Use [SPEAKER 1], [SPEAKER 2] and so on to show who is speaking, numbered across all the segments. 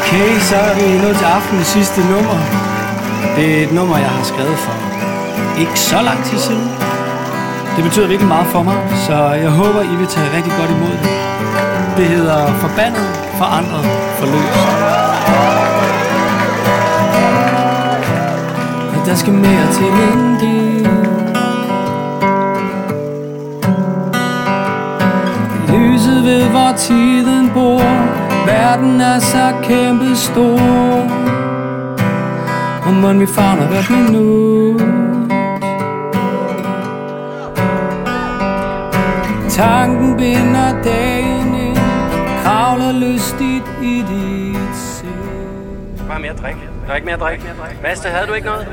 [SPEAKER 1] Okay, så er vi nået til aftenens sidste nummer. Det er et nummer, jeg har skrevet for ikke så lang tid siden. Det betyder virkelig meget for mig, så jeg håber, I vil tage rigtig godt imod det. Det hedder Forbandet, Forandret, Forløst. Og der skal mere til end det. Lyset ved, hvor tiden bor Verden er så kæmpe stor Og man vi favner hvert minut Tanken binder dagen ind Kravler lystigt i dit sind
[SPEAKER 2] Bare mere drik. Der er ikke mere drik. Mads, havde du ikke noget?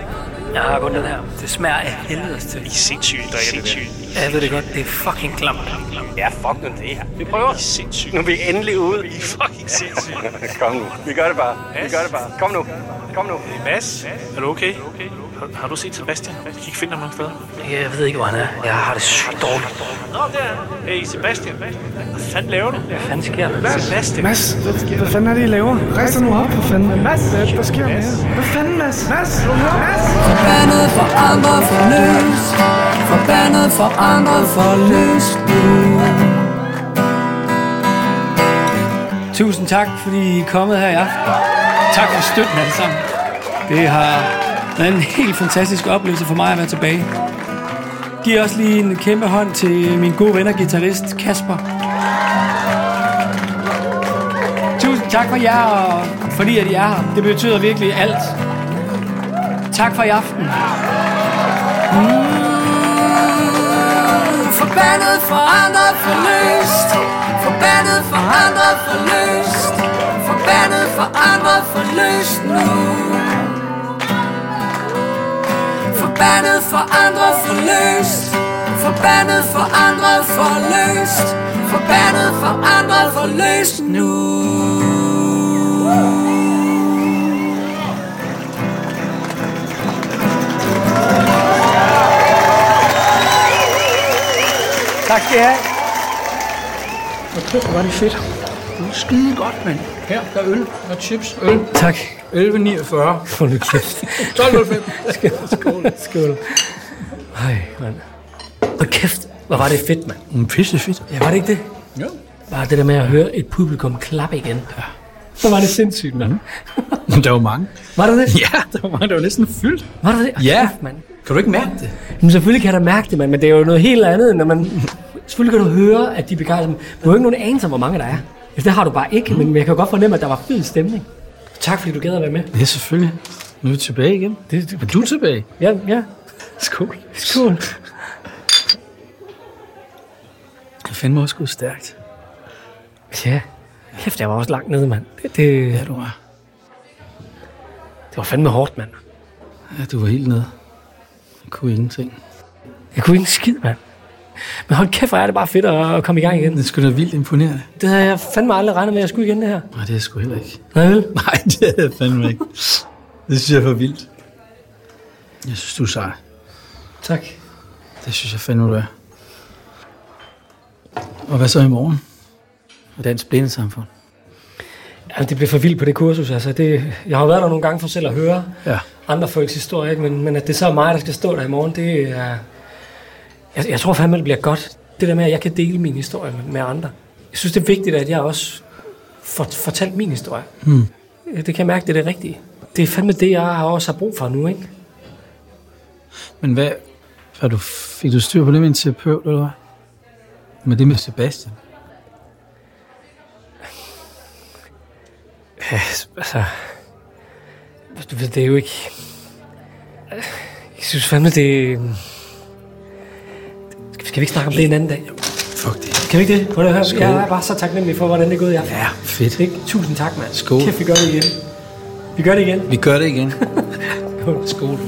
[SPEAKER 1] Jeg har kun den her. Det smager af helvedes til.
[SPEAKER 3] I er sindssyge, I drikker det der.
[SPEAKER 1] Jeg ved det godt, det er fucking klamt.
[SPEAKER 2] Ja, fuck nu det her. Vi prøver.
[SPEAKER 3] I er sindssyge.
[SPEAKER 2] Nu er vi endelig ude.
[SPEAKER 3] I er fucking sindssyge.
[SPEAKER 2] Kom nu. Vi gør det bare. Vi gør det bare. Kom nu. Kom nu.
[SPEAKER 3] Mads, er du okay? Har, har du set Sebastian? Jeg kan ikke finde ham nogen steder.
[SPEAKER 1] Jeg ved ikke, hvor han er. Jeg har det sygt dårligt.
[SPEAKER 3] Nå, der er han. Hey, Sebastian. Hvad fanden laver du?
[SPEAKER 1] Hvad fanden sker der?
[SPEAKER 3] Sebastian.
[SPEAKER 4] Mads, hvad fanden er det, I laver? Rejs dig nu op, for fanden. Mads, hvad der sker med jer? Hvad fanden, Mads? Mads, du Mads!
[SPEAKER 1] Forbandet for andre for løs Forbandet for andre for løs Tusind tak, fordi I er kommet her i aften. Tak for støtten alle sammen. Det har været en helt fantastisk oplevelse for mig at være tilbage. Giv også lige en kæmpe hånd til min gode ven og guitarist Kasper. Tusind tak for jer, og fordi at I er her. Det betyder virkelig alt. Tak for i aften. Forbandet for andre forløst Forbandet for andre forløst Forbandet for andre forløst nu Forbandet for andre forløst Forbandet for andre forløst Forbandet for andre forløst nu Tak skal I have.
[SPEAKER 5] Hvor var det fedt. Det var skide godt, mand. Her, der er øl og chips. Øl.
[SPEAKER 1] Tak.
[SPEAKER 5] 11,49.
[SPEAKER 1] Hold nu kæft.
[SPEAKER 5] 12,05.
[SPEAKER 1] Skål. Ej, mand. Hold kæft, hvor var det fedt, mand.
[SPEAKER 5] Mm, pisse fedt.
[SPEAKER 1] Ja, var det ikke det?
[SPEAKER 5] Jo.
[SPEAKER 1] Bare det der med at høre et publikum klappe igen. Ja. Så var det sindssygt, mand.
[SPEAKER 5] Mm. Der var mange.
[SPEAKER 1] Var det det?
[SPEAKER 5] Ja, der var, der var næsten fyldt.
[SPEAKER 1] Var det det? Hold
[SPEAKER 5] Ja.
[SPEAKER 1] Kæft, mand.
[SPEAKER 5] Kan du ikke mærke det?
[SPEAKER 1] Jamen, selvfølgelig kan jeg da mærke det, mand, men det er jo noget helt andet, end når man... Selvfølgelig kan du høre, at de er begejstrede. men Du har jo ikke nogen anelse om, hvor mange der er. Altså, det har du bare
[SPEAKER 5] Mm.
[SPEAKER 1] ikke, men jeg kan jo godt fornemme, at der var fed stemning. Tak, fordi du gad at være med.
[SPEAKER 5] Ja, selvfølgelig. Nu er vi tilbage igen. Det, det, er du tilbage?
[SPEAKER 1] Ja, ja.
[SPEAKER 5] Skål.
[SPEAKER 1] Skål.
[SPEAKER 5] Det fandme også gået stærkt.
[SPEAKER 1] Ja. Kæft, jeg var også langt nede, mand. Det, det,
[SPEAKER 5] Ja, du var.
[SPEAKER 1] det var fandme hårdt, mand.
[SPEAKER 5] Ja, du var helt nede. Jeg kunne ingenting.
[SPEAKER 1] Jeg kunne ikke en skid, mand. Men hold kæft, hvor er det bare fedt at komme i gang igen.
[SPEAKER 5] Det skulle da vildt imponerende.
[SPEAKER 1] Det havde jeg fandme aldrig regnet med, at jeg skulle igen det her.
[SPEAKER 5] Nej, det er sgu heller ikke.
[SPEAKER 1] Nej, vel?
[SPEAKER 5] Nej, det er jeg fandme ikke. Det synes jeg er for vildt. Jeg synes, du er sej.
[SPEAKER 1] Tak.
[SPEAKER 5] Det synes jeg fandme, du er. Og hvad så i morgen? Dansk Blindesamfund.
[SPEAKER 1] Altså, det blev for vildt på det kursus. Altså, det, jeg har jo været der nogle gange for selv at høre
[SPEAKER 5] Ja.
[SPEAKER 1] andre folks historie, ikke? Men, men at det så er mig, der skal stå der i morgen, det er... Jeg, jeg tror fandme, det bliver godt. Det der med, at jeg kan dele min historie med, med andre. Jeg synes, det er vigtigt, at jeg også får fortalt min historie.
[SPEAKER 5] Mm.
[SPEAKER 1] Det kan jeg mærke, det er det rigtige. Det er fandme det, jeg har også har brug for nu, ikke?
[SPEAKER 5] Men hvad, har du, fik du styr på det med en terapeut, eller hvad? Med det med Sebastian?
[SPEAKER 1] Ja, altså... Du ved, det er jo ikke... Jeg synes fandme, det... Skal skal vi ikke snakke om det en anden dag?
[SPEAKER 5] Fuck det.
[SPEAKER 1] Kan vi ikke det? Prøv at høre. Jeg er bare så taknemmelig for, hvordan det er gået i aften.
[SPEAKER 5] Ja, fedt.
[SPEAKER 1] Ikke? Tusind tak, mand.
[SPEAKER 5] Skål.
[SPEAKER 1] Kæft, vi gør det igen. Vi gør det igen.
[SPEAKER 5] Vi gør det igen.
[SPEAKER 1] Skål.
[SPEAKER 5] Skål.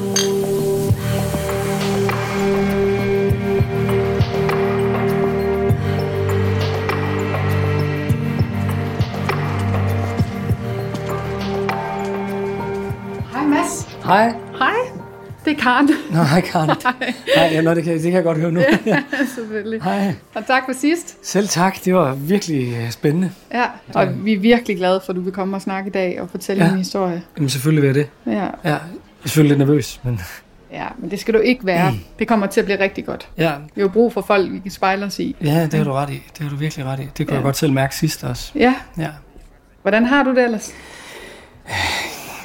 [SPEAKER 6] Hej Mads.
[SPEAKER 1] Hej.
[SPEAKER 6] Hej. Det Det er Karen,
[SPEAKER 1] Nå, hej Karen. Nej, ja, nå, det, kan, det kan jeg godt høre nu.
[SPEAKER 6] selvfølgelig.
[SPEAKER 1] Hej.
[SPEAKER 6] Og tak for sidst.
[SPEAKER 1] Selv tak, det var virkelig øh, spændende.
[SPEAKER 6] Ja, og vi er virkelig glade for, at du vil komme og snakke i dag og fortælle
[SPEAKER 1] Ja.
[SPEAKER 6] ja. din historie.
[SPEAKER 1] Jamen selvfølgelig vil jeg det.
[SPEAKER 6] Ja.
[SPEAKER 1] Ja, jeg er selvfølgelig lidt nervøs, men
[SPEAKER 6] ja, men det skal du ikke være.
[SPEAKER 1] Mm.
[SPEAKER 6] Det kommer til at blive rigtig godt.
[SPEAKER 1] ja,
[SPEAKER 6] Vi har jo brug for folk, vi kan spejle os i.
[SPEAKER 1] ja, det har du ret i. Det har du virkelig ret i. Det kunne ja.
[SPEAKER 6] Ja.
[SPEAKER 1] jeg godt selv mærke sidst også.
[SPEAKER 6] Ja,
[SPEAKER 1] Ja.
[SPEAKER 6] hvordan har du det ellers?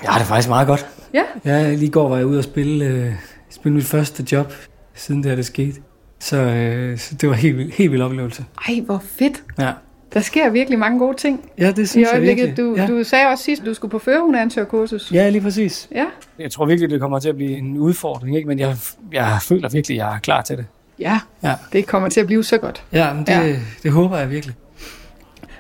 [SPEAKER 1] Jeg har det faktisk meget godt.
[SPEAKER 6] Ja,
[SPEAKER 1] Ja, lige i går var jeg ude og spille, øh, spille mit første job, siden det her det skete. Så, øh, så det var en helt, vild- helt vild oplevelse.
[SPEAKER 6] ej hvor fedt.
[SPEAKER 1] Ja.
[SPEAKER 6] Der sker virkelig mange gode ting
[SPEAKER 1] Ja, det synes
[SPEAKER 6] i
[SPEAKER 1] jeg
[SPEAKER 6] øjeblikket.
[SPEAKER 1] virkelig.
[SPEAKER 6] Du,
[SPEAKER 1] ja.
[SPEAKER 6] ja. du sagde også sidst, at du skulle på førhundeansøgerkursus.
[SPEAKER 1] ja, lige præcis.
[SPEAKER 6] Ja.
[SPEAKER 1] Jeg tror virkelig, det kommer til at blive en udfordring, ikke? men jeg, jeg føler virkelig, at jeg er klar til det.
[SPEAKER 6] ja,
[SPEAKER 1] Ja.
[SPEAKER 6] det kommer til at blive så godt.
[SPEAKER 1] Ja, men det, ja.
[SPEAKER 6] Ja.
[SPEAKER 1] det håber jeg virkelig.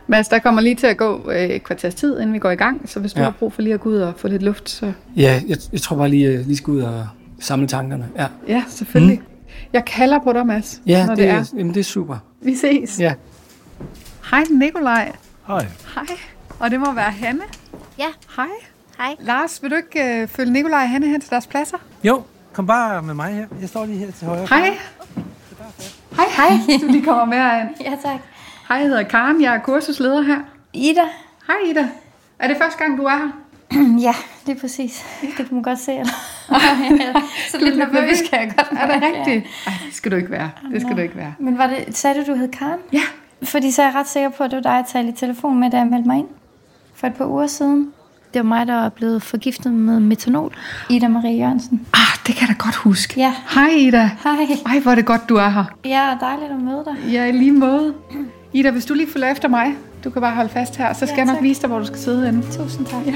[SPEAKER 6] Mads, der kommer lige til at gå øh, et kvarters tid, inden vi går i gang. Så hvis du
[SPEAKER 1] Ja.
[SPEAKER 6] ja. har brug for lige at gå ud og få lidt luft, så
[SPEAKER 1] Ja, jeg, jeg tror bare lige, jeg lige skal ud og samle tankerne. Ja,
[SPEAKER 6] ja, selvfølgelig. Mm. Jeg kalder på dig, Mads,
[SPEAKER 1] ja
[SPEAKER 6] når
[SPEAKER 1] det,
[SPEAKER 6] det er.
[SPEAKER 1] Jamen, det er super.
[SPEAKER 6] Vi ses.
[SPEAKER 1] Ja.
[SPEAKER 6] Hej, Nikolaj.
[SPEAKER 7] Hej.
[SPEAKER 6] Hej. Og det må være Hanne.
[SPEAKER 8] Ja.
[SPEAKER 6] Hej.
[SPEAKER 8] Hej.
[SPEAKER 6] Lars, vil du ikke øh, følge Nikolaj og Hanne hen til deres pladser?
[SPEAKER 7] Jo, kom bare med mig her. Jeg står lige her til højre.
[SPEAKER 6] Hej. Hej, hej. Du lige kommer med herind.
[SPEAKER 8] Ja, tak.
[SPEAKER 6] Hej, jeg hedder Karen. Jeg er kursusleder her.
[SPEAKER 8] Ida?
[SPEAKER 6] Hej, Ida. Er det første gang, du er her?
[SPEAKER 8] Ja, det er præcis. Det kan man godt se, eller? så lidt nervøs kan jeg godt
[SPEAKER 6] Er det
[SPEAKER 8] mærke, ja.
[SPEAKER 6] rigtigt? Ej, det skal du ikke være. Det skal du ikke være.
[SPEAKER 8] Men var det, sagde du, du hed Karen?
[SPEAKER 6] Ja.
[SPEAKER 8] Fordi så er jeg ret sikker på, at det var dig, jeg talte i telefon med, da jeg meldte mig ind. For et par uger siden. Det var mig, der var blevet forgiftet med metanol. Ida Marie Jørgensen.
[SPEAKER 6] Ah, det kan jeg da godt huske.
[SPEAKER 8] Ja.
[SPEAKER 6] Hej, Ida.
[SPEAKER 8] Hej.
[SPEAKER 6] Ej, hvor er det godt, du er her.
[SPEAKER 8] Ja, dejligt at møde dig.
[SPEAKER 6] Ja, i lige måde. Ida, hvis du lige følger efter mig, du kan bare holde fast her, så skal
[SPEAKER 8] Ja,
[SPEAKER 6] jeg nok
[SPEAKER 8] tak.
[SPEAKER 6] vise dig, hvor du skal sidde henne.
[SPEAKER 8] Tusind tak. Ja.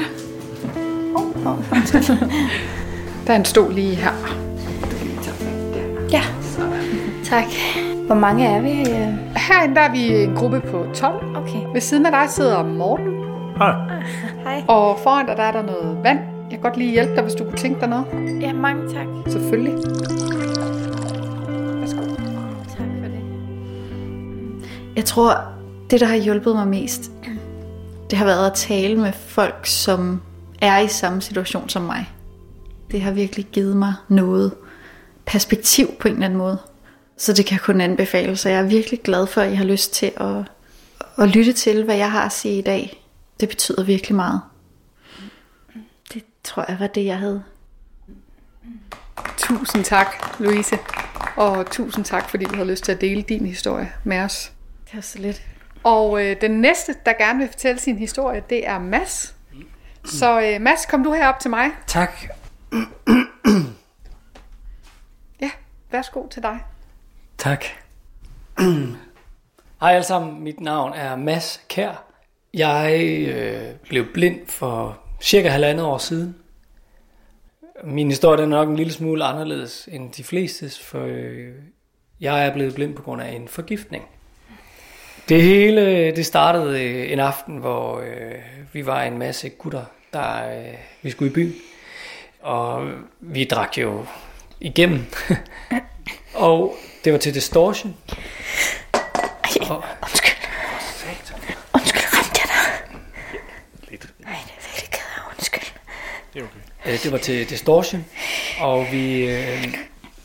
[SPEAKER 6] Der er en stol lige her.
[SPEAKER 8] ja. Tak. Hvor mange er vi? øh?
[SPEAKER 6] Herinde der er vi en gruppe på 12.
[SPEAKER 8] Okay.
[SPEAKER 6] Ved siden af dig sidder Morten,
[SPEAKER 8] Hej.
[SPEAKER 6] og foran dig der er der noget vand. Jeg kan godt lige hjælpe dig, hvis du kunne tænke dig noget.
[SPEAKER 8] Ja, mange tak.
[SPEAKER 6] Selvfølgelig.
[SPEAKER 8] Tak for det.
[SPEAKER 9] Jeg tror, det der har hjulpet mig mest, det har været at tale med folk, som er i samme situation som mig. Det har virkelig givet mig noget perspektiv på en eller anden måde. Så det kan jeg kun anbefale, så jeg er virkelig glad for, at I har lyst til at, at lytte til, hvad jeg har at sige i dag. Det betyder virkelig meget. Det tror jeg var det, jeg havde.
[SPEAKER 6] Tusind tak, Louise. Og tusind tak, fordi du havde lyst til at dele din historie med os.
[SPEAKER 9] Det var så lidt.
[SPEAKER 6] Og øh, den næste, der gerne vil fortælle sin historie, det er Mads. Så øh, Mads, kom du herop til mig.
[SPEAKER 1] Tak.
[SPEAKER 6] Ja, værsgo til dig.
[SPEAKER 1] Tak. Hej alle sammen, mit navn er Mads Kær. Jeg øh, blev blind for cirka halvandet år siden. Min historie den er nok en lille smule anderledes end de flestes, for øh, jeg er blevet blind på grund af en forgiftning. Det hele det startede øh, en aften, hvor øh, vi var en masse gutter, der øh, vi skulle i byen. Og vi drak jo igennem. og det var til Distortion.
[SPEAKER 8] Undskyld, ramte jeg dig?
[SPEAKER 10] Lidt.
[SPEAKER 8] Nej, det er virkelig ked af. Undskyld.
[SPEAKER 1] Øh, det var til Distortion. Og vi... Øh,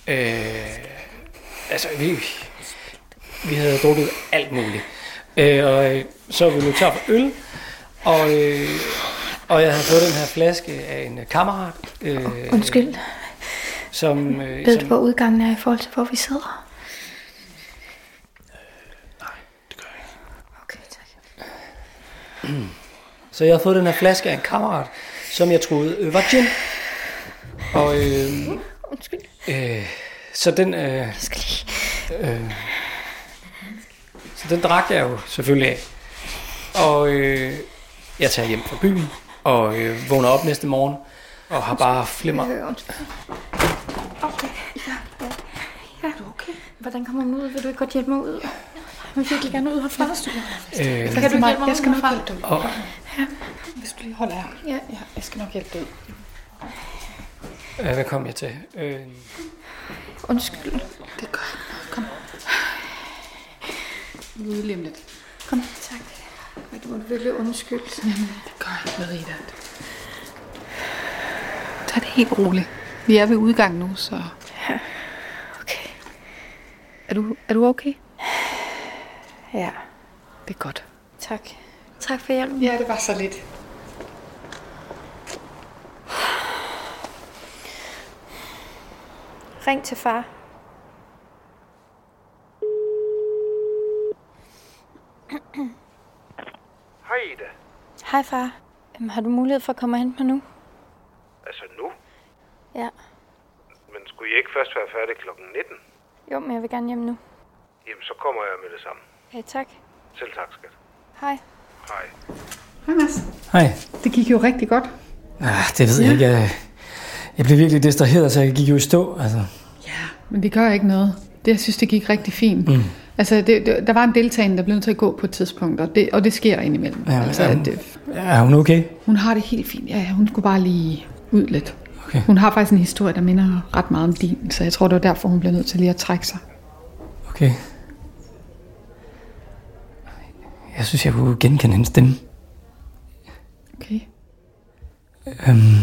[SPEAKER 1] øh, altså, vi, vi havde drukket alt muligt. Øh, og øh, så var vi løbet tør for øl. Og, øh, og jeg havde fået den her flaske af en øh, kammerat. Øh,
[SPEAKER 8] Undskyld.
[SPEAKER 1] Som, øh,
[SPEAKER 8] Ved
[SPEAKER 1] som,
[SPEAKER 8] du, hvor udgangen er i forhold til, hvor vi sidder? Øh,
[SPEAKER 10] Det gør jeg ikke.
[SPEAKER 8] Okay, tak.
[SPEAKER 1] Så jeg har fået den her flaske af en kammerat, som jeg troede øh, var gin. Og øh,
[SPEAKER 8] Undskyld.
[SPEAKER 1] øh, så den... Øh,
[SPEAKER 8] Jeg skal lige...
[SPEAKER 1] Øh, så den drak jeg jo selvfølgelig af. Og øh, jeg tager hjem fra byen og øh, vågner op næste morgen og har bare flimmer.
[SPEAKER 8] Okay. Ja. ja. Er du okay? Hvordan kommer man ud? Vil du ikke godt hjælpe mig ud? Jeg vil virkelig gerne ud herfra.
[SPEAKER 1] Øh,
[SPEAKER 8] Kan du ikke hjælpe mig
[SPEAKER 6] Jeg skal
[SPEAKER 8] ud
[SPEAKER 6] nok
[SPEAKER 8] herfra?
[SPEAKER 6] hjælpe dig
[SPEAKER 1] og,
[SPEAKER 6] ud. Hvis du lige holder her.
[SPEAKER 8] Ja.
[SPEAKER 6] Ja, jeg skal nok hjælpe dig ud.
[SPEAKER 1] øh, hvad kom jeg til? Øh,
[SPEAKER 8] Undskyld.
[SPEAKER 6] Ude lige om lidt.
[SPEAKER 8] Kom, tak. Ej, du må virkelig undskylde.
[SPEAKER 6] Gør ikke noget i det. Tag det helt roligt. Vi er ved udgang nu, så... Okay. Er du, er du okay?
[SPEAKER 8] Ja,
[SPEAKER 6] Det er godt.
[SPEAKER 8] tak. Tak for hjælpen.
[SPEAKER 6] Ja, det var så lidt.
[SPEAKER 8] Ring til far.
[SPEAKER 4] Hej Ida.
[SPEAKER 8] Hej far. Jamen, har du mulighed for at komme og hente mig nu?
[SPEAKER 4] Altså nu?
[SPEAKER 8] Ja.
[SPEAKER 4] Men skulle I ikke først være færdig kl. 19?
[SPEAKER 8] Jo, men jeg vil gerne hjem nu.
[SPEAKER 4] Jamen, så kommer jeg med det samme.
[SPEAKER 8] Ja, tak.
[SPEAKER 4] Selv tak, skat.
[SPEAKER 8] Hej.
[SPEAKER 4] Hej.
[SPEAKER 6] Hej, Mads.
[SPEAKER 1] Hej.
[SPEAKER 6] Det gik jo rigtig godt.
[SPEAKER 1] Ah, det ved jeg ikke. Jeg, jeg blev virkelig distraheret, så jeg gik jo i stå. Altså.
[SPEAKER 6] Men det gør ikke noget. Det, jeg synes, det gik rigtig fint. Mm. Altså, det, det, der var en deltagende, der blev nødt til at gå på et tidspunkt, og det, og det sker indimellem.
[SPEAKER 1] Ja, men
[SPEAKER 6] altså,
[SPEAKER 1] er hun-
[SPEAKER 6] det,
[SPEAKER 1] Er hun okay?
[SPEAKER 6] hun har det helt fint. Ja, ja, hun skulle bare lige ud lidt.
[SPEAKER 1] Okay.
[SPEAKER 6] Hun har faktisk en historie, der minder ret meget om din, så jeg tror, det var derfor, hun blev nødt til lige at trække sig.
[SPEAKER 1] Okay. Jeg synes, jeg kunne genkende hendes stemme.
[SPEAKER 6] Okay.
[SPEAKER 1] Øhm,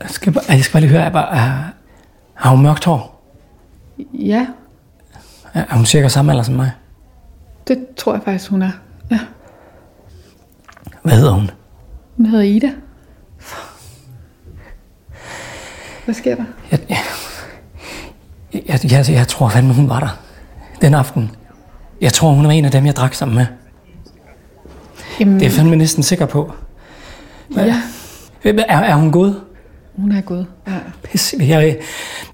[SPEAKER 1] jeg, skal bare, jeg skal bare lige høre, er, bare, er, har hun mørkt hår?
[SPEAKER 6] Ja,
[SPEAKER 1] Er, er hun cirka samme alder som mig?
[SPEAKER 6] det tror jeg faktisk, hun er. Ja,
[SPEAKER 1] Hvad hedder hun?
[SPEAKER 6] hun hedder Ida. Hvad sker der?
[SPEAKER 1] Jeg, jeg, jeg, jeg, altså, jeg tror fandme, hun var der den aften. Jeg tror, hun var en af dem, jeg drak sammen med.
[SPEAKER 6] Jamen,
[SPEAKER 1] Det er jeg fandme næsten sikker på.
[SPEAKER 6] ja,
[SPEAKER 1] Er, er hun god?
[SPEAKER 6] hun er gået. Ja.
[SPEAKER 1] Pisse, jeg,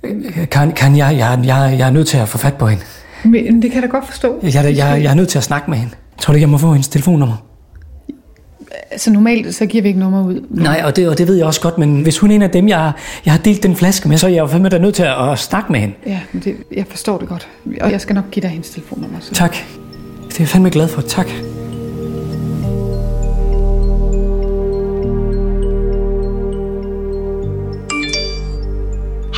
[SPEAKER 1] øh, kan, kan jeg, jeg, jeg, jeg er nødt til at få fat på hende.
[SPEAKER 6] Men det kan jeg da godt forstå.
[SPEAKER 1] Jeg, jeg, jeg, jeg er nødt til at snakke med hende. Tror du ikke, jeg må få hendes telefonnummer?
[SPEAKER 6] Altså normalt, så giver vi ikke nummer ud.
[SPEAKER 1] Nej, og det, og det ved jeg også godt, men hvis hun er en af dem, jeg, jeg har delt den flaske med, så er jeg jo fandme da nødt til at, at snakke med hende.
[SPEAKER 6] Ja, men det, jeg forstår det godt. Og jeg skal nok give dig hendes telefonnummer. Så.
[SPEAKER 1] Tak. Det er jeg fandme glad for. Tak.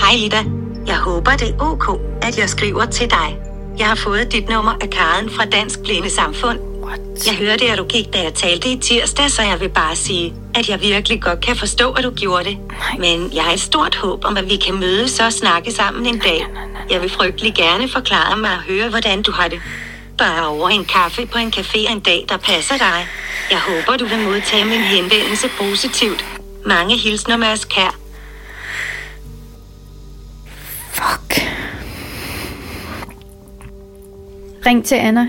[SPEAKER 11] Hej Ida. Jeg håber det er ok, at jeg skriver til dig. Jeg har fået dit nummer af Karen fra Dansk Blinde Samfund. Jeg hørte, at du gik, da jeg talte i tirsdag, så jeg vil bare sige, at jeg virkelig godt kan forstå, at du gjorde det. Men jeg har et stort håb om, at vi kan mødes og snakke sammen en dag. Jeg vil frygtelig gerne forklare mig og høre, hvordan du har det. Bare over en kaffe på en café en dag, der passer dig. Jeg håber, du vil modtage min henvendelse positivt. Mange hilsner, Mads Kær.
[SPEAKER 8] Fuck. Ring til Anna.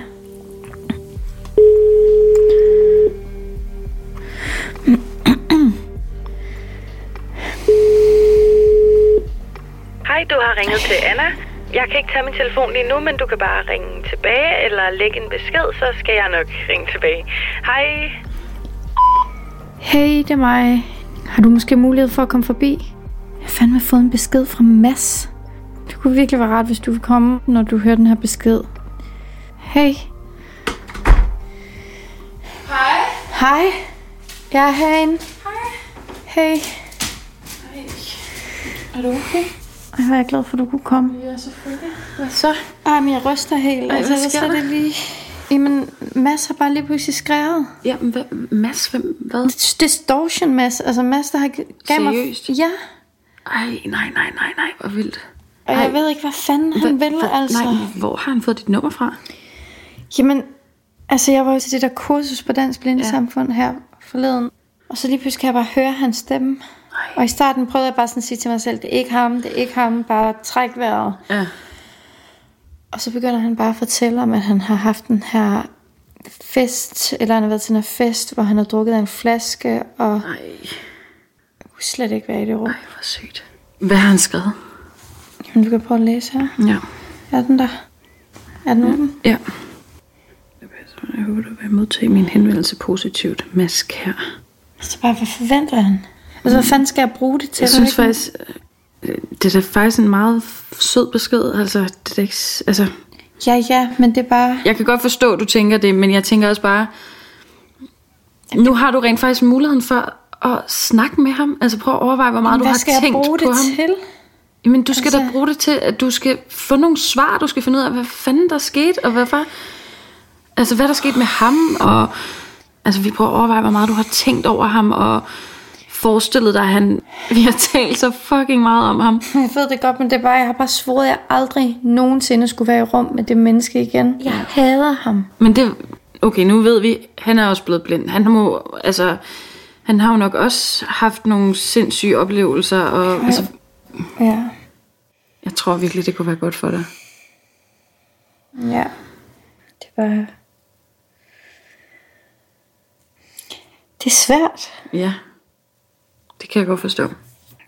[SPEAKER 12] Hej, du har ringet til Anna. Jeg kan ikke tage min telefon lige nu, men du kan bare ringe tilbage eller lægge en besked, så skal jeg nok ringe tilbage. Hej.
[SPEAKER 8] Hey, det er mig. Har du måske mulighed for at komme forbi? Jeg har fandme fået en besked fra Mads. Det kunne virkelig være rart, hvis du ville komme, når du hører den her besked. Hey.
[SPEAKER 13] Hej.
[SPEAKER 8] Hej. Jeg er herinde. Hej. Hey.
[SPEAKER 13] Er du okay?
[SPEAKER 8] Ej, hvor er jeg glad for, at du kunne komme.
[SPEAKER 13] Ja, selvfølgelig.
[SPEAKER 8] Hvad så? Ej, men jeg ryster helt.
[SPEAKER 13] Ej,
[SPEAKER 8] altså,
[SPEAKER 13] hvad
[SPEAKER 8] hvad
[SPEAKER 13] sker
[SPEAKER 8] så er
[SPEAKER 13] der?
[SPEAKER 8] det lige? Jamen, Mads har bare lige pludselig skrevet.
[SPEAKER 13] Jamen, hvad, Mads, hvem, hvad?
[SPEAKER 8] Distortion, Mads. Altså, Mads, der har g- gav mig...
[SPEAKER 13] Seriøst?
[SPEAKER 8] Ja.
[SPEAKER 13] Ej, nej, nej, nej, nej, hvor vildt.
[SPEAKER 8] Og
[SPEAKER 13] Ej.
[SPEAKER 8] jeg ved ikke, hvad fanden han
[SPEAKER 13] Hvad-
[SPEAKER 8] vil,
[SPEAKER 13] hvad-
[SPEAKER 8] altså.
[SPEAKER 13] Nej, hvor har han fået dit nummer fra?
[SPEAKER 8] Jamen, altså, jeg var jo til det der kursus på Dansk Blindesamfund ja. her forleden. Og så lige pludselig kan jeg bare høre hans stemme. Og i starten prøvede jeg bare sådan at sige til mig selv, det er ikke ham, det er ikke ham, bare træk vejret.
[SPEAKER 13] Ja.
[SPEAKER 8] Og så begynder han bare at fortælle om, at han har haft den her fest, eller han har været til en fest, hvor han har drukket af en flaske, og
[SPEAKER 13] Ej.
[SPEAKER 8] jeg kunne slet ikke være i det rum. Ej,
[SPEAKER 13] hvor sygt. Hvad har han skrevet?
[SPEAKER 8] Jamen, du kan prøve at læse her.
[SPEAKER 13] Ja.
[SPEAKER 8] Er den der? Er den åben?
[SPEAKER 13] Ja. Jeg håber, du vil modtage min henvendelse positivt, Mads Kær.
[SPEAKER 8] Altså bare, hvad forventer han? Altså, hvad fanden skal jeg bruge det til?
[SPEAKER 13] Jeg
[SPEAKER 8] Er det
[SPEAKER 13] synes
[SPEAKER 8] ikke-
[SPEAKER 13] faktisk, øh, det er da faktisk en meget sød besked. Altså, det er da ikke, s- altså,
[SPEAKER 8] Ja, ja, men det er bare...
[SPEAKER 13] Jeg kan godt forstå, at du tænker det, men jeg tænker også bare, nu har du rent faktisk muligheden for at snakke med ham. Altså prøv at overveje, hvor meget
[SPEAKER 8] Jamen,
[SPEAKER 13] du
[SPEAKER 8] hvad
[SPEAKER 13] har
[SPEAKER 8] skal jeg
[SPEAKER 13] tænkt på
[SPEAKER 8] bruge det
[SPEAKER 13] ham.
[SPEAKER 8] til?
[SPEAKER 13] Jamen, du skal altså... da
[SPEAKER 8] Altså-
[SPEAKER 13] bruge det til, at du skal få nogle svar. Du skal finde ud af, hvad fanden der skete, og hvad, for, altså, hvad der skete med ham. Og, altså, vi prøver at overveje, hvor meget du har tænkt over ham, og
[SPEAKER 14] forestillet dig, at han... Vi har talt så fucking meget om ham.
[SPEAKER 8] Jeg ved det godt, men det er bare, jeg har bare svoret, at jeg aldrig nogensinde skulle være i rum med det menneske igen. Jeg hader ham.
[SPEAKER 14] Men det... Okay, nu ved vi, han er også blevet blind. Han må... Altså... Han har jo nok også haft nogle sindssyge oplevelser, og... Ja. Altså,
[SPEAKER 8] Ja.
[SPEAKER 14] jeg tror virkelig, det kunne være godt for dig.
[SPEAKER 8] Ja. Det var... Det er svært.
[SPEAKER 14] Ja. Det kan jeg godt forstå.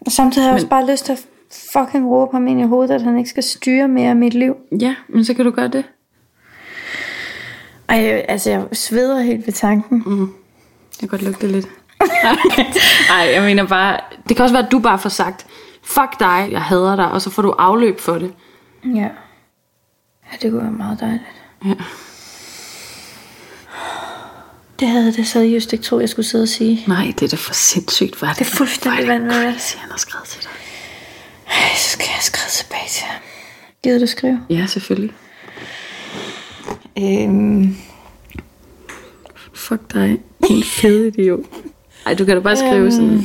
[SPEAKER 8] Og samtidig har jeg
[SPEAKER 14] Men-
[SPEAKER 8] også bare lyst til at fucking råbe ham ind i hovedet, at han ikke skal styre mere af mit liv.
[SPEAKER 14] Ja, men så kan du gøre det.
[SPEAKER 8] Ej, altså jeg sveder helt ved tanken.
[SPEAKER 14] Mm. Jeg kan godt lugte det lidt. Nej, jeg mener bare... Det kan også være, at du bare får sagt, fuck dig, jeg hader dig, og så får du afløb for det.
[SPEAKER 8] Ja. Ja, det kunne være meget dejligt.
[SPEAKER 14] Ja.
[SPEAKER 8] Det havde jeg da seriøst ikke troet, jeg skulle sidde og sige.
[SPEAKER 14] Nej, det er da for sindssygt, hvor er det.
[SPEAKER 8] Det er fuldstændig vanvittigt. Crazy,
[SPEAKER 14] han har skrevet til dig.
[SPEAKER 8] Ej, så skal jeg skrive tilbage til ham. Gider du skrive?
[SPEAKER 14] Ja, selvfølgelig.
[SPEAKER 8] Øhm,
[SPEAKER 14] Fuck dig, en fed idiot. Ej, du kan da bare skrive
[SPEAKER 8] Øhm,
[SPEAKER 14] sådan,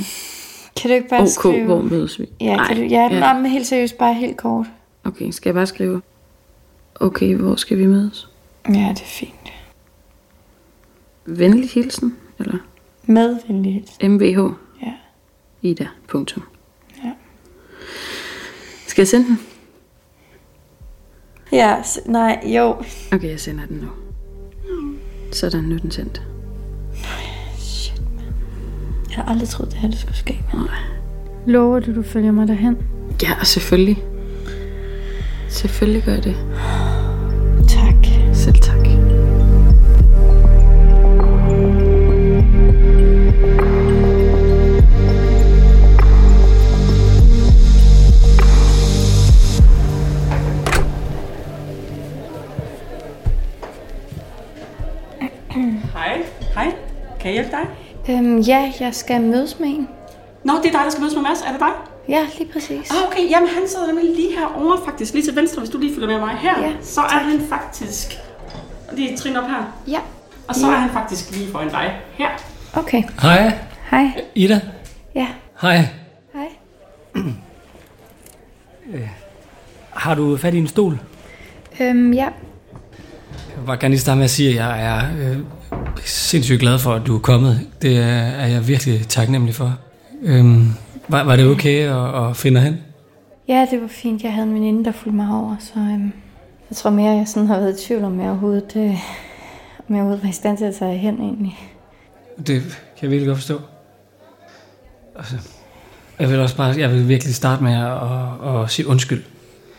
[SPEAKER 8] kan du ikke bare
[SPEAKER 14] OK,
[SPEAKER 8] skrive...
[SPEAKER 14] hvor mødes vi?
[SPEAKER 8] Ja, kan
[SPEAKER 14] Ej,
[SPEAKER 8] du, ja,
[SPEAKER 14] ja.
[SPEAKER 8] ja. Nå, men helt seriøst, bare helt kort.
[SPEAKER 14] okay, skal jeg bare skrive, okay, hvor skal vi mødes?
[SPEAKER 8] Ja, det er fint.
[SPEAKER 14] Venlig hilsen, eller
[SPEAKER 8] Med venlig hilsen.
[SPEAKER 14] MVH?
[SPEAKER 8] Ja.
[SPEAKER 14] Ida, punktum.
[SPEAKER 8] Ja.
[SPEAKER 14] Skal jeg sende den?
[SPEAKER 8] Ja, s- nej, jo.
[SPEAKER 14] Okay, jeg sender den nu. Sådan, nu er den sendt.
[SPEAKER 8] Jeg har aldrig troet, det her det skulle ske. Lover du, du følger mig derhen?
[SPEAKER 14] Ja, og selvfølgelig. Selvfølgelig gør jeg det.
[SPEAKER 8] Tak.
[SPEAKER 14] Selv tak.
[SPEAKER 4] Hej. Hej. Kan jeg hjælpe dig?
[SPEAKER 8] Øhm, ja, jeg skal mødes med en.
[SPEAKER 4] Nå, det er dig, der skal mødes med Mads. Er det dig?
[SPEAKER 8] Ja, lige præcis.
[SPEAKER 4] Ah, okay. Jamen, han sidder nemlig lige herovre faktisk. Lige til venstre, hvis du lige følger med mig her.
[SPEAKER 8] Ja,
[SPEAKER 4] så er han faktisk... Lige et trin op her.
[SPEAKER 8] Ja.
[SPEAKER 4] Og så
[SPEAKER 8] Ja.
[SPEAKER 4] er han faktisk lige foran dig her.
[SPEAKER 8] Okay.
[SPEAKER 1] Hej,
[SPEAKER 8] Hej.
[SPEAKER 1] Ida.
[SPEAKER 8] Ja.
[SPEAKER 1] Hej.
[SPEAKER 8] Hej.
[SPEAKER 1] Øh, Har du fat i en stol?
[SPEAKER 8] Øhm, ja.
[SPEAKER 1] Jeg vil bare gerne lige starte med at sige, at jeg er øh, sindssygt glad for, at du er kommet. Det er, er jeg virkelig taknemmelig for. Øhm, var, var det okay at, at finde dig hen?
[SPEAKER 8] Ja, det var fint. Jeg havde en veninde, der fulgte mig over, så øhm, jeg tror mere, jeg sådan har været i tvivl om, jeg overhovedet, øh, om jeg overhovedet var i stand til at tage hen egentlig.
[SPEAKER 1] Det kan jeg virkelig godt forstå. Altså, jeg vil også bare, jeg vil virkelig starte med at, at, at sige undskyld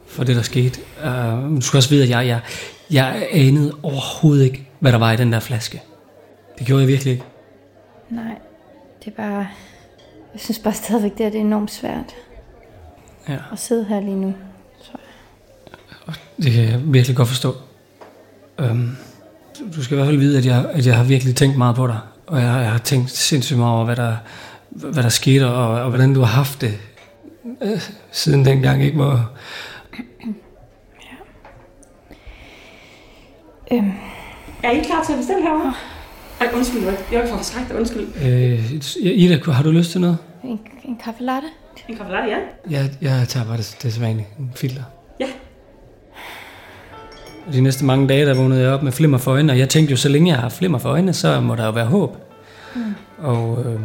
[SPEAKER 1] for det, der skete. Uh, men du skal også vide, at jeg, jeg, jeg anede overhovedet ikke, hvad der var i den der flaske. Det gjorde jeg virkelig ikke.
[SPEAKER 8] Nej, det er bare... Jeg synes bare stadigvæk, det, her, det er enormt svært
[SPEAKER 1] Ja,
[SPEAKER 8] at sidde her lige nu.
[SPEAKER 1] det kan jeg virkelig godt forstå. Um, du skal i hvert fald vide, at jeg, at jeg har virkelig tænkt meget på dig. Og jeg, jeg har tænkt sindssygt meget over, hvad der, hvad der skete, og, og hvordan du har haft det øh, siden dengang, ikke? Hvor,
[SPEAKER 8] Øhm,
[SPEAKER 4] Er I klar til at bestille herovre? Ej, undskyld. Jeg var- jeg var for forskrækt. Undskyld.
[SPEAKER 1] Øh, Ida, har du lyst til noget?
[SPEAKER 8] en, en kaffe latte?
[SPEAKER 4] En kaffe latte, ja.
[SPEAKER 1] Jeg, jeg tager bare det, det sædvanlige. En filter.
[SPEAKER 4] Ja.
[SPEAKER 1] De næste mange dage, der vågnede jeg op med flimmer for øjnene, og jeg tænkte jo, så længe jeg har flimmer for øjnene, så må der jo være håb.
[SPEAKER 8] Mm.
[SPEAKER 1] Og øh,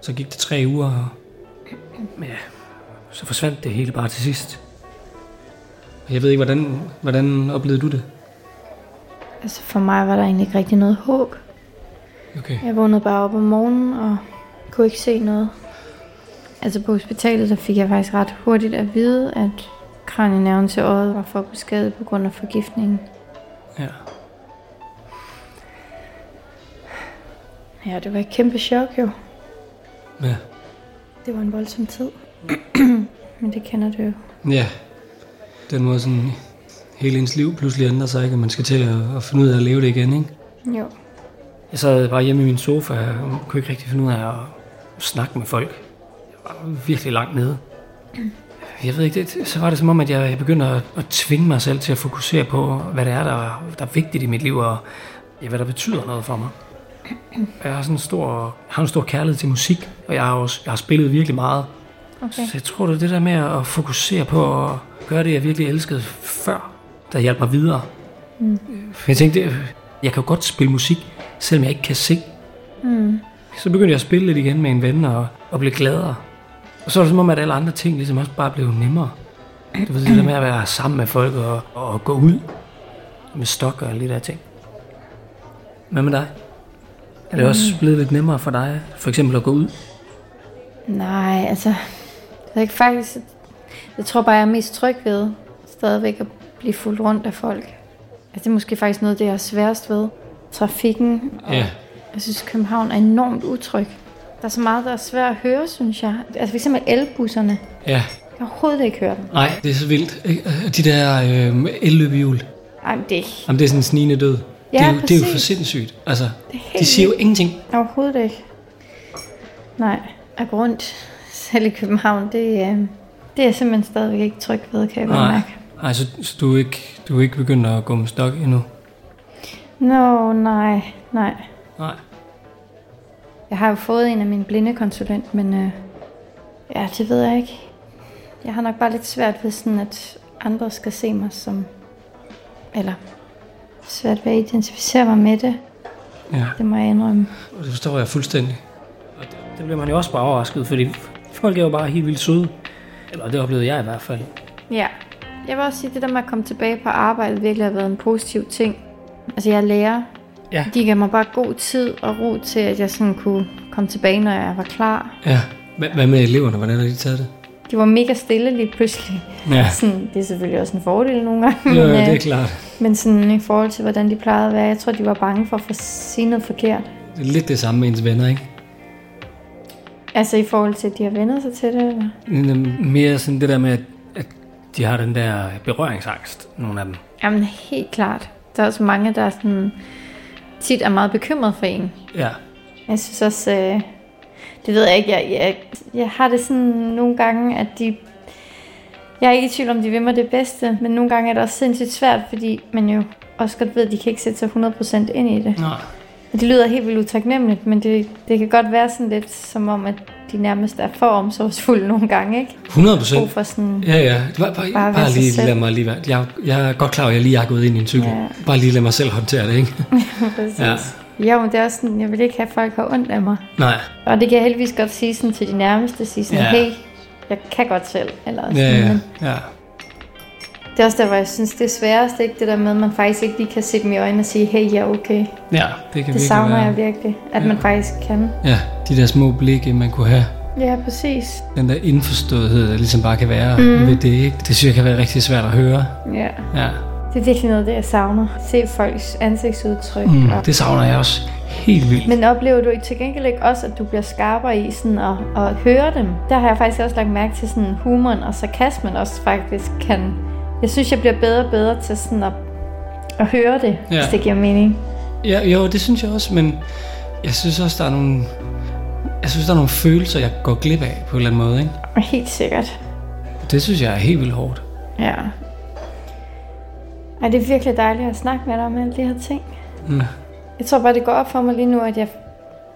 [SPEAKER 1] så gik det tre uger, og ja, så forsvandt det hele bare til sidst. Og Jeg ved ikke, hvordan, hvordan oplevede du det?
[SPEAKER 8] Altså for mig var der egentlig ikke rigtig noget håb.
[SPEAKER 1] Okay.
[SPEAKER 8] Jeg vågnede bare op om morgenen og kunne ikke se noget. Altså på hospitalet, der fik jeg faktisk ret hurtigt at vide, at kranienerven til øjet var for beskadiget på grund af forgiftningen.
[SPEAKER 1] Ja.
[SPEAKER 8] Ja, det var et kæmpe chok jo.
[SPEAKER 1] Ja.
[SPEAKER 8] Det var en voldsom tid. Men det kender du jo.
[SPEAKER 1] Ja, den måde sådan hele ens liv pludselig ændrer sig, ikke? og man skal til at, at finde ud af at leve det igen, ikke?
[SPEAKER 8] Jo.
[SPEAKER 1] Jeg sad bare hjemme i min sofa og kunne ikke rigtig finde ud af at snakke med folk. Jeg var virkelig langt nede. Jeg ved ikke, det, så var det som om, at jeg, jeg begyndte at, at tvinge mig selv til at fokusere på, hvad det er, der, der er vigtigt i mit liv, og ja, hvad der betyder noget for mig. Jeg har sådan en stor, jeg har en stor kærlighed til musik, og jeg har, også, jeg har spillet virkelig meget.
[SPEAKER 8] Okay.
[SPEAKER 1] Så jeg tror, det er det der med at fokusere på at gøre det, jeg virkelig elskede før, der hjalp mig videre.
[SPEAKER 8] Mm.
[SPEAKER 1] For jeg tænkte, jeg kan jo godt spille musik, selvom jeg ikke kan se.
[SPEAKER 8] Mm.
[SPEAKER 1] Så begyndte jeg at spille lidt igen med en ven og, og blev gladere. Og så var det som om, at alle andre ting ligesom også bare blev nemmere. Du ved, det der med at være sammen med folk og, og gå ud med stok og alle de der ting. Hvad med dig? Er det også
[SPEAKER 8] Mm.
[SPEAKER 1] blevet lidt nemmere for dig, for eksempel at gå ud?
[SPEAKER 8] Nej, altså... Jeg, ved ikke, faktisk, jeg tror bare, jeg er mest tryg ved stadigvæk at blive fuldt rundt af folk. Altså, det er måske faktisk noget, af det jeg er sværest ved. Trafikken. Og
[SPEAKER 1] Ja.
[SPEAKER 8] Jeg synes, København er enormt utryg. Der er så meget, der er svært at høre, synes jeg. Altså, for eksempel elbusserne.
[SPEAKER 1] Ja.
[SPEAKER 8] Jeg kan overhovedet ikke høre dem.
[SPEAKER 1] Nej, det er så vildt. ikke? De der øh, elløbehjul.
[SPEAKER 8] Ej, men det er
[SPEAKER 1] Jamen, det er sådan en snigende død.
[SPEAKER 8] Ja,
[SPEAKER 1] det, er jo, det er jo
[SPEAKER 8] præcis.
[SPEAKER 1] for sindssygt. Altså, de
[SPEAKER 8] helt
[SPEAKER 1] siger jo
[SPEAKER 8] vildt.
[SPEAKER 1] ingenting.
[SPEAKER 8] Overhovedet ikke. Nej, at gå rundt selv i København, det, øh, det er jeg simpelthen stadigvæk ikke tryg ved, kan jeg godt
[SPEAKER 1] Nej,
[SPEAKER 8] mærke.
[SPEAKER 1] nej så, så du, er ikke, du er ikke begyndt at gå med stok endnu?
[SPEAKER 8] Nå, nej, nej.
[SPEAKER 1] Nej.
[SPEAKER 8] Jeg har jo fået en af mine blindekonsulent, men øh, ja, det ved jeg ikke. Jeg har nok bare lidt svært ved sådan, at andre skal se mig som... Eller svært ved at identificere mig med det.
[SPEAKER 1] Ja.
[SPEAKER 8] Det må jeg indrømme.
[SPEAKER 1] Og Det forstår jeg fuldstændig. Og det, det bliver man jo også bare overrasket, fordi folk er jo bare helt vildt søde. Eller det oplevede jeg i hvert fald.
[SPEAKER 8] Ja. Jeg vil også sige, at det der med at komme tilbage på arbejde virkelig har været en positiv ting. Altså, jeg er lærer.
[SPEAKER 1] Ja.
[SPEAKER 8] De gav mig bare god tid og ro til, at jeg sådan kunne komme tilbage, når jeg var klar.
[SPEAKER 1] Ja. Hva- Hvad med eleverne? Hvordan har de taget det?
[SPEAKER 8] De var mega stille lige pludselig.
[SPEAKER 1] Ja.
[SPEAKER 8] Sådan, det er selvfølgelig også en fordel nogle gange.
[SPEAKER 1] Jo, jo,
[SPEAKER 8] men,
[SPEAKER 1] det er
[SPEAKER 8] øh,
[SPEAKER 1] klart.
[SPEAKER 8] Men sådan i forhold til, hvordan de plejede at være, jeg tror, de var bange for at få sige noget forkert.
[SPEAKER 1] Det er lidt det samme med ens venner, ikke?
[SPEAKER 8] Altså i forhold til, at de har vendt sig til det, eller?
[SPEAKER 1] Men, øhm, Mere sådan det der med, at, at de har den der berøringsangst, nogle af dem.
[SPEAKER 8] Jamen helt klart. Der er også mange, der er sådan, tit er meget bekymret for en.
[SPEAKER 1] Ja.
[SPEAKER 8] Jeg synes også, øh, det ved jeg ikke, jeg, jeg, jeg har det sådan nogle gange, at de, jeg er ikke i tvivl om, de vil mig det bedste, men nogle gange er det også sindssygt svært, fordi man jo også godt ved, at de kan ikke sætte sig 100% ind i det.
[SPEAKER 1] Nej.
[SPEAKER 8] Og det lyder helt vildt utaknemmeligt, men det, det kan godt være sådan lidt som om, at de nærmest er for omsorgsfulde nogle gange, ikke?
[SPEAKER 1] 100 procent.
[SPEAKER 8] Brug for sådan...
[SPEAKER 1] Ja, ja. Det var bare, bare,
[SPEAKER 8] Bare være
[SPEAKER 1] bare
[SPEAKER 8] sig
[SPEAKER 1] lige
[SPEAKER 8] selv.
[SPEAKER 1] lad mig lige være. Jeg, jeg er godt klar, over, at jeg lige er gået ind i en cykel.
[SPEAKER 8] Ja.
[SPEAKER 1] Ja. Bare lige lad mig selv håndtere det, ikke?
[SPEAKER 8] Præcis. Jo, men det er også sådan, jeg vil ikke have, at folk har ondt af mig.
[SPEAKER 1] Nej.
[SPEAKER 8] Og det kan jeg heldigvis godt sige sådan til de nærmeste, sige sådan,
[SPEAKER 1] Ja.
[SPEAKER 8] ja. hey, jeg kan godt selv. Eller sådan,
[SPEAKER 1] Ja, ja,
[SPEAKER 8] men
[SPEAKER 1] ja.
[SPEAKER 8] Det er også der, hvor jeg synes, det er sværest, ikke? Det der med, at man faktisk ikke lige kan se dem i øjnene og sige, hey, jeg er okay. Det,
[SPEAKER 1] Ja, det kan
[SPEAKER 8] det
[SPEAKER 1] virkelig
[SPEAKER 8] savner
[SPEAKER 1] være.
[SPEAKER 8] jeg virkelig, at ja. man faktisk kan.
[SPEAKER 1] Ja, de der små blikke, man kunne have.
[SPEAKER 8] Ja, præcis.
[SPEAKER 1] Den der indforståethed, der ligesom bare kan være
[SPEAKER 8] Mhm.
[SPEAKER 1] mm. ved det, ikke? Det synes jeg kan være rigtig svært at høre.
[SPEAKER 8] Ja.
[SPEAKER 1] Ja.
[SPEAKER 8] Det er virkelig noget af det, jeg savner. Se folks ansigtsudtryk.
[SPEAKER 1] Mm,
[SPEAKER 8] og-
[SPEAKER 1] det savner jeg også helt vildt.
[SPEAKER 8] Men oplever du ikke til gengæld ikke også, at du bliver skarpere i sådan at, at høre dem? Der har jeg faktisk også lagt mærke til sådan humoren og sarkasmen også faktisk kan... Jeg synes, jeg bliver bedre og bedre til sådan at, at høre det,
[SPEAKER 1] Ja.
[SPEAKER 8] ja. hvis det giver mening.
[SPEAKER 1] Ja, jo, det synes jeg også, men jeg synes også, der er nogle... Jeg synes, der er nogle følelser, jeg går glip af på en eller anden måde, ikke?
[SPEAKER 8] Helt sikkert.
[SPEAKER 1] Det synes jeg er helt vildt hårdt.
[SPEAKER 8] Ja. Ej, det er virkelig dejligt at snakke med dig om alle de her ting.
[SPEAKER 1] Mm.
[SPEAKER 8] Jeg tror bare, det går op for mig lige nu, at jeg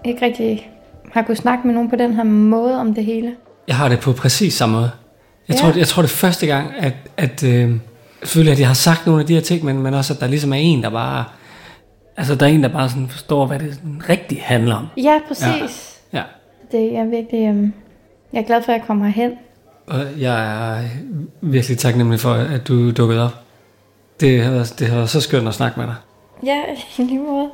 [SPEAKER 8] ikke rigtig har kunnet snakke med nogen på den her måde om det hele.
[SPEAKER 1] Jeg har det på præcis samme måde. Jeg,
[SPEAKER 8] Ja.
[SPEAKER 1] tror, jeg tror, det er første gang, at, at øh, jeg føler, at jeg har sagt nogle af de her ting, men, men også, at der ligesom er en, der bare... Altså, der er en, der bare sådan forstår, hvad det sådan rigtigt handler om.
[SPEAKER 8] Ja, præcis.
[SPEAKER 1] Ja. ja.
[SPEAKER 8] Det er virkelig... Øhm, jeg er glad for, at jeg kommer herhen.
[SPEAKER 1] Og jeg er virkelig taknemmelig for, at du dukkede op. Det har været, det har været så skønt at snakke med dig.
[SPEAKER 8] Ja, i lige måde.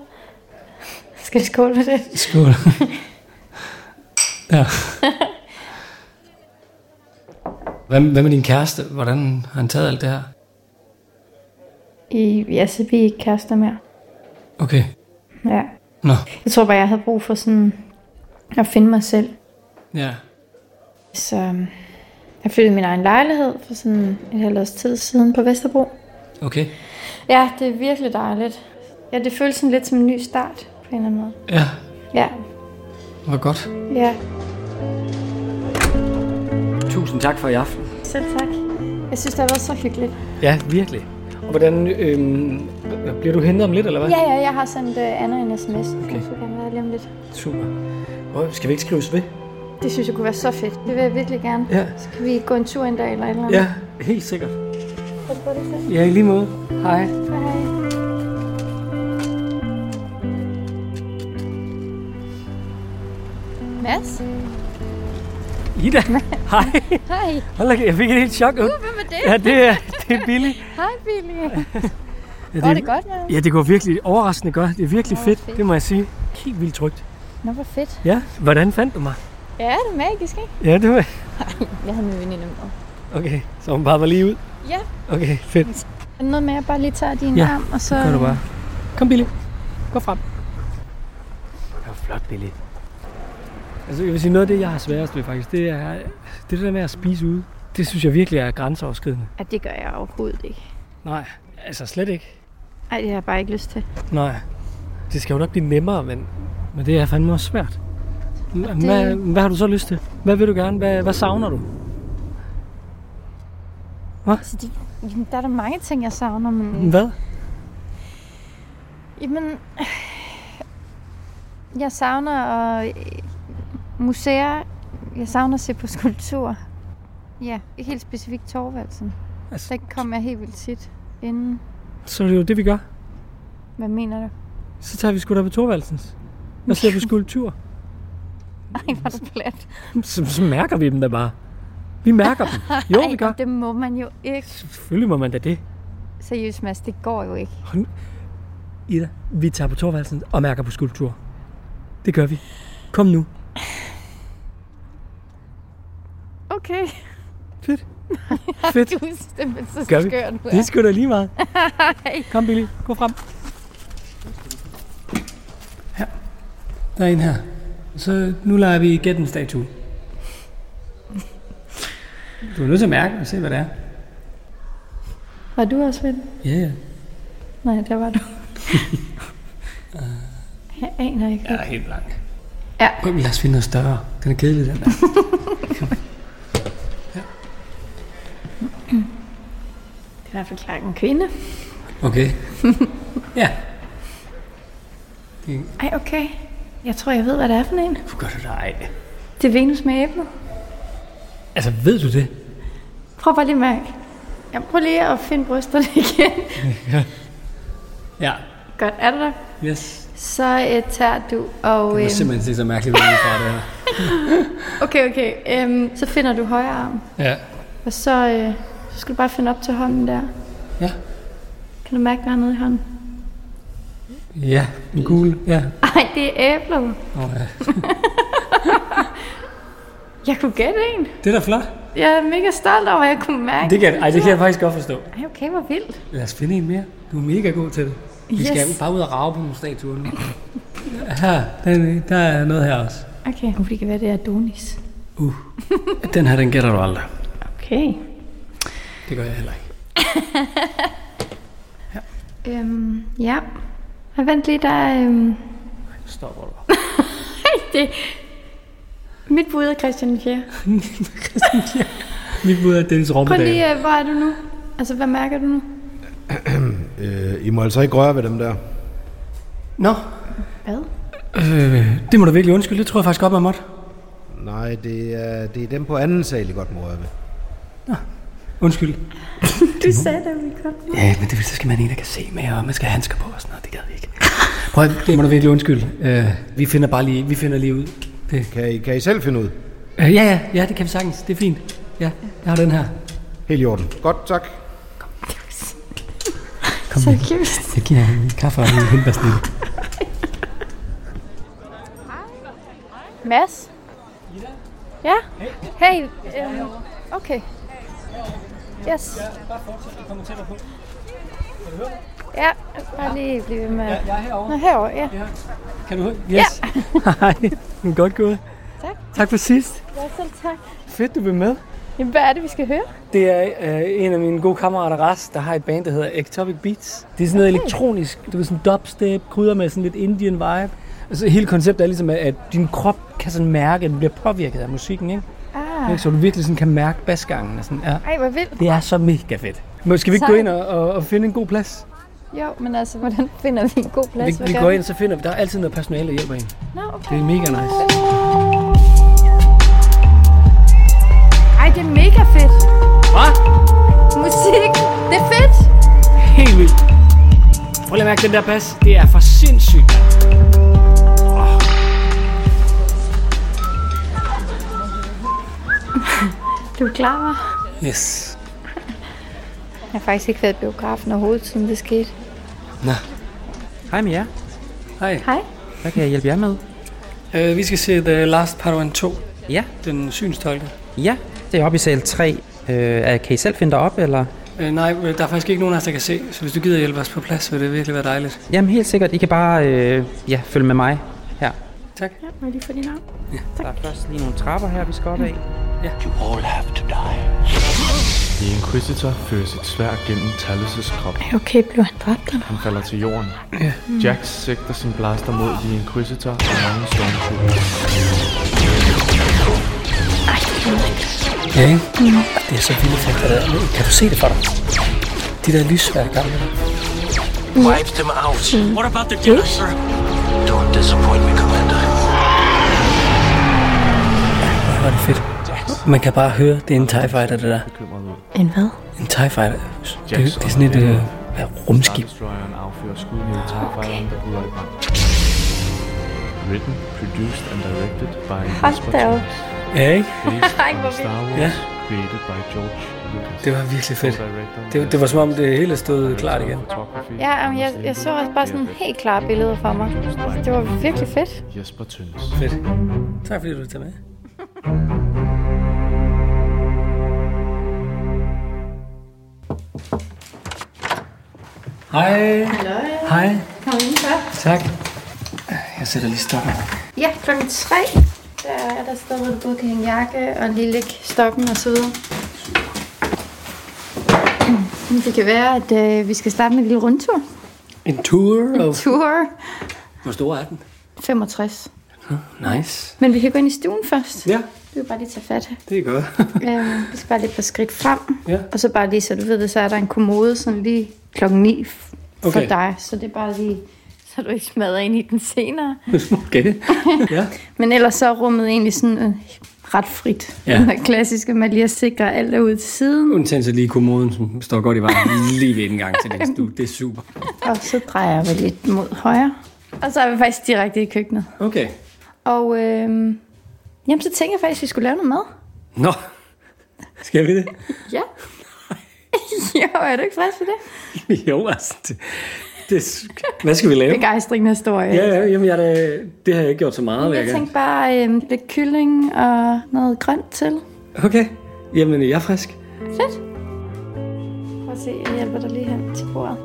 [SPEAKER 8] Skal vi skåle for det?
[SPEAKER 1] Skål. ja. Hvad, hvad med din kæreste? Hvordan har han taget alt det her?
[SPEAKER 8] I, ja, så vi er ikke kærester mere.
[SPEAKER 1] Okay.
[SPEAKER 8] Ja.
[SPEAKER 1] Nå.
[SPEAKER 8] Jeg tror bare, jeg havde brug for sådan at finde mig selv.
[SPEAKER 1] Ja.
[SPEAKER 8] Så øhm, jeg flyttede i min egen lejlighed for sådan et halvt års tid siden på Vesterbro.
[SPEAKER 1] Okay.
[SPEAKER 8] Ja, det er virkelig dejligt. Ja, det føles sådan lidt som en ny start på en eller anden måde.
[SPEAKER 1] Ja,
[SPEAKER 8] Ja,
[SPEAKER 1] hvor godt.
[SPEAKER 8] ja.
[SPEAKER 15] Tusind tak for i aften.
[SPEAKER 8] Selv tak. Jeg synes, det har været så hyggeligt.
[SPEAKER 15] Ja, virkelig. Og
[SPEAKER 1] Hvordan, øhm, bliver du hentet om lidt, eller hvad?
[SPEAKER 8] Ja, ja, jeg har sendt uh, Anna en sms, okay. så kan være lige om lidt.
[SPEAKER 1] Super. Hvor, skal vi ikke skrives ved?
[SPEAKER 8] Det synes jeg kunne være så fedt. Det vil jeg virkelig gerne.
[SPEAKER 1] Ja.
[SPEAKER 8] Så kan vi gå en tur en dag eller et eller andet.
[SPEAKER 1] Ja, helt sikkert.
[SPEAKER 8] Kan du få det fedt?
[SPEAKER 1] Ja, i lige måde. Hej.
[SPEAKER 8] Hej. Mads?
[SPEAKER 1] Ida, hej.
[SPEAKER 8] Hej.
[SPEAKER 1] Hold da, jeg fik et helt chok. Uh,
[SPEAKER 8] hvem er det?
[SPEAKER 1] Ja, det er, det er Billy.
[SPEAKER 8] Hej, Billy.
[SPEAKER 1] Ja,
[SPEAKER 8] Går det godt, Mads?
[SPEAKER 1] Ja, det går virkelig overraskende godt. Det er virkelig
[SPEAKER 8] Åh,
[SPEAKER 1] fedt,
[SPEAKER 8] fedt.
[SPEAKER 1] det må jeg sige. Helt vildt trygt.
[SPEAKER 8] Nå, hvor fedt.
[SPEAKER 1] Ja, hvordan fandt du mig?
[SPEAKER 8] Ja, det er magisk, ikke?
[SPEAKER 1] Ja, det var...
[SPEAKER 8] Ej, jeg havde min veninde med.
[SPEAKER 1] Okay, så hun bare var lige ud.
[SPEAKER 8] Ja.
[SPEAKER 1] Okay, fedt.
[SPEAKER 8] Er det noget med, at jeg bare lige tager din
[SPEAKER 1] Ja,
[SPEAKER 8] arm, og så...
[SPEAKER 1] det gør du bare. Kom, Billy. Gå frem. Det var flot, Billy. Altså, jeg vil sige, noget af det, jeg har sværest ved faktisk, det er det der med at spise ude. Det synes jeg virkelig er grænseoverskridende.
[SPEAKER 8] Ja, det gør jeg overhovedet ikke.
[SPEAKER 1] Nej, altså slet ikke.
[SPEAKER 8] Ej, det har jeg bare ikke lyst til.
[SPEAKER 1] Nej, det skal jo nok blive nemmere, men, men det er fandme også svært.
[SPEAKER 8] Og
[SPEAKER 1] Det...
[SPEAKER 8] det-
[SPEAKER 1] Hvad, hvad har du så lyst til? Hvad vil du gerne? Hvad, hvad savner du? Hvad?
[SPEAKER 8] Altså, de, jamen, der er der mange ting, jeg savner, men...
[SPEAKER 1] Hvad?
[SPEAKER 8] Jamen... øh, Jeg savner og museer. Jeg savner at se på skulptur. Ja, helt specifikt Torvaldsen.
[SPEAKER 1] Altså,
[SPEAKER 8] der kom jeg helt vildt tit inden.
[SPEAKER 1] Så er det jo det, vi gør.
[SPEAKER 8] Hvad mener du?
[SPEAKER 1] Så tager vi sgu da på Torvaldsens. Og ser på skulptur.
[SPEAKER 8] Ej, var det plat.
[SPEAKER 1] Så, så mærker vi dem da bare. Vi mærker dem. Jo, vi gør.
[SPEAKER 8] Ej, det må man jo ikke.
[SPEAKER 1] Selvfølgelig må man da det.
[SPEAKER 8] Seriøst, Mads, det går jo ikke.
[SPEAKER 1] Hold nu- Ida, vi tager på Torvaldsens og mærker på skulptur. Det gør vi. Kom nu.
[SPEAKER 8] Okay.
[SPEAKER 1] Fedt.
[SPEAKER 8] Fedt. du er simpelthen så
[SPEAKER 1] Gør vi.
[SPEAKER 8] skør, du
[SPEAKER 1] Det er sgu da lige meget. Kom, Billy. Gå frem.
[SPEAKER 16] Der er en her. Så nu leger vi gæt en statue. Du er nødt til at mærke og se, hvad det er.
[SPEAKER 8] Var du også ved den?
[SPEAKER 16] Ja, ja.
[SPEAKER 8] Nej, der var du. jeg aner ikke.
[SPEAKER 16] Jeg er helt blank.
[SPEAKER 8] Ja.
[SPEAKER 16] Prøv, lad os finde noget større. Den er kedelig, den der.
[SPEAKER 8] Det er i hvert fald klart en kvinde.
[SPEAKER 16] Okay. ja.
[SPEAKER 8] Ej, okay. Jeg tror, jeg ved, hvad det er for en.
[SPEAKER 16] Du gør det dig.
[SPEAKER 8] Det er Venus med æblet.
[SPEAKER 1] Altså, ved du det?
[SPEAKER 8] Prøv bare lige at mærke. Jeg prøver lige at finde brysterne igen.
[SPEAKER 16] Ja.
[SPEAKER 8] Godt, er du der?
[SPEAKER 16] Yes.
[SPEAKER 8] Så øh, tager du og...
[SPEAKER 16] Det er
[SPEAKER 8] øhm,
[SPEAKER 16] simpelthen se så mærkeligt ud fra det her.
[SPEAKER 8] okay, okay. Øhm, så finder du højre arm.
[SPEAKER 16] Ja.
[SPEAKER 8] Og så, øh, så skal du bare finde op til hånden der.
[SPEAKER 16] Ja.
[SPEAKER 8] Kan du mærke, hvad der er nede i hånden?
[SPEAKER 16] Ja, en gul. Ja.
[SPEAKER 8] Ej, det er æblet.
[SPEAKER 16] Åh, ja.
[SPEAKER 8] Jeg kunne gætte en.
[SPEAKER 16] Det er da flot.
[SPEAKER 8] Jeg er mega stolt over, at jeg kunne mærke.
[SPEAKER 16] Det kan, ej, det kan jeg faktisk godt forstå.
[SPEAKER 8] Ej, okay, hvor vildt.
[SPEAKER 16] Lad os finde en mere. Du er mega god til det. Vi
[SPEAKER 8] Yes.
[SPEAKER 16] skal bare ud og rave på nogle statuer nu. Her, den, der er noget her også.
[SPEAKER 8] Okay, det kan være, det er Adonis.
[SPEAKER 16] Den her, den gætter du aldrig.
[SPEAKER 8] Okay.
[SPEAKER 16] Det gør jeg heller ikke.
[SPEAKER 8] Øhm, ja. Og vent lige, der er... Øhm...
[SPEAKER 1] Stopper du.
[SPEAKER 8] Ej, det... Mit bud er Christian 4.
[SPEAKER 16] Mit bud er Dennis
[SPEAKER 8] Prøv
[SPEAKER 3] Rommedal.
[SPEAKER 8] lige, øh, hvor er du nu? Altså, hvad mærker du nu?
[SPEAKER 3] øh, I må altså ikke røre ved dem der.
[SPEAKER 16] Nå.
[SPEAKER 8] Hvad?
[SPEAKER 16] Øh, det må du virkelig undskylde. Det tror jeg faktisk godt, man måtte.
[SPEAKER 3] Nej, det er, det er dem på anden sal, I godt må røre ved.
[SPEAKER 16] Undskyld.
[SPEAKER 8] Du sagde det, vi kom.
[SPEAKER 16] Ja, men det, så skal man en, der kan se med, og man skal have handsker på og sådan noget. Det gad vi ikke. Prøv, at- det må du virkelig undskylde. Øh, vi finder bare lige, vi finder lige ud. Det.
[SPEAKER 3] Kan, I, kan I selv finde ud?
[SPEAKER 16] Øh, ja, ja, ja, det kan vi sagtens. Det er fint. Ja, jeg har den her.
[SPEAKER 3] Helt i orden. Godt, tak.
[SPEAKER 16] Kom,
[SPEAKER 8] så
[SPEAKER 16] med. Jeg giver en kaffe og en hindbærsnit.
[SPEAKER 8] Mads? Ja? Hey. Øhm, okay. Yes.
[SPEAKER 1] bare fortsæt. Du kommer tættere på. Kan du høre det?
[SPEAKER 8] Ja, bare lige blive ved med...
[SPEAKER 1] Ja, jeg er herovre.
[SPEAKER 8] Nå, herovre, ja.
[SPEAKER 1] Kan du høre? Yes. Ja. Hej. Du er godt gået.
[SPEAKER 8] Tak.
[SPEAKER 1] Tak for sidst.
[SPEAKER 8] Ja, selv tak.
[SPEAKER 1] Fedt, du blev med.
[SPEAKER 8] Jamen, hvad er det, vi skal høre?
[SPEAKER 1] Det er øh, en af mine gode kammerater, Ras, der har et band, der hedder Ectopic Beats. Det er sådan noget
[SPEAKER 16] Okay.
[SPEAKER 1] elektronisk, du ved, sådan dubstep, krydder med sådan lidt Indian vibe. Altså, hele konceptet er ligesom, at- at din krop kan sådan mærke, at den bliver påvirket af musikken, ikke?
[SPEAKER 8] Ah.
[SPEAKER 1] Ikke? Så du virkelig sådan kan mærke basgangen og sådan, ja.
[SPEAKER 8] Ej, hvor vildt.
[SPEAKER 1] Det er så mega fedt. Men Skal vi ikke gå ind og, og, og finde en god plads?
[SPEAKER 8] Jo, men altså, hvordan finder vi en god plads?
[SPEAKER 1] Vi, vi går ind, så finder vi... Der er altid noget personale, der hjælper en.
[SPEAKER 8] Nå, okay.
[SPEAKER 1] Det er mega nice.
[SPEAKER 8] Ej, det er mega fedt.
[SPEAKER 1] Hvad?
[SPEAKER 8] Musik. Det er fedt.
[SPEAKER 1] Helt vildt. Prøv lige at mærke den der bas. Det er for sindssygt.
[SPEAKER 8] Du er klar, hva'?
[SPEAKER 1] Yes.
[SPEAKER 8] Jeg har faktisk ikke været i biografen overhovedet, siden det skete.
[SPEAKER 17] Hej med jer.
[SPEAKER 1] Hej.
[SPEAKER 8] Hej.
[SPEAKER 17] Hvad kan jeg hjælpe jer med?
[SPEAKER 1] Øh, vi skal se The Last Padawan 2.
[SPEAKER 17] Ja.
[SPEAKER 1] Den synstolke.
[SPEAKER 17] Ja, det er oppe i sal 3. Øh, er- kan I selv finde derop, eller?
[SPEAKER 1] Øh, nej, øh, der er faktisk ikke nogen af os, der kan se, så hvis du gider hjælpe os på plads, vil det virkelig være dejligt.
[SPEAKER 17] Jamen helt sikkert. I kan bare øh, ja, følge med mig her.
[SPEAKER 1] Tak.
[SPEAKER 18] Ja, må jeg lige få din arm?
[SPEAKER 17] Der er først lige nogle trapper her, vi skal op af.
[SPEAKER 19] You all have to die.
[SPEAKER 4] The Inquisitor fører sit svær gennem Talos' krop.
[SPEAKER 8] Okay, blev han dræbt, eller?
[SPEAKER 4] Han falder til jorden.
[SPEAKER 8] Ja. Mm.
[SPEAKER 4] Jax sigter sin blaster mod The Inquisitor og mange stormtrupper.
[SPEAKER 1] Ja, ikke? Det er så vildt effekter der. er. Kan du se det for dig? De der lyssvær gamle.
[SPEAKER 19] Wipe them out.
[SPEAKER 8] Mm.
[SPEAKER 19] What about the Jedi, sir? Don't disappoint me, Commander.
[SPEAKER 1] Hvor er det fedt. Man kan bare høre, det er en TIE fighter, det der.
[SPEAKER 8] En hvad?
[SPEAKER 1] En TIE fighter. Det, det er sådan et øh, hvad, rumskib.
[SPEAKER 4] Destroyeren affyrer skud mod TIE Fighteren, der bryder i brand. Written, produced and directed by
[SPEAKER 8] Hold
[SPEAKER 4] Jesper
[SPEAKER 8] da op.
[SPEAKER 4] Thomas.
[SPEAKER 1] Ja, ikke?
[SPEAKER 4] Based
[SPEAKER 8] Ej, hvor
[SPEAKER 4] on Star Wars,
[SPEAKER 8] vildt.
[SPEAKER 1] Ja.
[SPEAKER 4] created by George Lucas.
[SPEAKER 1] Det var virkelig fedt. Det, det var som om det hele stod klart igen.
[SPEAKER 8] Ja, jamen, jeg, jeg så også bare sådan helt klare billeder for mig. Altså, det var virkelig fedt.
[SPEAKER 4] Jesper Tønnes.
[SPEAKER 1] Fedt. Tak fordi du tager med. Hej. Hej.
[SPEAKER 8] Kom indenfor.
[SPEAKER 1] Tak. Jeg sætter lige stokken.
[SPEAKER 8] Ja, klokken tre. Der er der sted, hvor du både kan hænge jakke og lige lægge stokken og så videre. Det kan være, at øh, vi skal starte med en lille rundtur.
[SPEAKER 1] En tour
[SPEAKER 8] En
[SPEAKER 1] of...
[SPEAKER 8] tur.
[SPEAKER 1] Hvor stor er den?
[SPEAKER 8] 65.
[SPEAKER 1] Nice.
[SPEAKER 8] Men vi kan gå ind i stuen først.
[SPEAKER 1] Ja.
[SPEAKER 8] Du kan bare lige tage fat.
[SPEAKER 1] Det er godt.
[SPEAKER 8] øhm, vi skal bare lige et par skridt frem.
[SPEAKER 1] Ja.
[SPEAKER 8] Og så bare lige, så du ved det, så er der en kommode sådan lige klokken 9 f- for
[SPEAKER 1] Okay.
[SPEAKER 8] dig. Så det er bare lige, så du ikke smadrer ind i den senere.
[SPEAKER 1] Okay. Ja.
[SPEAKER 8] Men ellers så er rummet egentlig sådan øh, ret frit.
[SPEAKER 1] Ja.
[SPEAKER 8] Den her klassiske, man lige sikrer at alt er ude til siden.
[SPEAKER 1] Undtagen så lige kommoden, som står godt i vejen lige ved indgang til det stue. Det er super.
[SPEAKER 8] Og så drejer vi lidt mod højre. Og så er vi faktisk direkte i køkkenet.
[SPEAKER 1] Okay.
[SPEAKER 8] Og øhm, jamen, så tænker jeg faktisk, at vi skulle lave noget mad.
[SPEAKER 1] Nå. Skal vi det?
[SPEAKER 8] Ja. jo, er du ikke frisk for det?
[SPEAKER 1] jo, altså. Det, det, hvad skal vi lave?
[SPEAKER 8] Begejstringen er stor.
[SPEAKER 1] Ja, ja, jamen, jeg, er da- det har jeg ikke gjort så meget. vil
[SPEAKER 8] Jeg
[SPEAKER 1] gerne-
[SPEAKER 8] tænkte bare øhm, lidt kylling og noget grønt til.
[SPEAKER 1] Okay. Jamen, jeg er frisk.
[SPEAKER 8] Fedt. Prøv at se, jeg hjælper dig lige hen til bordet.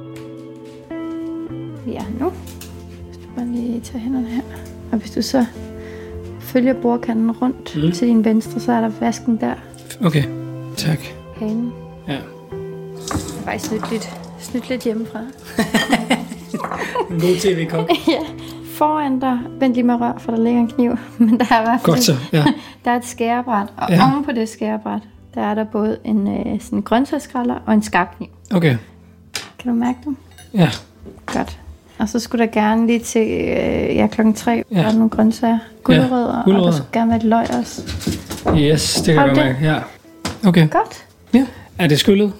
[SPEAKER 8] Ja, nu. Hvis du bare lige tager hænderne her. Og hvis du så følger bordkanten rundt
[SPEAKER 1] Mm.
[SPEAKER 8] mm. til din venstre, så er der vasken der.
[SPEAKER 1] Okay. Tak.
[SPEAKER 8] Hanen.
[SPEAKER 1] Ja.
[SPEAKER 8] Jeg har faktisk snydt lidt, snydt lidt hjemmefra.
[SPEAKER 1] En god tv-kok.
[SPEAKER 8] ja. Foran dig, vent lige med at røre, for der ligger en kniv. Men der er i hvert fald
[SPEAKER 1] Godt så, ja.
[SPEAKER 8] der er et skærebræt, og
[SPEAKER 1] Ja.
[SPEAKER 8] ja. oven på det skærebræt, der er der både en øh, sådan grøntsagsskræller og en skarp kniv.
[SPEAKER 1] Okay.
[SPEAKER 8] Kan du mærke dem?
[SPEAKER 1] Ja.
[SPEAKER 8] Godt. Og så skulle der gerne lige til øh, ja, klokken tre, ja. der er nogle grøntsager. Gulerødder, ja, og
[SPEAKER 1] gulerødder.
[SPEAKER 8] der skulle gerne være et løg også.
[SPEAKER 1] Yes, det kan jeg
[SPEAKER 8] Har
[SPEAKER 1] godt
[SPEAKER 8] du det?
[SPEAKER 1] mærke. Ja. Okay.
[SPEAKER 8] Godt.
[SPEAKER 1] Ja. Er det skyllet?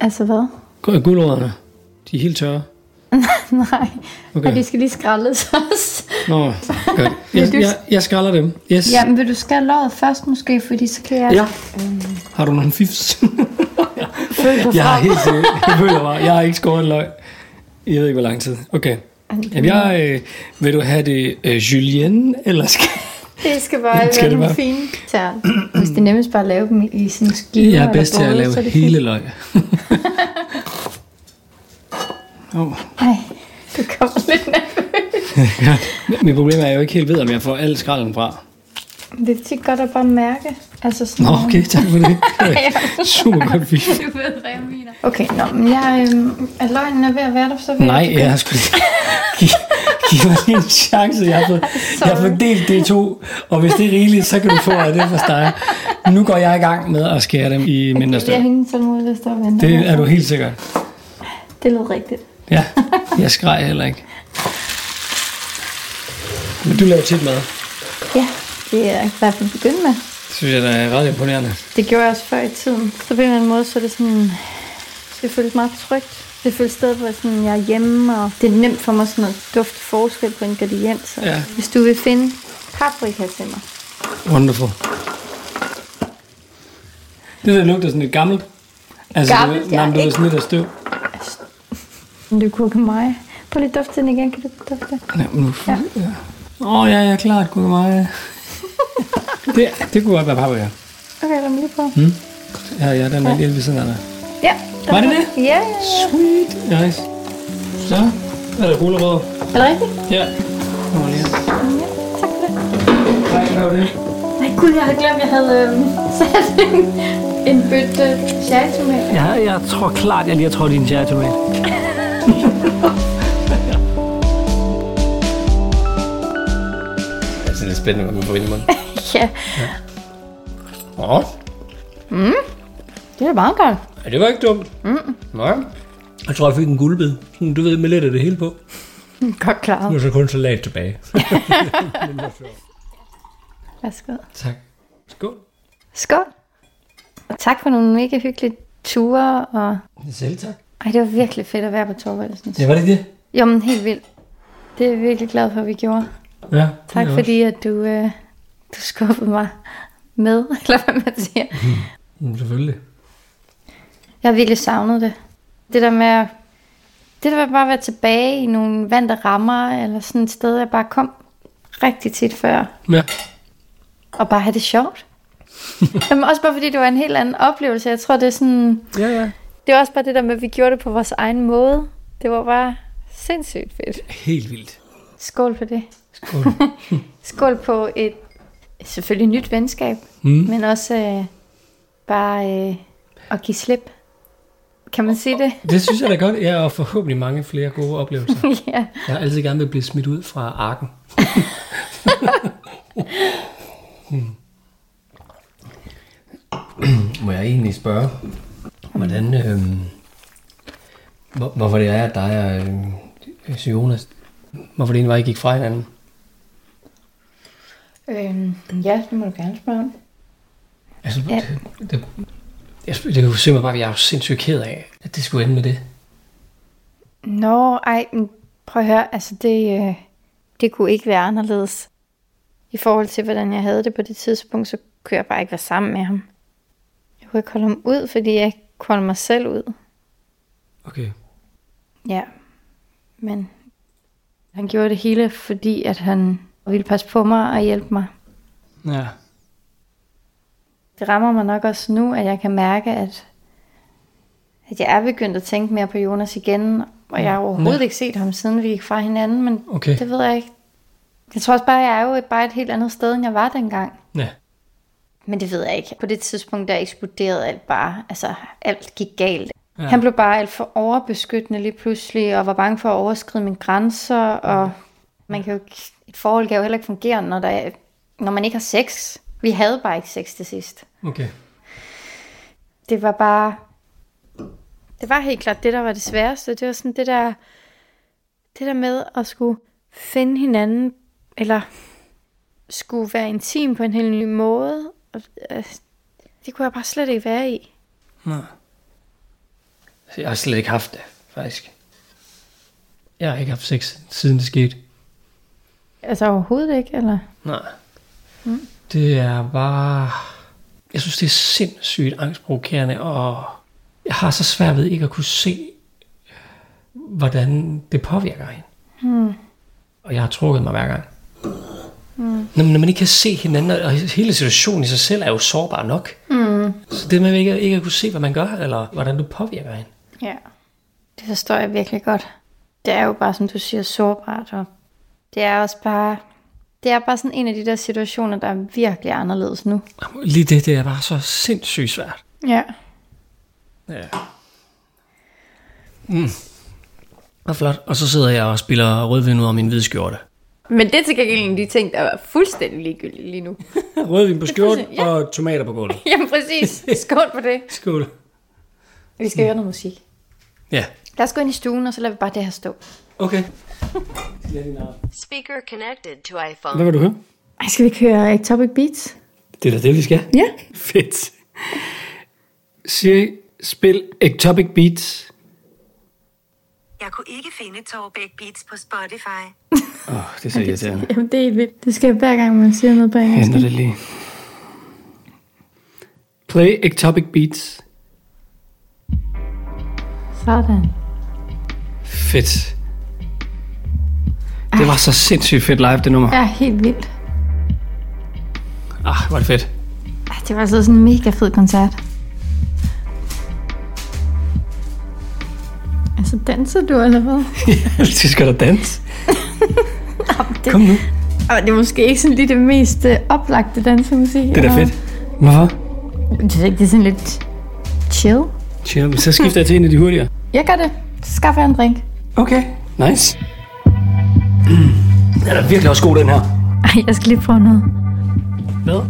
[SPEAKER 8] Altså hvad?
[SPEAKER 1] Gu- Gulerødderne. De er helt tørre.
[SPEAKER 8] Nej, okay.
[SPEAKER 1] Okay.
[SPEAKER 8] og de skal lige skrælles også.
[SPEAKER 1] Nå, godt. Jeg, jeg, jeg skræller dem. Yes.
[SPEAKER 8] Ja, men vil du skrælle løget først måske, fordi så kan jeg...
[SPEAKER 1] Ja.
[SPEAKER 8] Øhm,
[SPEAKER 1] Har du nogle fifs?
[SPEAKER 8] følg dig
[SPEAKER 1] jeg har
[SPEAKER 8] frem.
[SPEAKER 1] helt sikkert. Jeg føler bare, jeg har ikke skåret en løg. Jeg ved ikke, hvor lang tid. Okay. Jamen, jeg, øh, vil du have det øh, julienne, eller skal...
[SPEAKER 8] Det skal bare
[SPEAKER 1] Skal
[SPEAKER 8] skal
[SPEAKER 1] det
[SPEAKER 8] være
[SPEAKER 1] bare-
[SPEAKER 8] nogle fine tern. Hvis det er nemmest bare at lave dem i- i sådan en skiver.
[SPEAKER 1] Jeg er
[SPEAKER 8] eller
[SPEAKER 1] bedst til at
[SPEAKER 8] bolle,
[SPEAKER 1] lave
[SPEAKER 8] så er det
[SPEAKER 1] hele
[SPEAKER 8] fint.
[SPEAKER 1] løg. oh.
[SPEAKER 8] Ej, du kommer lidt nervøs.
[SPEAKER 1] Mit problem er, at jeg jo ikke helt ved, om jeg får al skralden fra.
[SPEAKER 8] Det er tit godt at bare mærke. Altså sådan
[SPEAKER 1] Nå, okay, tak for det. Super godt fif.
[SPEAKER 8] Du ved, hvad jeg mener. Okay, nå, men jeg, øhm, er løgnen er ved at være der, så vil
[SPEAKER 1] Nej,
[SPEAKER 8] jeg...
[SPEAKER 1] jeg har sgu Giv mig lige en chance. Jeg har, fået, jeg har fordelt det i to, og hvis det er rigeligt, så kan du få af det for dig. Nu går jeg i gang med at skære dem i mindre
[SPEAKER 8] Jeg har
[SPEAKER 1] stykker.
[SPEAKER 8] ingen tålmodighed til at vente.
[SPEAKER 1] Det er du helt sikkert.
[SPEAKER 8] Det lød rigtigt.
[SPEAKER 1] Ja, jeg skreg heller ikke. Men du laver tit mad.
[SPEAKER 8] Ja, det er jeg i hvert fald begyndt med.
[SPEAKER 1] Det synes jeg, der er ret imponerende.
[SPEAKER 8] Det gjorde jeg også før i tiden. Så på en eller anden måde, så er det sådan, det føles meget trygt. Det føles sted, hvor sådan, jeg er hjemme, og det er nemt for mig sådan at dufte forskel på ingredienser.
[SPEAKER 1] Ja.
[SPEAKER 8] Hvis du vil finde paprika til mig.
[SPEAKER 1] Wonderful. Det der lugter sådan lidt gammelt. Altså,
[SPEAKER 8] Gammelt,
[SPEAKER 1] du,
[SPEAKER 8] ja,
[SPEAKER 1] nej, men du ved
[SPEAKER 8] ikke-
[SPEAKER 1] sådan lidt af støv.
[SPEAKER 8] Men du kunne mig. Prøv lige at dufte den igen, kan du dufte?
[SPEAKER 1] Nej, men nu ja. Åh, oh, ja, ja, klart, gud mig. det, det kunne godt være paprika.
[SPEAKER 8] Okay, lad mig lige prøve.
[SPEAKER 1] Hmm? Ja, ja, den er lige ved siden af dig.
[SPEAKER 8] Ja, der
[SPEAKER 1] Var det
[SPEAKER 8] den. Ja, ja, ja.
[SPEAKER 1] Sweet. Nice. Så er der gulerødder.
[SPEAKER 8] Er det rigtigt?
[SPEAKER 1] Ja. Kommer lige her. Nej, hvad var det?
[SPEAKER 8] Nej, gud, jeg havde glemt, jeg havde øhm, sat en, en bøtte cherrytomat.
[SPEAKER 1] Ja, jeg tror klart, jeg lige har trådt i en cherrytomat.
[SPEAKER 20] Jeg synes, det er lidt spændende, hvad man får ind i munden.
[SPEAKER 8] ja.
[SPEAKER 20] Åh,
[SPEAKER 8] Mm. Det er meget godt.
[SPEAKER 1] Ja, det var ikke dumt.
[SPEAKER 8] Mm.
[SPEAKER 20] nej.
[SPEAKER 1] Jeg tror, jeg fik en guldbid. Sådan, du ved, med lidt af det hele på.
[SPEAKER 8] Godt klaret.
[SPEAKER 20] Nu er så kun salat tilbage.
[SPEAKER 8] Værsgo.
[SPEAKER 1] Tak. Skål.
[SPEAKER 8] Skål. Og tak for nogle mega hyggelige ture. Og...
[SPEAKER 1] Selv tak.
[SPEAKER 8] Ej, det var virkelig fedt at være på Torvaldsen.
[SPEAKER 1] Ja, var det det?
[SPEAKER 8] Jo, men helt vildt. Det er jeg virkelig glad for, at vi gjorde.
[SPEAKER 1] Ja.
[SPEAKER 8] Tak
[SPEAKER 1] det er
[SPEAKER 8] fordi, at du, øh, du skubbede mig med, eller hvad man siger.
[SPEAKER 1] også- Mm, selvfølgelig.
[SPEAKER 8] Jeg har virkelig savnet det. Det der med at, det der med bare at være tilbage i nogle vante rammer, eller sådan et sted, jeg bare kom rigtig tit før.
[SPEAKER 1] Ja.
[SPEAKER 8] Og bare have det sjovt. Jamen også bare fordi det var en helt anden oplevelse. Jeg tror, det er sådan...
[SPEAKER 1] Ja, ja.
[SPEAKER 8] Det var også bare det der med, at vi gjorde det på vores egen måde. Det var bare sindssygt fedt.
[SPEAKER 1] Helt vildt.
[SPEAKER 8] Skål for det. Skål. Skål på et selvfølgelig nyt venskab,
[SPEAKER 1] Mm.
[SPEAKER 8] mm. men også øh, bare øh, at give slip. Kan man sige det?
[SPEAKER 1] Det synes jeg da godt. Ja, og forhåbentlig mange flere gode oplevelser.
[SPEAKER 8] ja.
[SPEAKER 1] Jeg har altid gerne vil blive smidt ud fra arken.
[SPEAKER 20] Mm. Må jeg egentlig spørge, hvordan, øh, hvor, hvorfor det er, at dig og øh, Jonas,
[SPEAKER 1] hvorfor det egentlig var, I gik fra hinanden?
[SPEAKER 8] Øhm, ja, det må du gerne spørge om.
[SPEAKER 1] Altså,
[SPEAKER 8] Ja.
[SPEAKER 1] det, det, jeg, det kan jo simpelthen bare, at jeg er jo sindssygt ked af, at det skulle ende med det.
[SPEAKER 8] Nå, ej, men prøv at høre, altså det, øh, det kunne ikke være anderledes. I forhold til, hvordan jeg havde det på det tidspunkt, så kunne jeg bare ikke være sammen med ham. Jeg kunne ikke holde ham ud, fordi jeg ikke kunne holde mig selv ud.
[SPEAKER 1] Okay.
[SPEAKER 8] Ja, men han gjorde det hele, fordi at han ville passe på mig og hjælpe mig.
[SPEAKER 1] Ja.
[SPEAKER 8] Det rammer mig nok også nu, at jeg kan mærke, at, at jeg er begyndt at tænke mere på Jonas igen, og jeg har overhovedet
[SPEAKER 1] Nå.
[SPEAKER 8] ikke set ham, siden vi gik fra hinanden, men
[SPEAKER 1] Mm. Okay.
[SPEAKER 8] det ved jeg ikke. Jeg tror også bare, at jeg er jo et- bare et helt andet sted, end jeg var dengang.
[SPEAKER 1] Ja.
[SPEAKER 8] Men det ved jeg ikke. På det tidspunkt, der eksploderede alt bare. Altså, alt gik galt.
[SPEAKER 1] Ja.
[SPEAKER 8] Ja. Han blev bare alt for overbeskyttende lige pludselig, og var bange for at overskride mine grænser,
[SPEAKER 1] Mm.
[SPEAKER 8] og man kan jo ikke, et forhold kan jo heller ikke fungere, når, der er, når man ikke har sex. Vi havde bare ikke sex til sidst.
[SPEAKER 1] Okay.
[SPEAKER 8] Det var bare... Det var helt klart det, der var det sværeste. Det var sådan det der... Det der med at skulle finde hinanden, eller skulle være intim på en helt ny måde. Og, øh, det kunne jeg bare slet ikke være i.
[SPEAKER 1] Nå. Altså, Jeg har slet ikke haft det, faktisk. Jeg har ikke haft sex, siden det skete.
[SPEAKER 8] Altså overhovedet ikke, eller?
[SPEAKER 1] Nej.
[SPEAKER 8] Mm.
[SPEAKER 1] Det er bare... Jeg synes, det er sindssygt angstprovokerende, og jeg har så svært ved ikke at kunne se, hvordan det påvirker hende.
[SPEAKER 8] Hmm.
[SPEAKER 1] Og jeg har trukket mig hver gang.
[SPEAKER 8] Mm.
[SPEAKER 1] Når, når man ikke kan se hinanden, og hele situationen i sig selv er jo sårbar nok.
[SPEAKER 8] Mm.
[SPEAKER 1] Så det med ikke, ikke at kunne se, hvad man gør, eller hvordan du påvirker hende.
[SPEAKER 8] Ja, det forstår jeg virkelig godt. Det er jo bare, som du siger, sårbart, og det er også bare... Det er bare sådan en af de der situationer, der er virkelig anderledes nu.
[SPEAKER 1] Lige det, det er bare så sindssygt svært.
[SPEAKER 8] Ja.
[SPEAKER 1] Ja. Mm. Hvor flot. Og så sidder jeg og spiller rødvin ud af min hvide skjorte.
[SPEAKER 21] Men det er til gengæld en af de ting, der er fuldstændig ligegyldige lige nu.
[SPEAKER 1] Rødvin på skjorten ja. og tomater på gulvet.
[SPEAKER 21] Jamen præcis. Skål på det.
[SPEAKER 1] Skål.
[SPEAKER 21] Vi skal høre noget musik.
[SPEAKER 1] Ja.
[SPEAKER 21] Lad os gå ind i stuen, og så lader vi bare det her stå.
[SPEAKER 1] Okay.
[SPEAKER 11] Speaker connected to iPhone.
[SPEAKER 1] Hvad vil du høre?
[SPEAKER 8] Ej, skal vi ikke høre Ectopic Beats?
[SPEAKER 1] Det er da det, vi skal.
[SPEAKER 8] Ja.
[SPEAKER 1] Fedt. Siri, spil Ectopic Beats.
[SPEAKER 11] Jeg kunne ikke finde Torbæk Beats på Spotify.
[SPEAKER 1] Åh, oh, det er så irriterende.
[SPEAKER 8] Jamen, det er helt vildt. Det skal jeg hver gang, man siger noget på
[SPEAKER 1] Jeg
[SPEAKER 8] engelsk.
[SPEAKER 1] Henter det lige. Play Ectopic Beats.
[SPEAKER 8] Sådan.
[SPEAKER 1] Fedt. Det var så sindssygt fedt live, det nummer.
[SPEAKER 8] Ja, helt vildt.
[SPEAKER 1] Ah, var det fedt.
[SPEAKER 8] Ej, Det var altså sådan en mega fed koncert. Altså, danser du eller hvad?
[SPEAKER 1] Så skal der danse.
[SPEAKER 8] det,
[SPEAKER 1] Kom nu.
[SPEAKER 8] Og det er måske ikke sådan lige det mest øh, oplagte dansemusik.
[SPEAKER 1] Det er da fedt. Hvorfor?
[SPEAKER 8] Jeg synes ikke, det er sådan lidt chill.
[SPEAKER 1] Chill, men så skifter jeg til en af de hurtigere.
[SPEAKER 8] Jeg gør det. Så skaffer jeg en drink.
[SPEAKER 1] Okay. Nice. Den er virkelig også god, den her.
[SPEAKER 8] Ej, jeg skal lige prøve noget.
[SPEAKER 1] Hvad?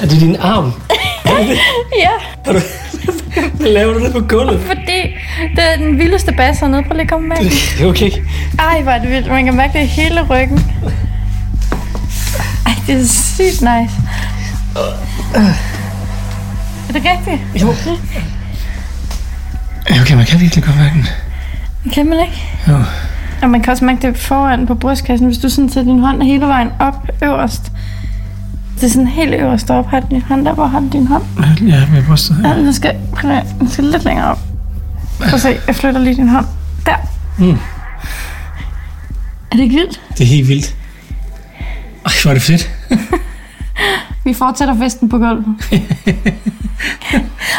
[SPEAKER 1] Er det din arm?
[SPEAKER 8] ja,
[SPEAKER 1] Har du... Hvad laver du det på gulvet?
[SPEAKER 8] fordi det er den vildeste bas hernede. Prøv lige at komme med. den.
[SPEAKER 1] Det er okay.
[SPEAKER 8] Ej, hvor er det vildt. Man kan mærke det i hele ryggen. Ej, det er sygt nice. Er det rigtigt? Jo.
[SPEAKER 1] Okay, man kan virkelig godt mærke den.
[SPEAKER 8] Kan man ikke?
[SPEAKER 1] Jo.
[SPEAKER 8] Og man kan også mærke det foran på brystkassen, hvis du sådan tager din hånd hele vejen op øverst. Det er sådan helt øverst op. Har du din hånd der? Hvor har du din hånd?
[SPEAKER 1] Ja, med brystet.
[SPEAKER 8] Ja, den skal, prøv lige, den skal lidt længere op. Prøv at se, jeg flytter lige din hånd. Der.
[SPEAKER 1] Mm.
[SPEAKER 8] Er det ikke vildt?
[SPEAKER 1] Det er helt vildt. Ej, hvor er det fedt.
[SPEAKER 8] Vi fortsætter festen på gulvet. ej,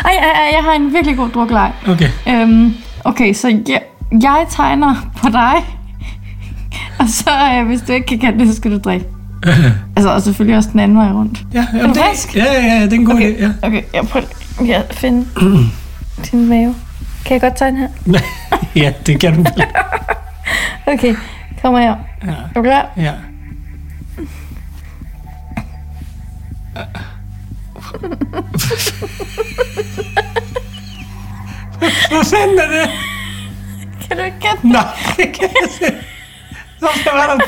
[SPEAKER 8] ej, ej, jeg har en virkelig god drukleg.
[SPEAKER 1] Okay.
[SPEAKER 8] Øhm, okay, så jeg, jeg tegner på dig. og så, øh, hvis du ikke kan kende det, så skal du drikke. Altså, og selvfølgelig også den anden vej rundt.
[SPEAKER 1] Ja,
[SPEAKER 8] er du frisk?
[SPEAKER 1] Ja, ja, ja, det er en god okay. idé. Ja.
[SPEAKER 8] Okay, jeg prøver lige at finde din mave. Kan jeg godt tegne her?
[SPEAKER 1] ja, det kan du.
[SPEAKER 8] Okay, kommer her.
[SPEAKER 1] Ja.
[SPEAKER 8] Er du klar?
[SPEAKER 1] Ja. Hvad fanden er det?
[SPEAKER 8] Kan du ikke gætte
[SPEAKER 1] det? Nej, det kan jeg ikke. Så var der,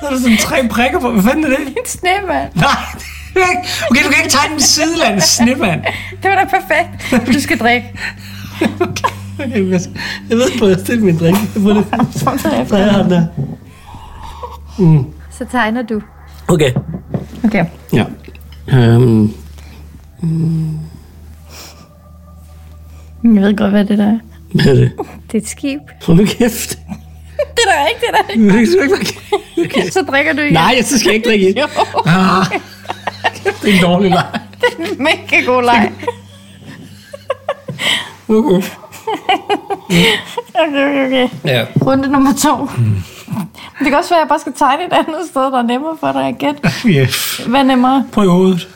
[SPEAKER 1] så er der sådan tre prikker på. Hvad fanden er det?
[SPEAKER 8] En snemand.
[SPEAKER 1] Nej, det er ikke- okay, du kan ikke tegne en sideland snemand.
[SPEAKER 8] Det var da perfekt. Du skal drikke.
[SPEAKER 1] Okay, jeg- jeg ved ikke, hvor jeg stiller min drink. Jeg får det. Så jeg har den der. Mm.
[SPEAKER 8] Så tegner du.
[SPEAKER 1] Okay.
[SPEAKER 8] Okay.
[SPEAKER 1] Ja. Øhm,
[SPEAKER 8] Mm. Jeg ved godt, hvad det der er.
[SPEAKER 1] hvad er det?
[SPEAKER 8] Det er et skib.
[SPEAKER 1] Hold nu kæft.
[SPEAKER 8] Det er der ikke, det er der
[SPEAKER 1] Det skal ikke
[SPEAKER 8] ikke. Så drikker du igen.
[SPEAKER 1] Nej, jeg så skal jeg ikke drikke ind.
[SPEAKER 8] Jo.
[SPEAKER 1] Ah, kæft, det er en dårlig leg.
[SPEAKER 8] Det er en mega god leg.
[SPEAKER 1] Okay.
[SPEAKER 8] Okay, okay, okay.
[SPEAKER 1] Ja.
[SPEAKER 8] Runde nummer to.
[SPEAKER 1] Hmm.
[SPEAKER 8] Det kan også være, at jeg bare skal tegne et andet sted, der er nemmere for dig at gætte.
[SPEAKER 1] Yeah.
[SPEAKER 8] Hvad er nemmere?
[SPEAKER 1] Prøv i hovedet.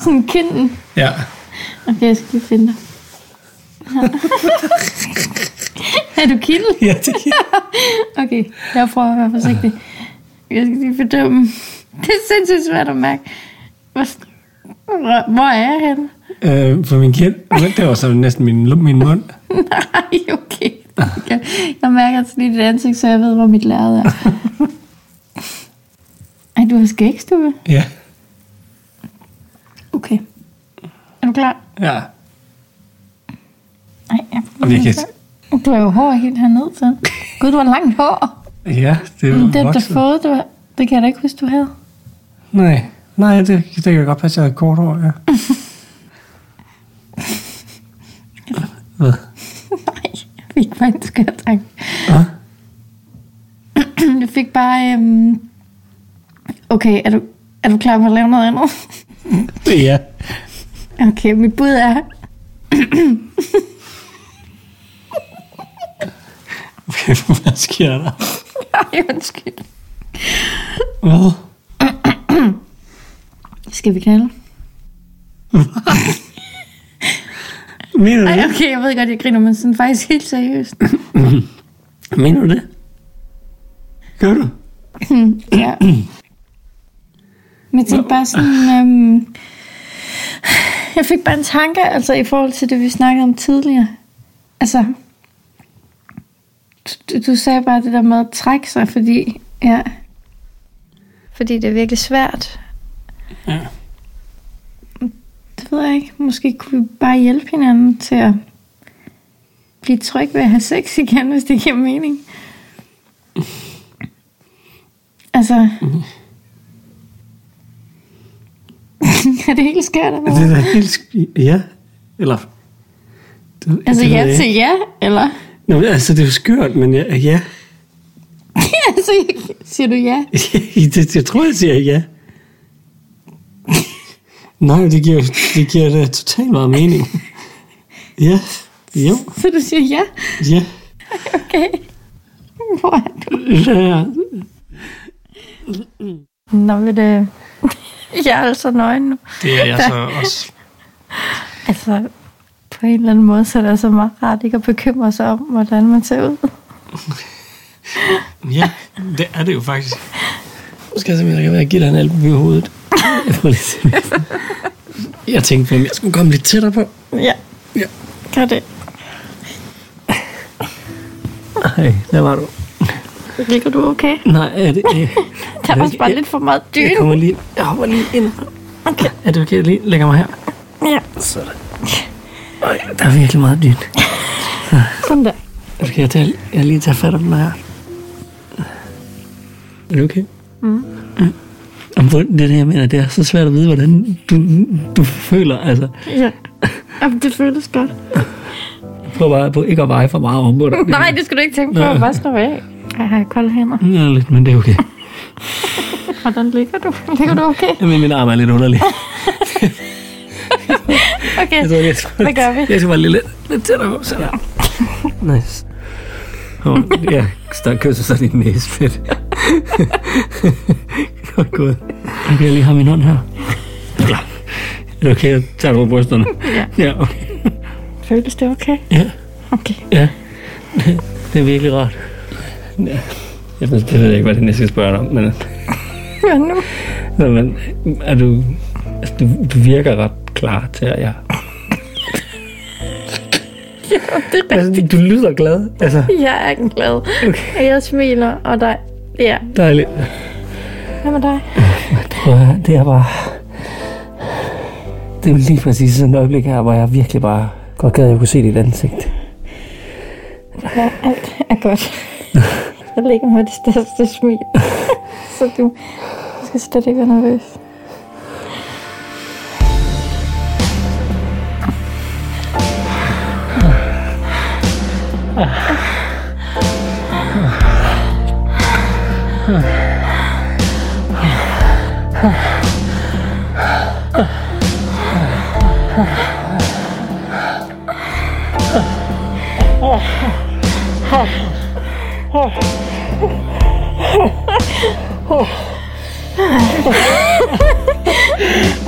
[SPEAKER 8] Sådan kinden.
[SPEAKER 1] Ja.
[SPEAKER 8] Okay, jeg skal lige finde dig. er du kilde?
[SPEAKER 1] Ja, det
[SPEAKER 8] er Okay, jeg prøver at være forsigtig. Jeg skal lige bedømme. Det er sindssygt svært at mærke. Hvor- Hvor er jeg henne?
[SPEAKER 1] Øh, for min kæld. Det var så næsten min, min mund.
[SPEAKER 8] Nej, okay. Jeg, jeg mærker altså lige dit ansigt, så jeg ved, hvor mit lærred er. Ej, du har skægstube.
[SPEAKER 1] Ja.
[SPEAKER 8] Okay. Er du klar?
[SPEAKER 1] Ja.
[SPEAKER 8] Nej, jeg
[SPEAKER 1] Og vi kan-
[SPEAKER 8] Du har jo hår helt hernede til. Gud, du har langt hår.
[SPEAKER 1] Ja, det er jo
[SPEAKER 8] Men det har du da
[SPEAKER 1] vokset.
[SPEAKER 8] fået, du, det kan jeg da ikke huske, du havde.
[SPEAKER 1] Nej, nej, det, det kan jeg godt passe, jeg havde kort hår, ja. Hvad?
[SPEAKER 8] Jeg fik bare en skør tanke. Jeg fik bare... Øhm... Okay, er du, er du klar på at lave noget andet?
[SPEAKER 1] Ja.
[SPEAKER 8] Okay, mit bud er...
[SPEAKER 1] Okay, hvad sker der?
[SPEAKER 8] Ej, undskyld.
[SPEAKER 1] Hvad?
[SPEAKER 8] Skal vi knalde?
[SPEAKER 22] Mener du
[SPEAKER 8] Ej,
[SPEAKER 22] det?
[SPEAKER 8] okay, jeg ved godt, jeg griner, men sådan faktisk helt seriøst.
[SPEAKER 22] Mener du det? Gør du?
[SPEAKER 8] ja. Men jeg tænkte bare sådan... Øhm, jeg fik bare en tanke, altså i forhold til det, vi snakkede om tidligere. Altså, du, du sagde bare det der med at trække sig, fordi... Ja. Fordi det er virkelig svært.
[SPEAKER 22] Ja.
[SPEAKER 8] Det ved jeg ikke. Måske kunne vi bare hjælpe hinanden til at blive tryg ved at have sex igen, hvis det giver mening. Altså... er det helt skørt? eller
[SPEAKER 22] Det er
[SPEAKER 8] hvad?
[SPEAKER 22] da helt... sk- Ja. Eller... Det,
[SPEAKER 8] Altså
[SPEAKER 22] det ved
[SPEAKER 8] ja
[SPEAKER 22] jeg ikke.
[SPEAKER 8] til ja, eller?
[SPEAKER 22] Nå, men altså, det er jo skørt, men ja. ja.
[SPEAKER 8] altså, siger du ja?
[SPEAKER 22] det, jeg tror, jeg siger ja. Nej, det giver, det giver da totalt meget mening. Ja, jo,
[SPEAKER 8] Så du siger ja?
[SPEAKER 22] ja.
[SPEAKER 8] Okay. Hvor er du?
[SPEAKER 22] ja.
[SPEAKER 8] Nå, men øh, det... jeg er altså nøgen nu.
[SPEAKER 23] Det er jeg så også.
[SPEAKER 8] Altså, på en eller anden måde, så er det altså meget rart ikke at bekymre sig om, hvordan man ser ud.
[SPEAKER 23] Ja, det er det jo faktisk.
[SPEAKER 1] Nu skal jeg simpelthen være, at give dig en albu i hovedet. Jeg, får lidt... jeg tænkte på, om jeg skulle komme lidt tættere på.
[SPEAKER 8] Ja.
[SPEAKER 1] Ja.
[SPEAKER 8] Gør det.
[SPEAKER 1] Nej, der var du.
[SPEAKER 8] Ligger du okay?
[SPEAKER 1] Nej, er det... Øh,
[SPEAKER 8] Der var også bare lidt for meget dyne.
[SPEAKER 1] Jeg kommer lige... Jeg hopper lige ind. Okay. Er det okay, jeg lige lægger mig her?
[SPEAKER 8] Ja,
[SPEAKER 1] Sådan. Øj, der er virkelig meget dybt.
[SPEAKER 8] sådan der.
[SPEAKER 1] Okay, jeg, tage, jeg lige tager fat om den her. Er det okay?
[SPEAKER 8] Mm.
[SPEAKER 1] Jamen, hvor- Det er det, jeg mener. Det er så svært at vide, hvordan du, du føler. Altså,
[SPEAKER 8] Ja. Jamen, det føles godt.
[SPEAKER 1] prøv bare på ikke at veje for meget om på dig.
[SPEAKER 8] Nej, det skal du ikke tænke på.
[SPEAKER 1] Nej.
[SPEAKER 8] Bare slå af. Jeg har kolde hænder.
[SPEAKER 1] Ja, lidt, men det er okay.
[SPEAKER 8] Hvordan ligger du? Ligger du okay?
[SPEAKER 1] Men min arm er lidt underlig.
[SPEAKER 8] Okay,
[SPEAKER 1] Jeg tror, jeg skal,
[SPEAKER 8] hvad gør vi?
[SPEAKER 1] Jeg skal bare lige lidt, lidt tættere på. Sådan. Ja. Nice. Oh, ja, der kysser sådan i næse fedt. Godt gået. Okay, jeg lige har min hånd her. Klar. Er det okay, jeg tager på brysterne?
[SPEAKER 8] Ja.
[SPEAKER 1] Ja, okay.
[SPEAKER 8] Føles det okay?
[SPEAKER 1] Ja.
[SPEAKER 8] Okay.
[SPEAKER 1] Ja. Det er virkelig rart. Ja. Jeg ved, det ved jeg ikke, hvad det næste jeg skal spørge dig om, men,
[SPEAKER 8] Hør nu.
[SPEAKER 1] Nå, men er du, altså, du, du virker ret klar til, at jeg...
[SPEAKER 8] Ja, det er rigtigt.
[SPEAKER 1] Altså, du lyder glad. Altså,
[SPEAKER 8] Jeg er glad. Okay. Og jeg smiler, og der... Ja,
[SPEAKER 1] dejligt.
[SPEAKER 8] hvad med dig?
[SPEAKER 1] Prøv at høre, det er bare... Det er jo lige præcis sådan et øjeblik her, hvor jeg virkelig bare godt gad, at jeg kunne se dit ansigt.
[SPEAKER 8] Ja, alt er godt. Jeg ligger med det største smil. Så du skal slet ikke være nervøs.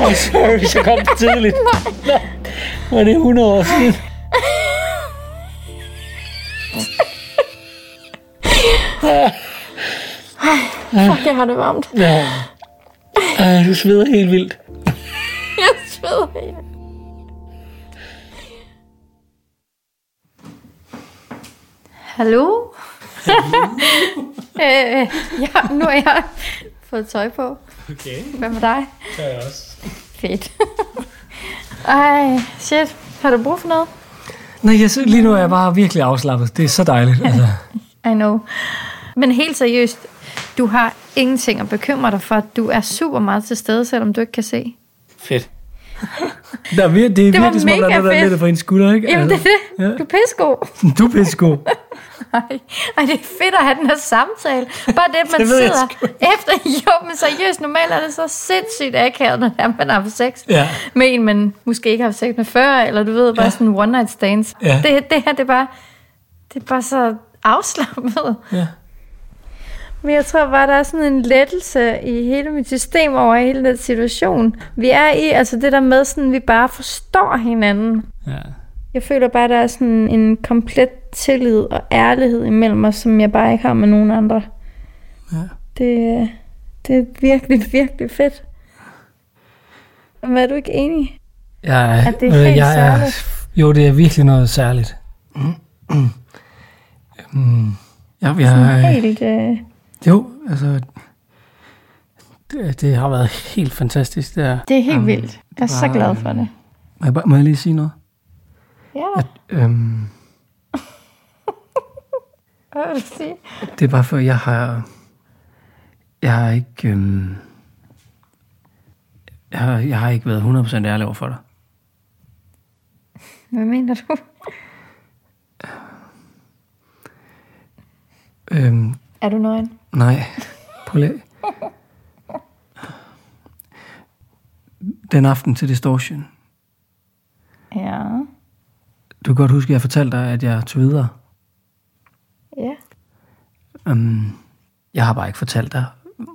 [SPEAKER 1] Oh, sorry, hvis jeg kom tidligt. Nej. Var det 100 år siden?
[SPEAKER 8] Ej, fuck, jeg har det varmt.
[SPEAKER 1] Ja. Ej, du sveder helt vildt.
[SPEAKER 8] Jeg sveder helt.
[SPEAKER 24] Hallo?
[SPEAKER 8] øh, ja, nu har jeg fået tøj på.
[SPEAKER 23] Okay.
[SPEAKER 8] Hvad med dig?
[SPEAKER 23] Det er jeg også.
[SPEAKER 8] Fedt. Ej, shit. Har du brug for noget?
[SPEAKER 25] Nej, jeg, sy- lige nu er jeg bare virkelig afslappet. Det er så dejligt. Altså.
[SPEAKER 8] I know. Men helt seriøst, du har ingenting at bekymre dig for. Du er super meget til stede, selvom du ikke kan se.
[SPEAKER 1] Fedt.
[SPEAKER 25] Der er vir- det er
[SPEAKER 8] Det var
[SPEAKER 25] virkelig som om, der er
[SPEAKER 8] mega
[SPEAKER 25] noget, der er
[SPEAKER 8] fedt.
[SPEAKER 25] lettet for en skulder, ikke?
[SPEAKER 8] Jamen, det er det.
[SPEAKER 25] Ja.
[SPEAKER 8] Du er pissegod.
[SPEAKER 25] Du er pissegod.
[SPEAKER 8] Ej, ej, det er fedt at have den her samtale. Bare det, at man
[SPEAKER 25] Det ved jeg
[SPEAKER 8] sidder efter. Jo, men seriøst, normalt er det så sindssygt akavet, når man har haft sex
[SPEAKER 25] Ja.
[SPEAKER 8] med en, man måske ikke har haft sex med før, eller du ved, bare ja. sådan one night stands.
[SPEAKER 25] Ja.
[SPEAKER 8] Det, det her, det er bare, det er bare så afslappet.
[SPEAKER 25] Ja.
[SPEAKER 8] Men jeg tror bare, der er sådan en lettelse i hele mit system over hele den situation. Vi er i, altså det der med, sådan, vi bare forstår hinanden.
[SPEAKER 25] Ja.
[SPEAKER 8] Jeg føler bare, at der er sådan en komplet tillid og ærlighed imellem os, som jeg bare ikke har med nogen andre.
[SPEAKER 26] Ja.
[SPEAKER 8] Det, øh, det er virkelig, virkelig fedt. Men er du ikke enig?
[SPEAKER 1] Jeg,
[SPEAKER 8] At
[SPEAKER 25] Øh,
[SPEAKER 8] det er
[SPEAKER 1] ved du,
[SPEAKER 8] helt
[SPEAKER 1] jeg er,
[SPEAKER 8] særligt?
[SPEAKER 1] jo, det er virkelig noget særligt.
[SPEAKER 25] Mm.
[SPEAKER 1] Mm. Ja, jeg,
[SPEAKER 8] Sådan helt... Øh...
[SPEAKER 1] Jo, altså... Det, det har været helt fantastisk, det her.
[SPEAKER 21] Det er helt
[SPEAKER 1] Øhm,
[SPEAKER 21] vildt. Jeg er så
[SPEAKER 1] bare,
[SPEAKER 21] glad for
[SPEAKER 1] øhm,
[SPEAKER 21] det.
[SPEAKER 1] Må jeg, bare- må jeg lige sige noget?
[SPEAKER 21] Ja.
[SPEAKER 1] At, øhm,
[SPEAKER 21] Hvad vil du sige?
[SPEAKER 1] det er bare for, jeg har... Jeg har ikke... Øhm, jeg, har, jeg har ikke været 100% ærlig over for dig.
[SPEAKER 8] Hvad mener du?
[SPEAKER 1] Øhm,
[SPEAKER 8] Er du nøgen?
[SPEAKER 1] nej, prøv lige. Den aften til Distortion,
[SPEAKER 8] Ja.
[SPEAKER 1] Du kan godt huske, at jeg fortalte dig, at jeg tog videre.
[SPEAKER 8] Ja.
[SPEAKER 1] Um, jeg har bare ikke fortalt dig,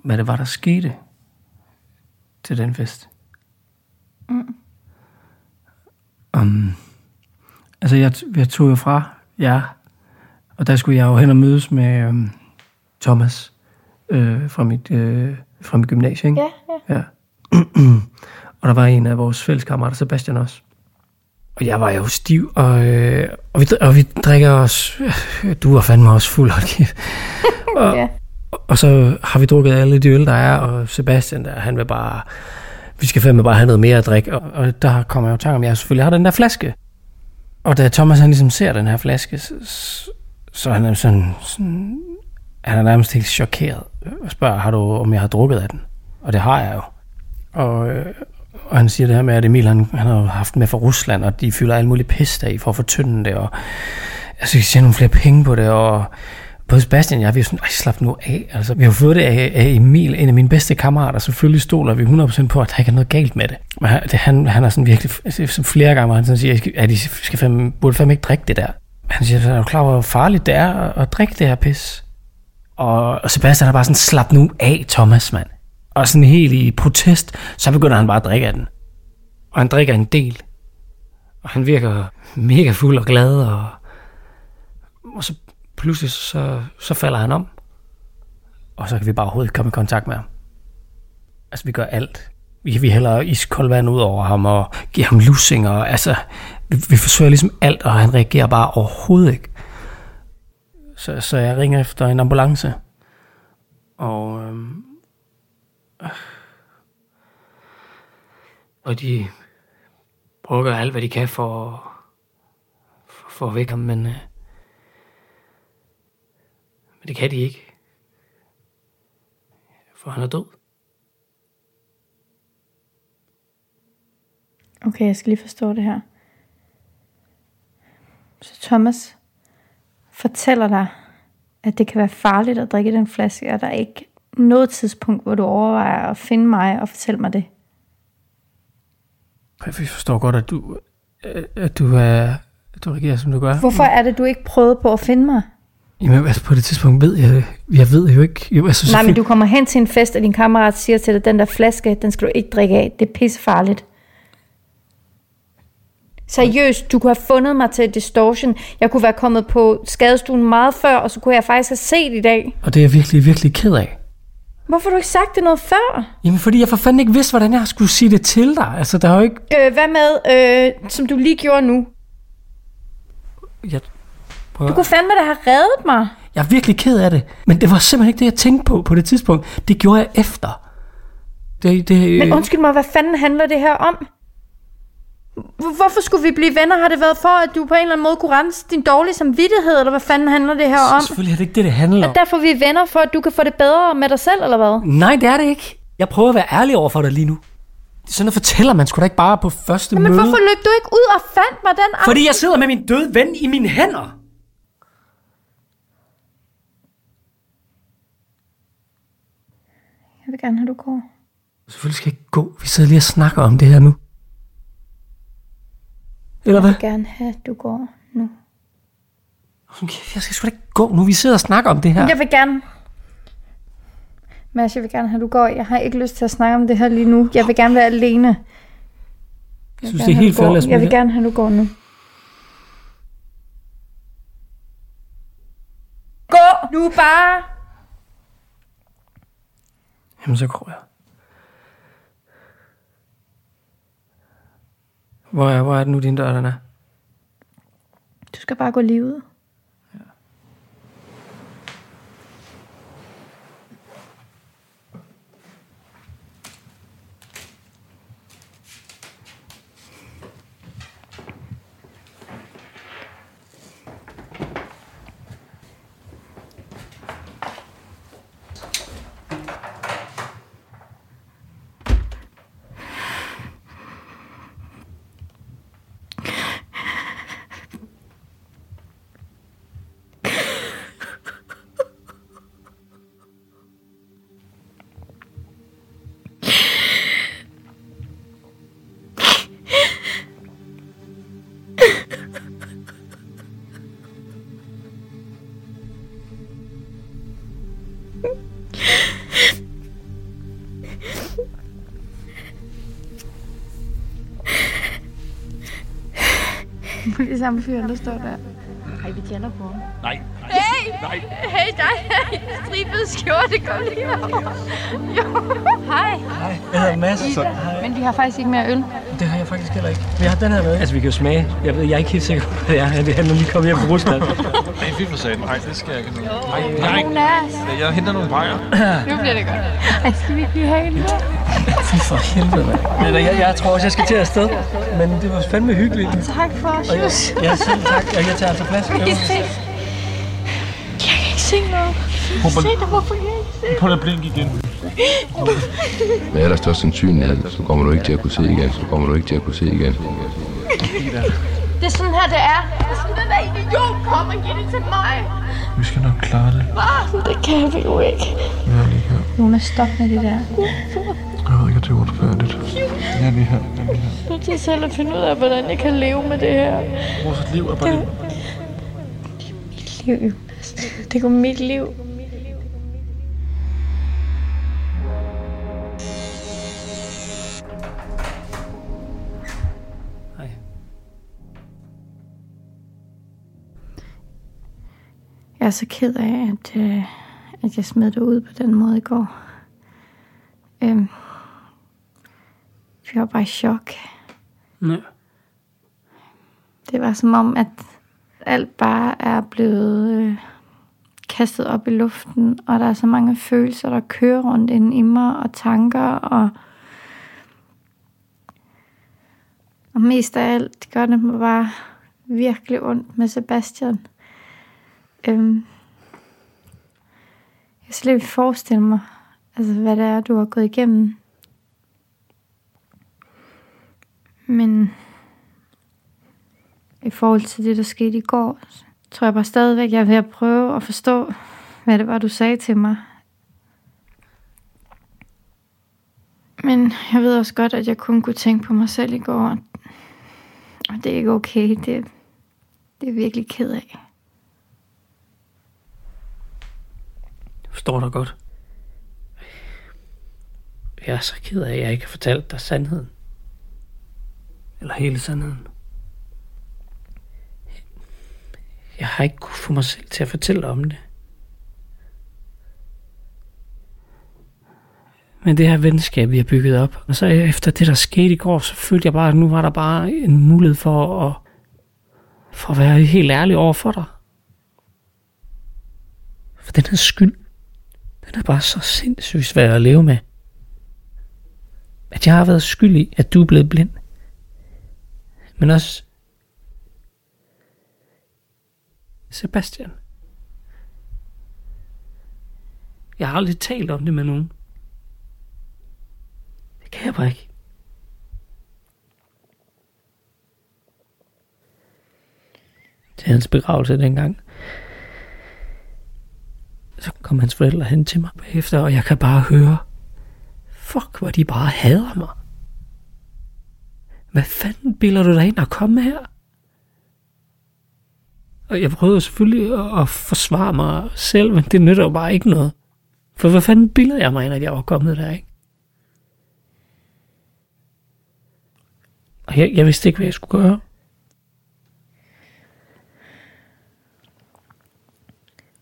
[SPEAKER 1] hvad det var, der skete til den fest.
[SPEAKER 8] Mm.
[SPEAKER 1] Um, altså, jeg, jeg tog jo fra jer, og der skulle jeg jo hen og mødes med um, Thomas øh, fra, mit, øh, fra mit gymnasie, ikke?
[SPEAKER 8] Ja,
[SPEAKER 1] ja. ja. og der var en af vores fælles kammerater, Sebastian også. Og jeg var jo stiv, og, øh, og, vi, og vi drikker os... Du var fandme også fuld, hold kæft. Og,
[SPEAKER 8] ja.
[SPEAKER 1] og så har vi drukket alle de øl, der er, og Sebastian, der, han vil bare... Vi skal fandme bare have noget mere at drikke, og, og der kommer jeg jo i tanke om, at jeg selvfølgelig har den der flaske. Og da Thomas han ligesom ser den her flaske, så, så- så er han er sådan, sådan... Han er nærmest helt chokeret og spørger, har du, om jeg har drukket af den? Og det har jeg jo. Og, øh, og han siger det her med, at Emil han, han har jo haft den med fra Rusland, og de fylder alle mulige pis der i for at fortynde det, og altså, jeg tjene nogle flere penge på det, og både Sebastian og jeg, vi er sådan, ej, slap nu af. Altså, vi har jo fået det af, af Emil, en af mine bedste kammerater. Selvfølgelig stoler vi 100% på, at der ikke er noget galt med det. Men han, det, han, han er sådan virkelig, altså, som flere gange, hvor han sådan siger, at de skal fandme, burde fandme ikke drikke det der. Han siger, så er du klar over, hvor farligt det er at, at drikke det her pis? Og, og Sebastian er bare sådan, slap nu af, Thomas, mand. Og sådan helt i protest, så begynder han bare at drikke af den. Og han drikker en del. Og han virker mega fuld og glad, og, og så pludselig så, så falder han om. Og så kan vi bare overhovedet ikke komme i kontakt med ham. Altså, vi gør alt. Vi, vi hælder iskold vand ud over ham og giver ham lussing, og altså, vi, vi forsøger ligesom alt, og han reagerer bare overhovedet ikke. Så, så jeg ringer efter en ambulance. Og, øhm, og de prøver at gøre alt, hvad de kan for, for, for at vække ham, men, øh, men det kan de ikke. For han er død.
[SPEAKER 8] Okay, jeg skal lige forstå det her. Så Thomas fortæller dig, at det kan være farligt at drikke den flaske, og der er ikke noget tidspunkt, hvor du overvejer at finde mig og fortælle mig det.
[SPEAKER 1] Jeg forstår godt, at du, øh, at du, er, at du reagerer, som du gør.
[SPEAKER 8] Hvorfor er det, du ikke prøvede på at finde mig?
[SPEAKER 1] Jamen, altså, på det tidspunkt ved jeg, jeg ved jo ikke. Jo, altså,
[SPEAKER 8] Nej, men
[SPEAKER 1] selvfølgelig-
[SPEAKER 8] du kommer hen til en fest, og din kammerat siger til dig, den der flaske, den skal du ikke drikke af. Det er pissefarligt. Seriøst, du kunne have fundet mig til Distortion. Jeg kunne være kommet på skadestuen meget før, og så kunne jeg faktisk have set i dag.
[SPEAKER 1] Og det er jeg virkelig, virkelig ked af.
[SPEAKER 8] Hvorfor har du ikke sagt det noget før?
[SPEAKER 1] Jamen, fordi jeg for fanden ikke vidste, hvordan jeg skulle sige det til dig. Altså, der er jo ikke...
[SPEAKER 8] Øh, hvad med, øh, som du lige gjorde nu?
[SPEAKER 1] Jeg, prøver...
[SPEAKER 8] Du kunne fandme da have reddet mig.
[SPEAKER 1] jeg er virkelig ked af det, men det var simpelthen ikke det, jeg tænkte på på det tidspunkt. Det gjorde jeg efter. Det, øh, det,
[SPEAKER 8] Men undskyld mig, hvad fanden handler det her om? Hvor- Hvorfor skulle vi blive venner? Har det været for, at du på en eller anden måde kunne rense din dårlige samvittighed, eller hvad fanden handler det her om?
[SPEAKER 1] Selvfølgelig er det ikke det, det handler
[SPEAKER 8] Er
[SPEAKER 1] om.
[SPEAKER 8] derfor vi er venner, for at du kan få det bedre med dig selv, eller hvad?
[SPEAKER 1] Nej, det er det ikke. Jeg prøver at være ærlig over for dig lige nu. Sådan noget fortæller man sgu da ikke bare på første
[SPEAKER 8] Men
[SPEAKER 1] møde.
[SPEAKER 8] hvorfor løb du ikke ud og fandt mig den aften?
[SPEAKER 1] Fordi jeg sidder med min døde ven i mine hænder.
[SPEAKER 8] Jeg vil gerne have, du går.
[SPEAKER 1] Selvfølgelig skal jeg ikke gå. Vi sidder lige og snakker om det her nu. Eller hvad?
[SPEAKER 8] Jeg vil gerne have, at du går nu.
[SPEAKER 1] Jeg skal sgu da ikke gå nu. Vi sidder og snakker om det her.
[SPEAKER 8] Ja. Jeg vil gerne... Mads, jeg vil gerne have, at du går. Jeg har ikke lyst til at snakke om det her lige nu. Jeg vil gerne være alene. Jeg, vil
[SPEAKER 1] synes,
[SPEAKER 8] gerne
[SPEAKER 1] det er
[SPEAKER 8] have,
[SPEAKER 1] helt
[SPEAKER 8] du går.
[SPEAKER 1] fjollet at smide
[SPEAKER 8] Jeg vil
[SPEAKER 1] det.
[SPEAKER 8] gerne have, at du går nu.
[SPEAKER 13] Nu bare!
[SPEAKER 26] Jamen, så går jeg. Hvor er, hvor er det nu, din dør, den er?
[SPEAKER 21] Du skal bare gå lige ud. Det er samme fyr, der står der. Ej, vi tænder på ham.
[SPEAKER 27] Nej,
[SPEAKER 28] Hey! Hey dig, hey, stribet skjorte, kom lige herover. Jo, hej.
[SPEAKER 26] Hej, jeg hedder Mads. Så,
[SPEAKER 21] Men vi har faktisk ikke mere øl.
[SPEAKER 26] det har jeg faktisk heller ikke. Vi har den her med. Altså, vi kan jo smage. Jeg, ved, jeg er ikke helt sikker på, hvad det er. Det er, når vi kommer hjem fra Rusland.
[SPEAKER 5] Nej, fy for satan. Nej, det skal jeg ikke. Nej,
[SPEAKER 21] nej. Jonas.
[SPEAKER 5] Jeg henter nogle bajer.
[SPEAKER 21] Nu bliver det godt. Ej, skal vi ikke lige have en mere?
[SPEAKER 26] Fy for helvede, mand. Ved du, Jeg, jeg tror også, jeg skal til afsted. Men det var fandme hyggeligt.
[SPEAKER 21] Tak for os,
[SPEAKER 26] Og jeg,
[SPEAKER 21] Jus.
[SPEAKER 26] jeg selv tak. Jeg, jeg tager altså plads.
[SPEAKER 21] Vi ses. Jeg kan ikke se noget.
[SPEAKER 5] Håber-
[SPEAKER 21] Se dig, hvorfor kan jeg ikke se
[SPEAKER 5] Prøv at blink igen.
[SPEAKER 21] dig?
[SPEAKER 29] Men ellers størst sandsynlighed, så kommer du ikke til at kunne se igen, så kommer du ikke til at kunne se
[SPEAKER 21] Det
[SPEAKER 29] igen.
[SPEAKER 21] er sådan her, det er. Det er sådan, den der idiot kommer og giver det til mig. Ah,
[SPEAKER 5] Vi skal nok klare det.
[SPEAKER 21] Det kan vi jo ikke.
[SPEAKER 5] Jeg er lige her.
[SPEAKER 21] Jonas, stop med det der.
[SPEAKER 5] Jeg ved ikke, at det er uretfærdigt. Jeg er lige her. Jeg er lige her.
[SPEAKER 21] Nu til selv at finde ud af, hvordan jeg kan leve med det her.
[SPEAKER 5] Vores liv er bare lidt...
[SPEAKER 21] Liv, Jonas. Det går mit liv.
[SPEAKER 8] Jeg er så ked af, at, øh, at jeg smed dig ud på den måde i går. Øhm, jeg var bare i chok.
[SPEAKER 1] Ja.
[SPEAKER 8] Det var som om, at alt bare er blevet øh, kastet op i luften, og der er så mange følelser, der kører rundt inden i mig, og tanker, og, og mest af alt gør det mig bare virkelig ondt med Sebastian. Øhm, jeg slet ikke forestille mig, altså, hvad det er, du har gået igennem. Men i forhold til det, der skete i går, så tror jeg bare stadigvæk, jeg er ved at prøve at forstå, hvad det var, du sagde til mig. Men jeg ved også godt, at jeg kun kunne tænke på mig selv i går. Og det er ikke okay. Det, det er jeg virkelig ked af.
[SPEAKER 1] Du forstår dig godt. Jeg er så ked af, at jeg ikke har fortalt dig sandheden. Eller hele sandheden. Jeg har ikke kunnet få mig selv til at fortælle dig om det. Men det her venskab, vi har bygget op. Og så efter det, der skete i går, så følte jeg bare, at nu var der bare en mulighed for at, for at være helt ærlig over for dig. For den her skyld, den er bare så sindssygt svær at leve med. At jeg har været skyld i, at du er blevet blind. Men også Sebastian. Jeg har aldrig talt om det med nogen. Det kan jeg bare ikke. Til hans begravelse dengang, så kom hans forældre hen til mig bagefter, og jeg kan bare høre, fuck, hvor de bare hader mig. Hvad fanden bilder du dig ind og komme her? Og jeg prøvede selvfølgelig at- at forsvare mig selv, men det nytter jo bare ikke noget. For hvad fanden bilder jeg mig ind, at jeg var kommet der, ikke? Og jeg, jeg vidste ikke, hvad jeg skulle gøre.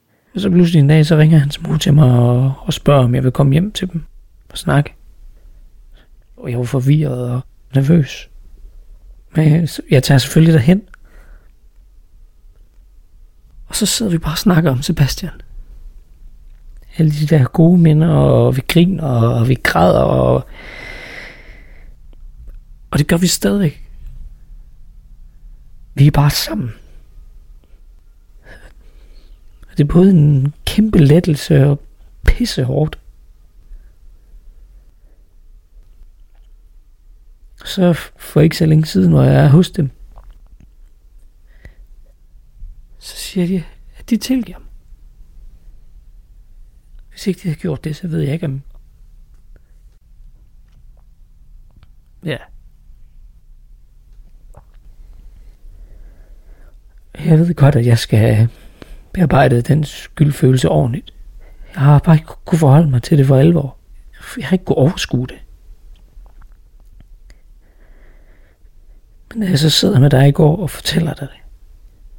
[SPEAKER 1] Men Og så pludselig en dag, så ringer hans mor til mig og, og spørger, om jeg vil komme hjem til dem og snakke. Og jeg var forvirret og nervøs. Men jeg, jeg tager selvfølgelig derhen. Og så sidder vi bare og snakker om Sebastian. Alle de der gode minder, og vi griner, og vi græder, og, og det gør vi stadigvæk. Vi er bare sammen. Og det er både en kæmpe lettelse og pisse hårdt. Så for ikke så længe siden, hvor jeg er hos dem, så siger de, at de tilgiver mig. Hvis ikke de havde gjort det, så ved jeg ikke om... Ja. Jeg ved godt, at jeg skal bearbejde den skyldfølelse ordentligt. Jeg har bare ikke kunne forholde mig til det for alvor. Jeg har ikke kunne overskue det. Men da jeg så sidder med dig i går og fortæller dig det,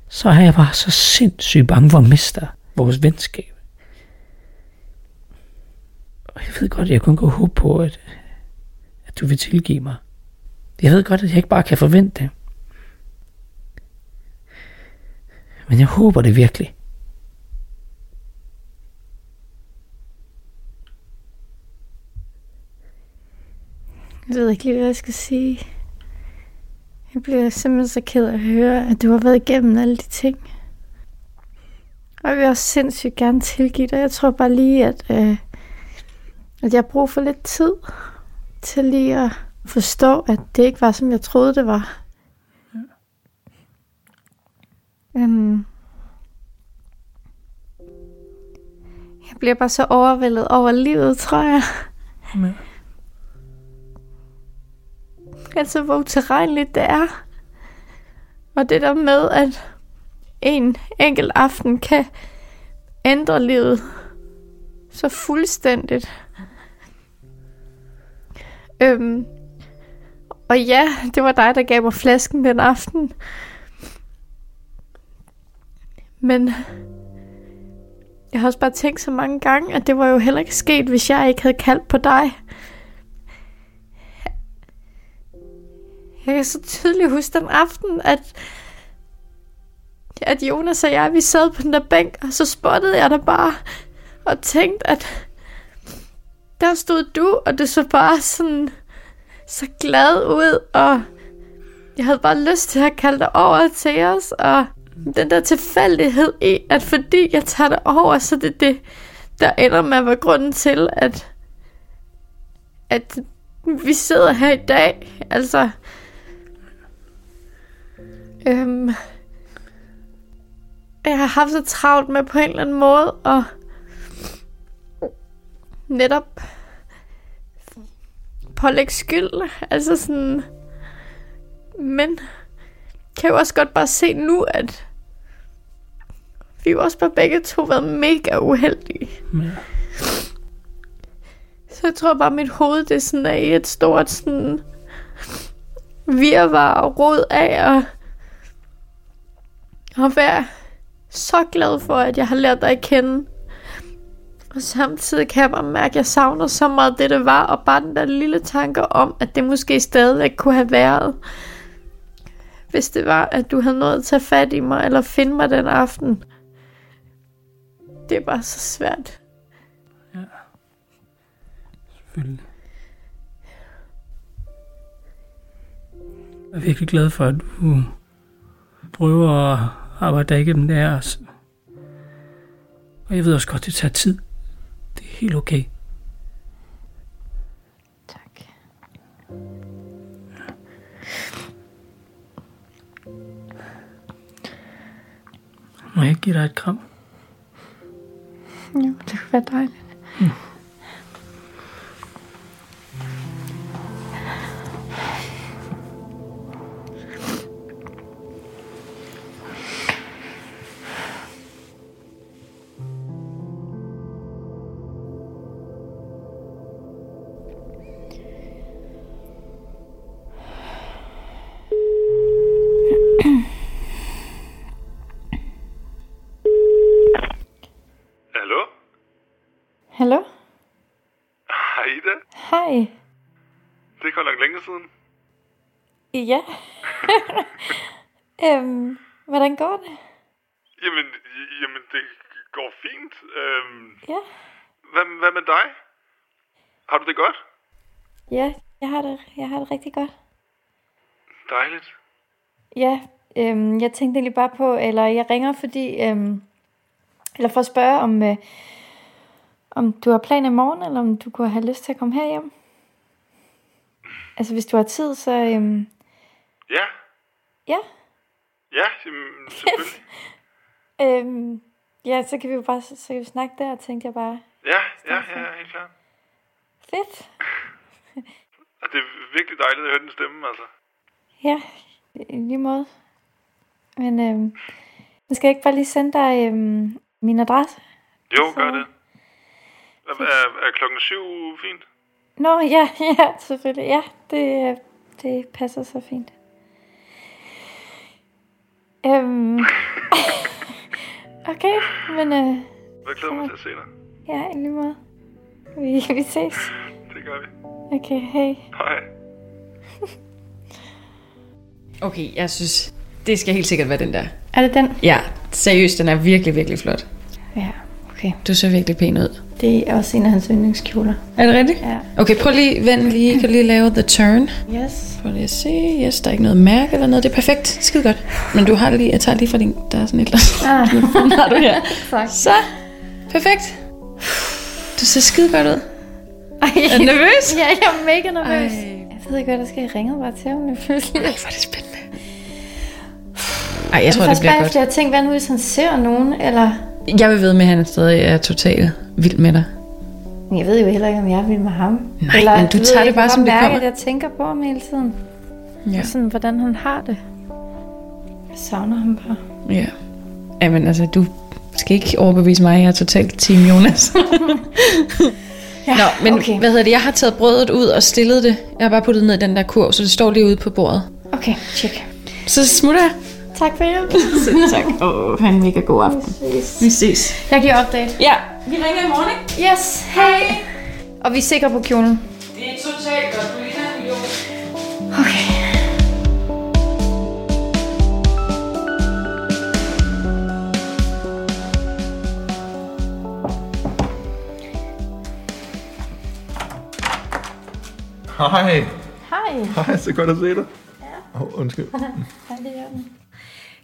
[SPEAKER 1] så er jeg bare så sindssygt bange for at miste vores venskab. Og jeg ved godt, at jeg kun kan håbe på, at, at du vil tilgive mig. Jeg ved godt, at jeg ikke bare kan forvente det. Men jeg håber det virkelig.
[SPEAKER 8] Jeg ved ikke lige, hvad jeg skal sige. Jeg bliver simpelthen så ked af at høre, at du har været igennem alle de ting. Og jeg vil også sindssygt gerne tilgive dig. Jeg tror bare lige, at, øh, at jeg har brug for lidt tid til lige at forstå, at det ikke var, som jeg troede, det var. Øhm. Jeg bliver bare så overvældet over livet, tror jeg.
[SPEAKER 1] Ja.
[SPEAKER 8] Altså, hvor uterrenligt det er. Og det der med, at en enkelt aften kan ændre livet så fuldstændigt. Øhm. Og ja, det var dig, der gav mig flasken den aften. Men jeg har også bare tænkt så mange gange, at det var jo heller ikke sket, hvis jeg ikke havde kaldt på dig. Jeg kan så tydeligt huske den aften, at, at Jonas og jeg, vi sad på den der bænk, og så spottede jeg dig bare, og tænkte, at der stod du, og det så bare sådan så glad ud, og jeg havde bare lyst til at kalde dig over til os, og den der tilfældighed i, at fordi jeg tager det over, så det er det, der ender med at være grunden til, at, at vi sidder her i dag. Altså, øhm, jeg har haft så travlt med på en eller anden måde, og netop pålægge skyld. Altså sådan, men kan jo også godt bare se nu, at vi jo også bare begge to været mega uheldige.
[SPEAKER 1] Ja.
[SPEAKER 8] Så jeg tror bare, mit hoved det sådan er i et stort sådan virvar og rod af at, at være så glad for, at jeg har lært dig at kende. Og samtidig kan jeg bare mærke, at jeg savner så meget det, det var, og bare den der lille tanke om, at det måske stadigvæk kunne have været hvis det var, at du havde nået at tage fat i mig eller finde mig den aften. Det er bare så svært.
[SPEAKER 1] Ja. Selvfølgelig. Jeg er virkelig glad for, at du prøver at arbejde dig igennem det her. også. Og jeg ved også godt, det tager tid. Det er helt okay. Må jeg ikke give dig et kram?
[SPEAKER 8] Jo, det kunne være dejligt.
[SPEAKER 1] Mm.
[SPEAKER 8] Hallo?
[SPEAKER 4] Hej Ida,
[SPEAKER 8] Hej.
[SPEAKER 4] det er godt nok længe siden.
[SPEAKER 8] Ja. øhm, hvordan går det?
[SPEAKER 4] Jamen, j- jamen det går fint. Øhm,
[SPEAKER 8] Ja.
[SPEAKER 4] hvad, hvad med dig? Har du det godt?
[SPEAKER 8] Ja, jeg har det, jeg har det rigtig godt.
[SPEAKER 4] Dejligt.
[SPEAKER 8] Ja, øhm, jeg tænkte egentlig bare på, eller jeg ringer, fordi... Øhm, eller for at spørge, om, øh, om du har planer i morgen, eller om du kunne have lyst til at komme herhjem. Altså, hvis du har tid, så... Øhm,
[SPEAKER 4] Ja,
[SPEAKER 8] ja,
[SPEAKER 4] ja, jamen, selvfølgelig.
[SPEAKER 8] øhm, ja, så kan vi jo bare så, så kan vi snakke der, tænkte jeg bare.
[SPEAKER 4] Ja, ja, ja, helt klart.
[SPEAKER 8] Fedt.
[SPEAKER 4] Og det er virkelig dejligt at høre din stemme, altså.
[SPEAKER 8] Ja, i lige måde. Men øhm, nu skal jeg ikke bare lige sende dig øhm, min adresse.
[SPEAKER 4] Jo, gør det. Er, er, er klokken syv fint?
[SPEAKER 8] Nå, ja, ja, selvfølgelig. Ja, det, øh, det passer så fint. Øhm. okay, men øh,
[SPEAKER 4] Hvad glæder mig til at se dig?
[SPEAKER 8] ja, i lige måde. Vi, vi ses.
[SPEAKER 4] Det gør vi.
[SPEAKER 8] Okay, hej.
[SPEAKER 4] Hej.
[SPEAKER 14] Okay, jeg synes, det skal helt sikkert være den der.
[SPEAKER 8] Er det den?
[SPEAKER 14] Ja, seriøst, den er virkelig, virkelig flot.
[SPEAKER 8] Ja, okay.
[SPEAKER 14] Du ser virkelig pæn ud.
[SPEAKER 8] Det er også en af hans yndlingskjoler.
[SPEAKER 14] Er det rigtigt?
[SPEAKER 8] Ja.
[SPEAKER 14] Okay, prøv lige, vend lige, kan du lige lave the turn.
[SPEAKER 8] Yes.
[SPEAKER 14] Prøv lige at se, yes, der er ikke noget mærke eller noget, det er perfekt, skide godt. Men du har lige, jeg tager lige fra din, der er sådan et eller andet. Ah. har du her?
[SPEAKER 8] Tak.
[SPEAKER 14] Så, perfekt. Du ser skide godt ud. Er du nervøs?
[SPEAKER 8] ja, jeg er mega nervøs. Ej. Jeg ved ikke, hvad der skal. Jeg ringede bare til ham nu pludselig. Ej, hvor er det spændende.
[SPEAKER 14] Ej, jeg tror, det bliver godt.
[SPEAKER 8] Jeg tænkte, hvad nu hvis han ser nogen, eller...
[SPEAKER 14] Jeg vil ved med, at han stadig er totalt vild med dig.
[SPEAKER 8] Men jeg ved jo heller ikke, om jeg er vild med ham.
[SPEAKER 14] Nej, men du tager
[SPEAKER 8] ved,
[SPEAKER 14] det
[SPEAKER 8] jeg kan
[SPEAKER 14] bare, som det
[SPEAKER 8] mærke,
[SPEAKER 14] kommer.
[SPEAKER 8] At jeg tænker på ham hele tiden.
[SPEAKER 14] Ja.
[SPEAKER 8] Og sådan, hvordan han har det. Jeg savner ham bare.
[SPEAKER 14] Ja. Jamen altså, du skal ikke overbevise mig, jeg er totalt team Jonas. ja, Nå, men okay. hvad hedder det, jeg har taget brødet ud og stillet det. Jeg har bare puttet det ned i den der kurv, så det står lige ude på bordet.
[SPEAKER 8] Okay, tjek.
[SPEAKER 14] Så smutter jeg.
[SPEAKER 8] Tak for hjælpen.
[SPEAKER 14] tak. Åh, oh, han mega god aften.
[SPEAKER 8] Vi ses.
[SPEAKER 14] Vi ses.
[SPEAKER 8] Jeg giver update.
[SPEAKER 14] Ja.
[SPEAKER 8] Vi ringer i morgen, ikke? Yes, hej. Og vi er sikre på kjolen.
[SPEAKER 14] Det er totalt godt, du ligner en million.
[SPEAKER 5] Hej.
[SPEAKER 8] Hej.
[SPEAKER 5] Hej, så godt at se dig. Ja. Oh, undskyld.
[SPEAKER 8] Hej, det er i orden.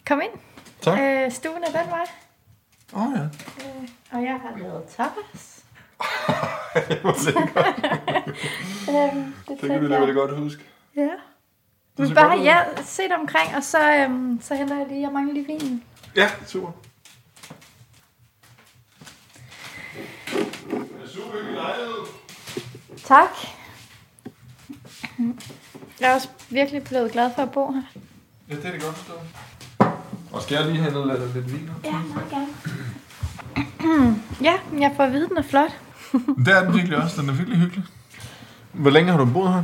[SPEAKER 8] Kom ind.
[SPEAKER 5] Tak.
[SPEAKER 8] Øh, stuen er den vej.
[SPEAKER 5] Åh oh, ja.
[SPEAKER 8] Øh, og jeg har lavet tapas.
[SPEAKER 5] Hvor lækkert.
[SPEAKER 8] øhm,
[SPEAKER 5] Det kan vi da
[SPEAKER 8] jeg-
[SPEAKER 5] vel godt huske.
[SPEAKER 8] Ja.
[SPEAKER 5] ser
[SPEAKER 8] Men bare
[SPEAKER 5] godt ud.
[SPEAKER 8] ja, se dig omkring, og så, øhm, så henter jeg lige, jeg mangler lige vinen.
[SPEAKER 5] Ja, super.
[SPEAKER 8] Tak. Jeg er også virkelig blevet glad for at bo her.
[SPEAKER 5] Ja, det er det godt forstået. Og skal jeg lige have noget, lidt- lidt vin?
[SPEAKER 8] Ja, meget gerne. ja, jeg får at vide, den er flot.
[SPEAKER 5] Det er den virkelig også. altså, Den er virkelig hyggelig. Hvor længe har du boet her?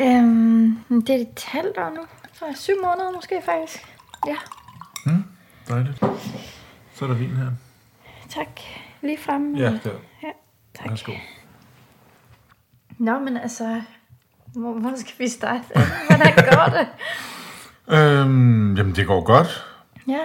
[SPEAKER 8] Øhm, det er et halvt år nu. Så er jeg syv måneder måske faktisk. Ja,
[SPEAKER 5] Mm, dejligt. Så er der vin her.
[SPEAKER 8] tak. Lige fremme.
[SPEAKER 5] Ja, der.
[SPEAKER 8] Ja. Tak.
[SPEAKER 5] Værsgo.
[SPEAKER 8] Nå, men altså, hvor, hvor skal vi starte? Hvordan går det?
[SPEAKER 5] Øhm, jamen, det går godt.
[SPEAKER 8] Ja,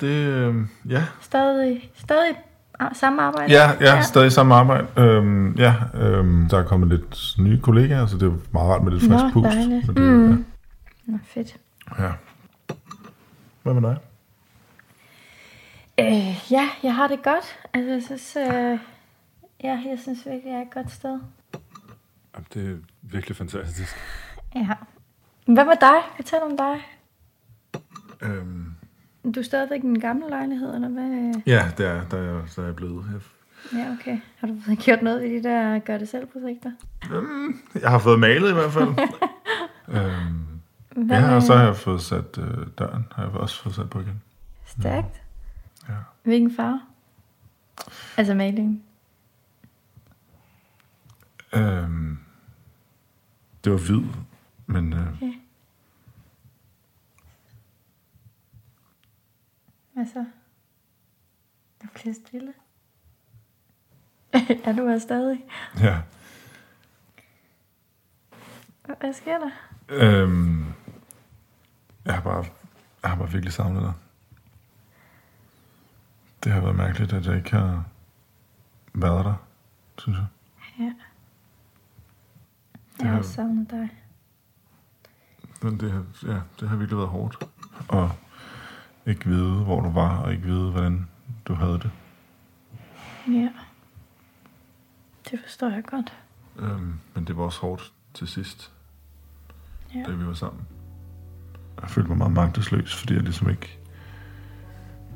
[SPEAKER 5] Det, øhm, ja.
[SPEAKER 8] stadig, stadig ah, samme arbejde.
[SPEAKER 5] Ja, ja, stadig samme arbejde. Øhm, ja, øhm, der er kommet lidt nye kollegaer, så det er meget rart med lidt frisk
[SPEAKER 8] Nå,
[SPEAKER 5] pust.
[SPEAKER 8] dejligt.
[SPEAKER 5] Men det-
[SPEAKER 8] Mm. Nå, fedt.
[SPEAKER 5] Ja. Hvad med dig?
[SPEAKER 8] Øh, ja, jeg har det godt. Altså, jeg synes, øh, ja, jeg synes virkelig, jeg er et godt sted.
[SPEAKER 5] Jamen, det er virkelig fantastisk.
[SPEAKER 8] Ja. Men Hvad med dig? Fortæl om dig.
[SPEAKER 5] Øhm,
[SPEAKER 8] Du er stadigvæk i den gamle lejlighed, eller hvad?
[SPEAKER 5] ja, det er, der, er, der er jeg blevet. Jeg,
[SPEAKER 8] Ja, okay. Har du fået gjort noget ved de der gør-det-selv-projekter?
[SPEAKER 5] Mm. jeg har fået malet i hvert fald. øhm,
[SPEAKER 8] Hvad
[SPEAKER 5] ja,
[SPEAKER 8] med-
[SPEAKER 5] og så har jeg fået sat øh, døren, har jeg også fået sat på igen.
[SPEAKER 8] Stærkt.
[SPEAKER 5] Ja.
[SPEAKER 8] Hvilken farve? Altså maling.
[SPEAKER 5] Øhm, det var hvid, men... Øh,
[SPEAKER 8] Okay. Hvad så? Du bliver stille. er du her stadig?
[SPEAKER 5] Ja.
[SPEAKER 8] Hvad- Hvad sker der?
[SPEAKER 5] Øhm, jeg, har bare, jeg har bare virkelig savnet dig. Det har været mærkeligt, at jeg ikke har været der, synes jeg.
[SPEAKER 8] Ja.
[SPEAKER 5] Det
[SPEAKER 8] Jeg
[SPEAKER 5] har-
[SPEAKER 8] har også savnet dig.
[SPEAKER 5] Men det har, ja, det har virkelig været hårdt. Og ikke vide, hvor du var, og ikke vide, hvordan du havde det.
[SPEAKER 8] Ja. Det forstår jeg godt.
[SPEAKER 5] Øhm, men det var også hårdt til sidst,
[SPEAKER 8] Ja.
[SPEAKER 5] da vi var sammen. Jeg følte mig meget magtesløs, fordi jeg ligesom ikke...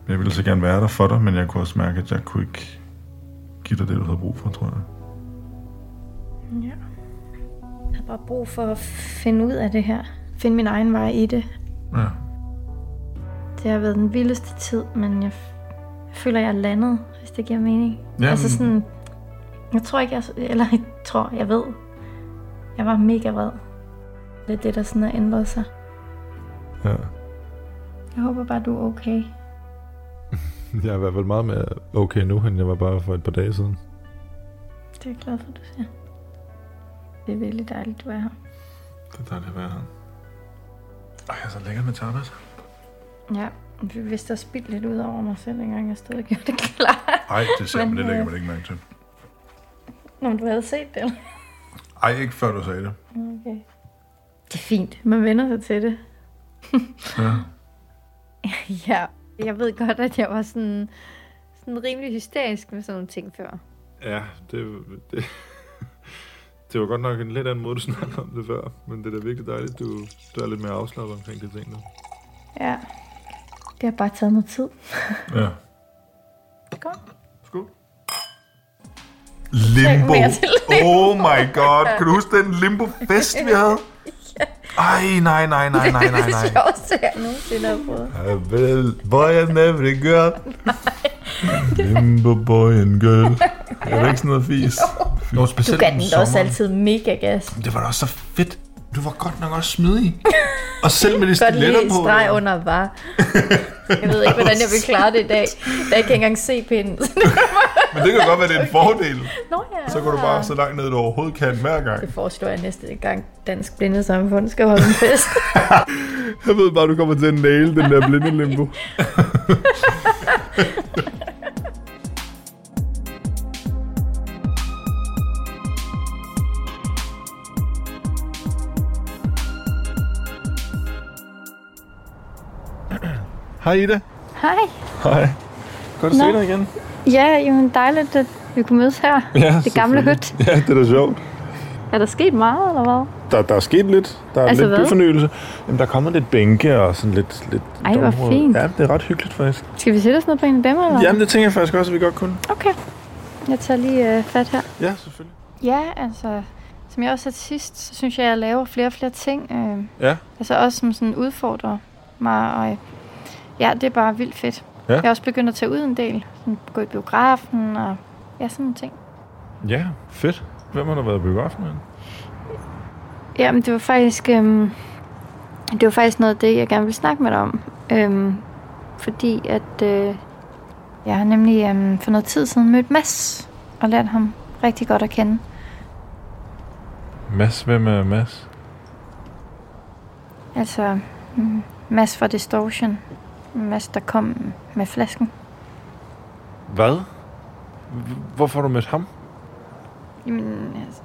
[SPEAKER 5] Jeg ville så gerne være der for dig, men jeg kunne også mærke, at jeg kunne ikke give dig det, du havde brug for, tror jeg.
[SPEAKER 8] Ja. Jeg har bare brug for at finde ud af det her. Finde min egen vej i det.
[SPEAKER 5] Ja.
[SPEAKER 8] Det har været den vildeste tid, men jeg, f- jeg føler, jeg er landet, hvis det giver mening.
[SPEAKER 5] Ja,
[SPEAKER 8] altså
[SPEAKER 5] men-
[SPEAKER 8] sådan, jeg tror ikke, jeg, eller jeg tror, jeg ved, jeg var mega vred. Det er det, der sådan har ændret sig.
[SPEAKER 5] Ja.
[SPEAKER 8] Jeg håber bare, du er okay.
[SPEAKER 5] Jeg er i hvert fald meget mere okay nu, end jeg var bare for et par dage siden.
[SPEAKER 8] Det er jeg glad for, du siger. Det er virkelig dejligt, du er her.
[SPEAKER 5] Det er dejligt at være her. Ej, jeg er så lækker med Thomas.
[SPEAKER 8] Ja, vi vidste også spildt lidt ud over mig selv, engang jeg stod og gjorde det klar.
[SPEAKER 5] Ej, det ser man, det lægger
[SPEAKER 8] øh,
[SPEAKER 5] man ikke mærke til.
[SPEAKER 8] Nå, men du havde set det, eller? Mm,
[SPEAKER 5] Ej, ikke før du sagde det.
[SPEAKER 8] Okay. Det er fint. Man vender sig til det.
[SPEAKER 5] Ja.
[SPEAKER 8] ja, jeg ved godt, at jeg var sådan, sådan rimelig hysterisk med sådan nogle ting før.
[SPEAKER 5] Ja, det, det, det var godt nok en lidt anden måde, du snakkede om det før, men det er da virkelig dejligt, du, du er lidt mere afslappet omkring de ting nu.
[SPEAKER 8] Ja. Det har bare taget noget tid.
[SPEAKER 5] Ja.
[SPEAKER 8] Skål.
[SPEAKER 5] Skål. Limbo.
[SPEAKER 8] Mere til
[SPEAKER 5] Oh my god. Kan du huske den limbo-fest, vi havde? Ej, nej, nej, nej, nej,
[SPEAKER 8] Det er
[SPEAKER 5] nej,
[SPEAKER 8] det
[SPEAKER 5] nej.
[SPEAKER 8] sjoveste, jeg nogensinde har fået.
[SPEAKER 5] I will boy and every girl. Limbo boy and girl. Er det ikke sådan noget fis? Jo,
[SPEAKER 8] Du
[SPEAKER 5] specielt
[SPEAKER 8] gav
[SPEAKER 5] om
[SPEAKER 8] den da også
[SPEAKER 5] sommeren.
[SPEAKER 8] altid mega gas.
[SPEAKER 5] Det var da også så fedt. Du var godt nok også smidig. Og selv med de
[SPEAKER 8] Godt lige
[SPEAKER 5] stiletter
[SPEAKER 8] en
[SPEAKER 5] på.
[SPEAKER 8] streg under var. Jeg ved ikke, hvordan jeg vil klare det i dag. Da jeg kan ikke engang se pinden.
[SPEAKER 5] Men det kan godt være, det er en fordel.
[SPEAKER 8] Nå ja.
[SPEAKER 5] Så kan du bare så langt ned, du overhovedet kan hver gang.
[SPEAKER 8] Det foreslår jeg næste gang Dansk Blindesamfund skal holde en fest.
[SPEAKER 5] Jeg ved bare, du kommer til at næle den der blinde limbo. Hej Ida.
[SPEAKER 8] Hej.
[SPEAKER 5] Hej. Godt at se
[SPEAKER 8] Nå.
[SPEAKER 5] dig igen.
[SPEAKER 8] Ja, jamen dejligt, at vi kunne mødes her. det gamle
[SPEAKER 5] selvfølgelig.
[SPEAKER 8] hødt.
[SPEAKER 5] Ja, det er da sjovt.
[SPEAKER 8] Er der sket meget, eller hvad?
[SPEAKER 5] Der, der er sket lidt. Der er
[SPEAKER 8] Altså
[SPEAKER 5] lidt
[SPEAKER 8] hvad?
[SPEAKER 5] byfornyelse. Jamen, der kommer lidt bænke og sådan lidt... lidt
[SPEAKER 8] Ej, hvor
[SPEAKER 5] område.
[SPEAKER 8] fint.
[SPEAKER 5] Ja, det er ret hyggeligt faktisk.
[SPEAKER 8] Skal vi sætte os ned på en af dem, eller?
[SPEAKER 5] Jamen, det tænker jeg faktisk også, at vi godt kunne.
[SPEAKER 8] Okay. Jeg tager lige øh, fat her.
[SPEAKER 5] Ja, selvfølgelig.
[SPEAKER 8] Ja, altså, som jeg også sagde sidst, så synes jeg, at jeg laver flere og flere ting. Øh,
[SPEAKER 5] Ja.
[SPEAKER 8] Altså også som sådan udfordrer mig. Og, øh, ja, det er bare vildt fedt.
[SPEAKER 5] Ja.
[SPEAKER 8] Jeg er også begyndt at tage ud en del. Sådan, gå i biografen og ja, sådan nogle ting.
[SPEAKER 5] Ja, fedt. Hvem har der været i biografen med?
[SPEAKER 8] Jamen, det var faktisk... Øhm, det var faktisk noget af det, jeg gerne ville snakke med dig om. Øhm, fordi at... Øh, jeg har nemlig øhm, for noget tid siden mødt Mads. Og lært ham rigtig godt at kende.
[SPEAKER 5] Mads, hvem er Mads?
[SPEAKER 8] Altså... Mm, Mads fra Distortion. Mads, der kom med flasken.
[SPEAKER 5] Hvad? Hvorfor har du mødt ham?
[SPEAKER 8] Jamen, altså,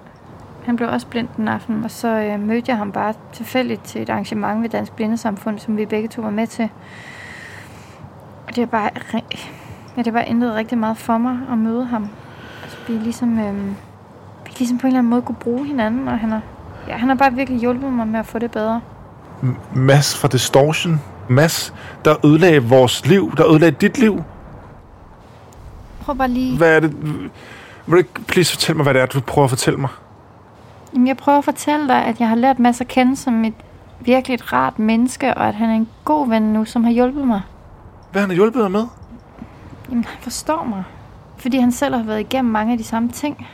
[SPEAKER 8] han blev også blind den aften, og så øh, mødte jeg ham bare tilfældigt til et arrangement ved Dansk Blindesamfund, som vi begge to var med til. Og det er bare, ri- ja, det er bare ændret rigtig meget for mig at møde ham. Altså, vi er ligesom, øh, vi er ligesom på en eller anden måde kunne bruge hinanden, og han har, ja, han har bare virkelig hjulpet mig med at få det bedre.
[SPEAKER 5] Mads fra Distortion. Mads, der ødelagde vores liv, der ødelagde dit liv.
[SPEAKER 8] Prøv bare lige
[SPEAKER 5] Hvad er det? Vil du ikke please fortælle mig, hvad det er, du prøver at fortælle mig?
[SPEAKER 8] Jamen, jeg prøver at fortælle dig, at jeg har lært Mads at kende som et virkelig et rart menneske, og at han er en god ven nu, som har hjulpet mig.
[SPEAKER 5] Hvad han har hjulpet dig med?
[SPEAKER 8] Jamen, han forstår mig. Fordi han selv har været igennem mange af de samme ting.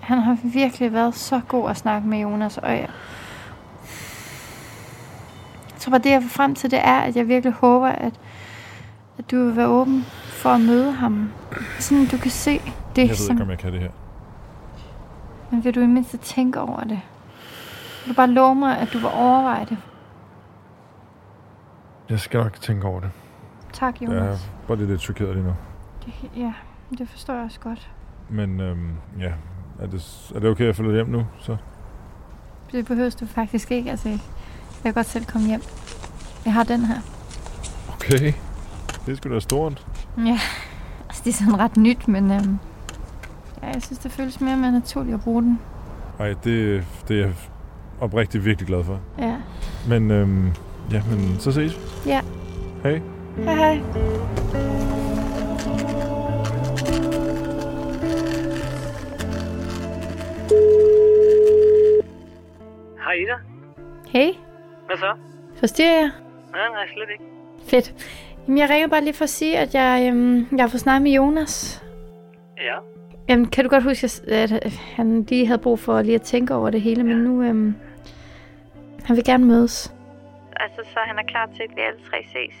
[SPEAKER 8] Han har virkelig været så god at snakke med Jonas, og jeg... Jeg tror bare, det jeg vil frem til, det er, at jeg virkelig håber, at, at du vil være åben for at møde ham. Sådan du kan se det,
[SPEAKER 6] jeg ved
[SPEAKER 8] som...
[SPEAKER 6] ikke, om jeg kan det her.
[SPEAKER 8] Men vil du i det mindste tænke over det? Vil du bare love mig, at du vil overveje det?
[SPEAKER 6] Jeg skal nok tænke over det.
[SPEAKER 8] Tak,
[SPEAKER 6] Jeg er
[SPEAKER 8] Jonas.
[SPEAKER 6] bare lidt chokeret lige nu.
[SPEAKER 8] Det, ja, det forstår jeg også godt.
[SPEAKER 6] Men øhm, ja, er det, er det okay, at jeg følger hjem nu? Så?
[SPEAKER 8] Det behøver du faktisk ikke. Altså, jeg kan godt selv komme hjem. Jeg har den her.
[SPEAKER 6] Okay. Det er sgu da stort.
[SPEAKER 8] Ja, altså det er sådan ret nyt, men øhm, ja, jeg synes, det føles mere og mere naturligt at bruge den.
[SPEAKER 6] Ej, det, det er jeg oprigtigt virkelig glad for.
[SPEAKER 8] Ja.
[SPEAKER 6] Men øhm, ja, men så ses.
[SPEAKER 8] Ja.
[SPEAKER 6] Hej.
[SPEAKER 8] Hej hej.
[SPEAKER 12] Hej Ida.
[SPEAKER 8] Hey,
[SPEAKER 12] Hvad så?
[SPEAKER 8] forstyrrer jeg?
[SPEAKER 12] Nej, nej, slet ikke.
[SPEAKER 8] Fedt. Jamen, jeg ringer bare lige for at sige, at jeg, øhm, jeg har fået snakket med Jonas.
[SPEAKER 12] Ja.
[SPEAKER 8] Jamen, kan du godt huske, at- at øh, han lige havde brug for lige at tænke over det hele, men nu... Øhm, han vil gerne mødes.
[SPEAKER 30] Altså, så han er klar til, at vi alle tre ses.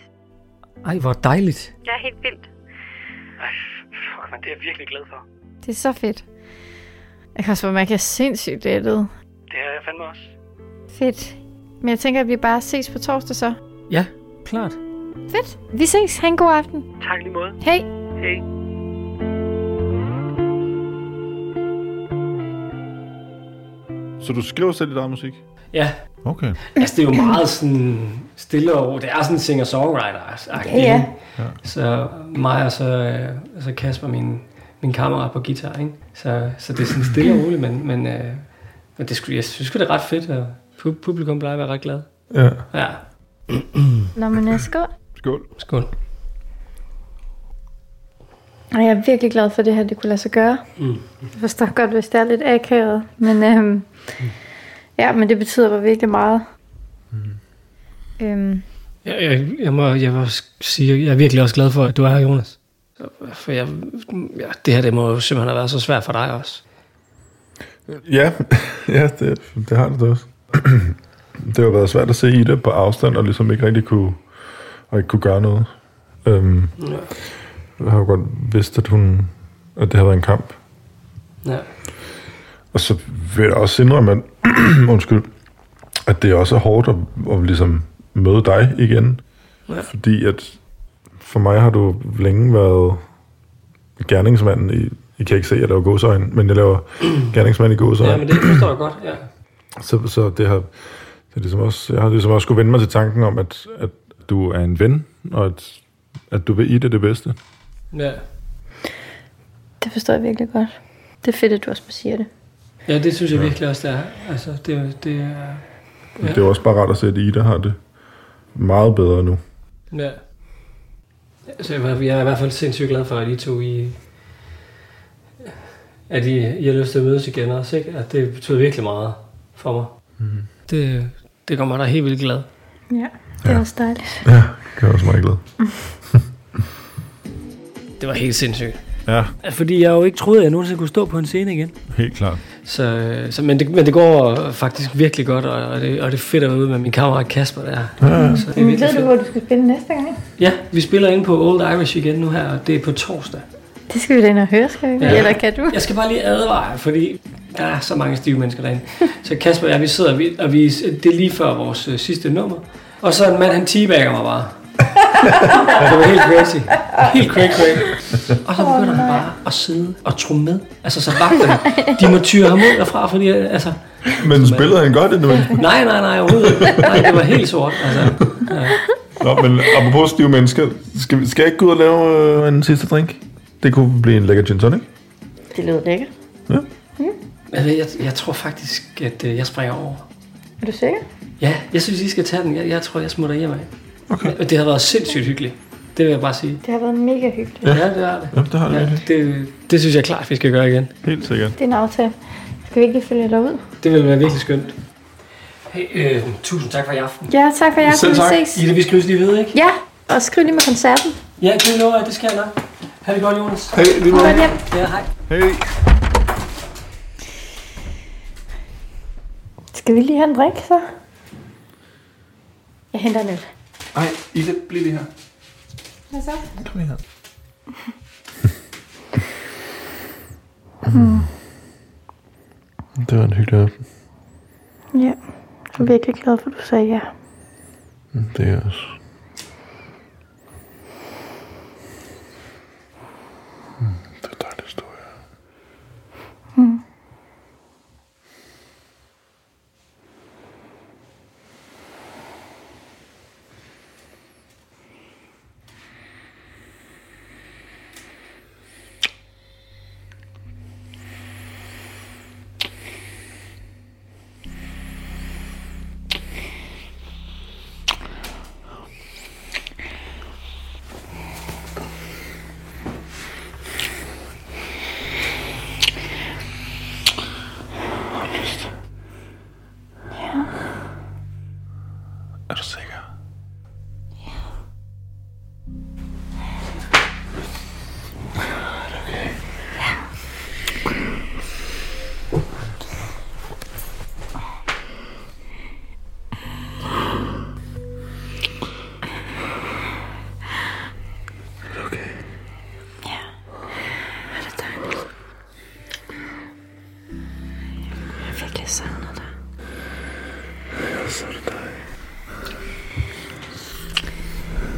[SPEAKER 1] Ej, hvor dejligt.
[SPEAKER 30] Jeg er helt vildt.
[SPEAKER 12] Fuck, man, det er jeg virkelig glad for.
[SPEAKER 8] Det er så fedt. Jeg kan også bare mærke, at jeg er sindssygt lettet.
[SPEAKER 12] Det er jeg fandme også.
[SPEAKER 8] Fedt. Men jeg tænker, at vi bare ses på torsdag så.
[SPEAKER 1] Ja, klart.
[SPEAKER 8] Fedt. Vi ses. Ha' en god aften.
[SPEAKER 12] Tak lige måde.
[SPEAKER 8] Hej.
[SPEAKER 12] Hej.
[SPEAKER 6] Så du skriver selv dit eget musik?
[SPEAKER 1] Ja.
[SPEAKER 6] Okay.
[SPEAKER 1] Altså, det er jo meget sådan stille og roligt. Det er sådan en singer-songwriter-agtigt.
[SPEAKER 12] Ja.
[SPEAKER 1] Ja. Så mig og så, øh, og så Kasper, min, min kammerat på guitar, ikke? Så, så det er sådan stille og roligt, men, men, øh, men det skulle, jeg synes sgu, det er ret fedt, og pu- publikum plejer at være ret glad.
[SPEAKER 6] Ja.
[SPEAKER 1] ja.
[SPEAKER 8] Nå, men jeg skål.
[SPEAKER 6] Skål.
[SPEAKER 1] Skål.
[SPEAKER 8] Og jeg er virkelig glad for, at det her det kunne lade sig gøre.
[SPEAKER 1] Mm.
[SPEAKER 8] Jeg forstår godt, hvis det er lidt akavet. Men, øhm, ja, men det betyder bare virkelig meget. Mm. Øhm,
[SPEAKER 1] Jeg, jeg, jeg, må, jeg må sige, jeg er virkelig også glad for, at du er her, Jonas. For jeg, ja, det her det må jo simpelthen have været så svært for dig også.
[SPEAKER 6] Ja, ja det, det har det da også. det har været svært at se i det på afstand, og ligesom ikke rigtig kunne, og ikke kunne gøre noget. Øhm,
[SPEAKER 1] ja.
[SPEAKER 6] Jeg har jo godt vidst, at, hun, at det havde været en kamp.
[SPEAKER 1] Ja.
[SPEAKER 6] Og så vil jeg også indrømme, at, undskyld, at det også er hårdt at, at ligesom møde dig igen.
[SPEAKER 1] Ja.
[SPEAKER 6] Fordi at for mig har du længe været gerningsmanden i, I kan ikke se, at jeg laver gåsøjne, men jeg laver gerningsmand i gåsøjne.
[SPEAKER 1] Ja, men det forstår jeg godt, ja.
[SPEAKER 6] Så, så det har, det er ligesom også, jeg har ligesom også skulle vende mig til tanken om, at, at du er en ven, og at, at du vil i det det bedste.
[SPEAKER 1] Ja.
[SPEAKER 8] det forstår jeg virkelig godt. Det er fedt, at du også siger det.
[SPEAKER 1] Ja, det synes jeg virkelig også, det er. Altså, det, er- det er...
[SPEAKER 6] Ja. Det er jo også bare rart at se, at Ida har det meget bedre nu.
[SPEAKER 1] Ja. Altså, jeg, var- jeg er i hvert fald sindssygt glad for, at I to I, at I, I har lyst til at mødes igen også, ikke? At det betyder virkelig meget for mig.
[SPEAKER 6] Mhm.
[SPEAKER 1] Det, det gør mig da helt vildt glad.
[SPEAKER 8] Ja, det er ja. også dejligt.
[SPEAKER 6] Ja, det er også meget glad.
[SPEAKER 1] Det var helt sindssygt.
[SPEAKER 6] Ja,
[SPEAKER 1] Fordi jeg jo ikke troede, at jeg nogensinde kunne stå på en scene igen.
[SPEAKER 6] helt klart.
[SPEAKER 1] Så, øh, så men, det, men det går faktisk virkelig godt, og, og, det, og det er fedt at være ude med min kammerat Kasper der.
[SPEAKER 6] Ja, ja.
[SPEAKER 1] Så det er
[SPEAKER 8] Men
[SPEAKER 1] virkelig
[SPEAKER 8] ved du,
[SPEAKER 1] fedt.
[SPEAKER 8] hvor du skal spille næste gang?
[SPEAKER 1] Ja, vi spiller ind på Old Irish igen nu her, og det er på torsdag.
[SPEAKER 8] Det skal vi da ind og høre, skal vi?
[SPEAKER 1] Ja.
[SPEAKER 8] Ja. Eller kan du?
[SPEAKER 1] Jeg skal bare lige advare, fordi der er så mange stive mennesker derinde. Så Kasper og jeg, vi sidder, og vi, og vi, det er lige før vores øh, sidste nummer. Og så en mand, han teabagger mig bare. det var helt crazy. Helt crazy, crazy. Og så begynder han bare at sidde og tro med. Altså, så vagterne, de må tyre ham ud derfra, fordi øh, altså...
[SPEAKER 6] Men spillede han godt endnu?
[SPEAKER 1] Nej, nej, nej, overhovedet ikke. Nej, det var helt sort. Altså,
[SPEAKER 6] Nå, men apropos stive mennesker, skal, vi- skal jeg ikke gå ud og lave øh, en sidste drink? Det kunne blive en lækker gin tonic.
[SPEAKER 8] Det lyder lækkert.
[SPEAKER 1] altså jeg, jeg tror faktisk, at øh, jeg springer over.
[SPEAKER 8] Er du sikker?
[SPEAKER 1] Ja, jeg synes, I skal tage den. Jeg, jeg tror, jeg smutter hjem af. Okay. Det har været sindssygt hyggeligt. Det vil jeg bare sige.
[SPEAKER 8] Det har været mega hyggeligt.
[SPEAKER 1] Ja, det har det.
[SPEAKER 6] Ja, det har det
[SPEAKER 1] ja, det, det synes jeg klart, vi skal gøre igen.
[SPEAKER 6] Helt sikkert.
[SPEAKER 8] Det er en aftale. Skal vi ikke lige følge dig ud?
[SPEAKER 1] Det ville være virkelig skønt. Hey, øh, tusind tak for i aften.
[SPEAKER 8] Ja, tak for jer. Vi ses.
[SPEAKER 1] Ida, vi skrives lige ved, ikke?
[SPEAKER 8] Ja, og skriv lige med koncerten.
[SPEAKER 1] Ja, det lover jeg, det skal jeg nok. Ha' det godt, Jonas.
[SPEAKER 6] Hej, lige
[SPEAKER 8] måde.
[SPEAKER 1] måde.
[SPEAKER 8] Ha' det
[SPEAKER 1] Ja, hej.
[SPEAKER 6] Hej.
[SPEAKER 8] Skal vi lige have en drink, så? Jeg henter en øl.
[SPEAKER 6] Ej, Ida, bliv lige her.
[SPEAKER 8] Hvad så?
[SPEAKER 6] Kom lige her.
[SPEAKER 8] Mm.
[SPEAKER 31] Det var en hyggelig aften.
[SPEAKER 8] Ja, jeg er virkelig glad for, at du sagde ja.
[SPEAKER 31] Det er jeg også.
[SPEAKER 8] Mm.
[SPEAKER 31] Er du sikker?
[SPEAKER 32] Jeg fik lidt savnet dig.
[SPEAKER 31] Jeg savner dig.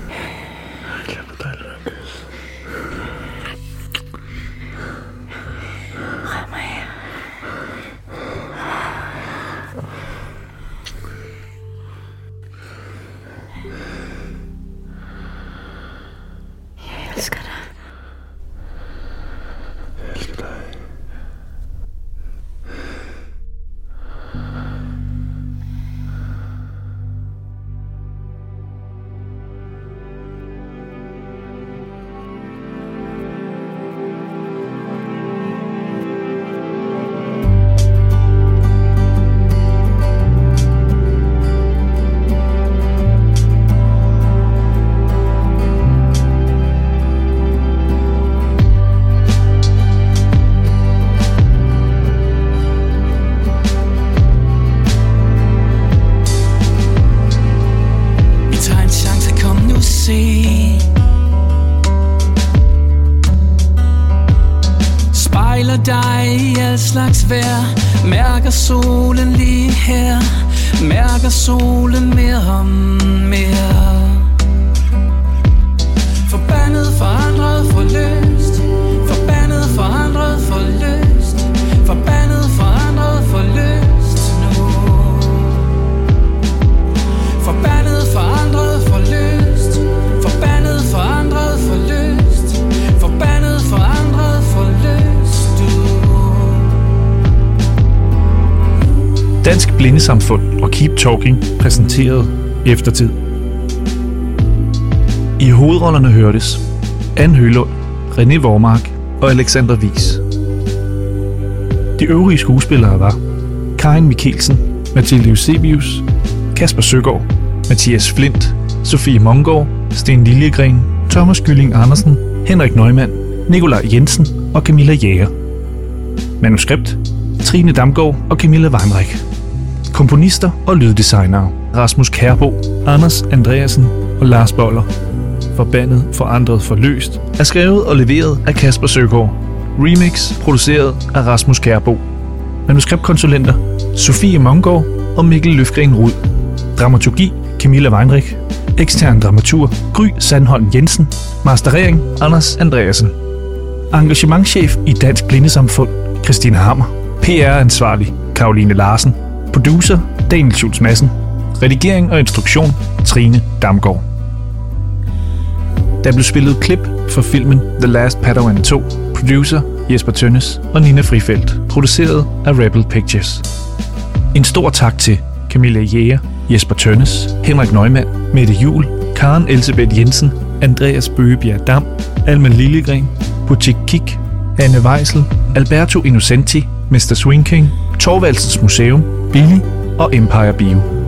[SPEAKER 31] Jeg glemmer dig, Lukas.
[SPEAKER 32] Rør mig her. Jeg elsker dig.
[SPEAKER 31] Jeg elsker dig.
[SPEAKER 33] Vi tager en chance, kom nu se
[SPEAKER 1] Spejler dig i al slags vejr Mærker solen lige her Mærker solen mere og mere Forbandet forandret for løst Forbandet forandret for løst Forbandet forandret for løst nu Forbandet forandret for løst Forbandet forandret for løst Forbandet forandret for løst du
[SPEAKER 11] Dansk Blindesamfund og Keep Talking præsenteret eftertid. I hovedrollerne hørtes Anne Hølund, René Vormark og Alexander Wies. De øvrige skuespillere var Karin Mikkelsen, Mathilde Eusebius, Kasper Søgaard, Mathias Flint, Sofie Mongård, Sten Liljegren, Thomas Gylling Andersen, Henrik Neumann, Nikolaj Jensen og Camilla Jæger. Manuskript Trine Damgaard og Camilla Weinreich. Komponister og lyddesignere Rasmus Kærbo, Anders Andreasen og Lars Boller. Forbandet, forandret, forløst er skrevet og leveret af Kasper Søgaard. Remix produceret af Rasmus Kærbo. Manuskriptkonsulenter Sofie Mongård og Mikkel Løfgren Rud. Dramaturgi Camilla Weinreich. Ekstern dramatur Gry Sandholm Jensen. Masterering Anders Andreasen. Engagementchef i Dansk Blindesamfund, Christine Hammer. PR-ansvarlig, Karoline Larsen. Producer, Daniel Schultz Madsen. Redigering og instruktion, Trine Damgaard. Der blev spillet klip fra filmen The Last Padawan 2. Producer, Jesper Tønnes og Nina Frifeldt. Produceret af Rebel Pictures. En stor tak til Camilla Jæger, Jesper Tønnes, Henrik Neumann, Mette Jul, Karen Elisabeth Jensen, Andreas Bøgebjerg Dam, Alma Lillegren, Butik Kik, Anne Weisel, Alberto Innocenti, Mr. Swing King, Torvaldsens Museum, Billy og Empire Bio.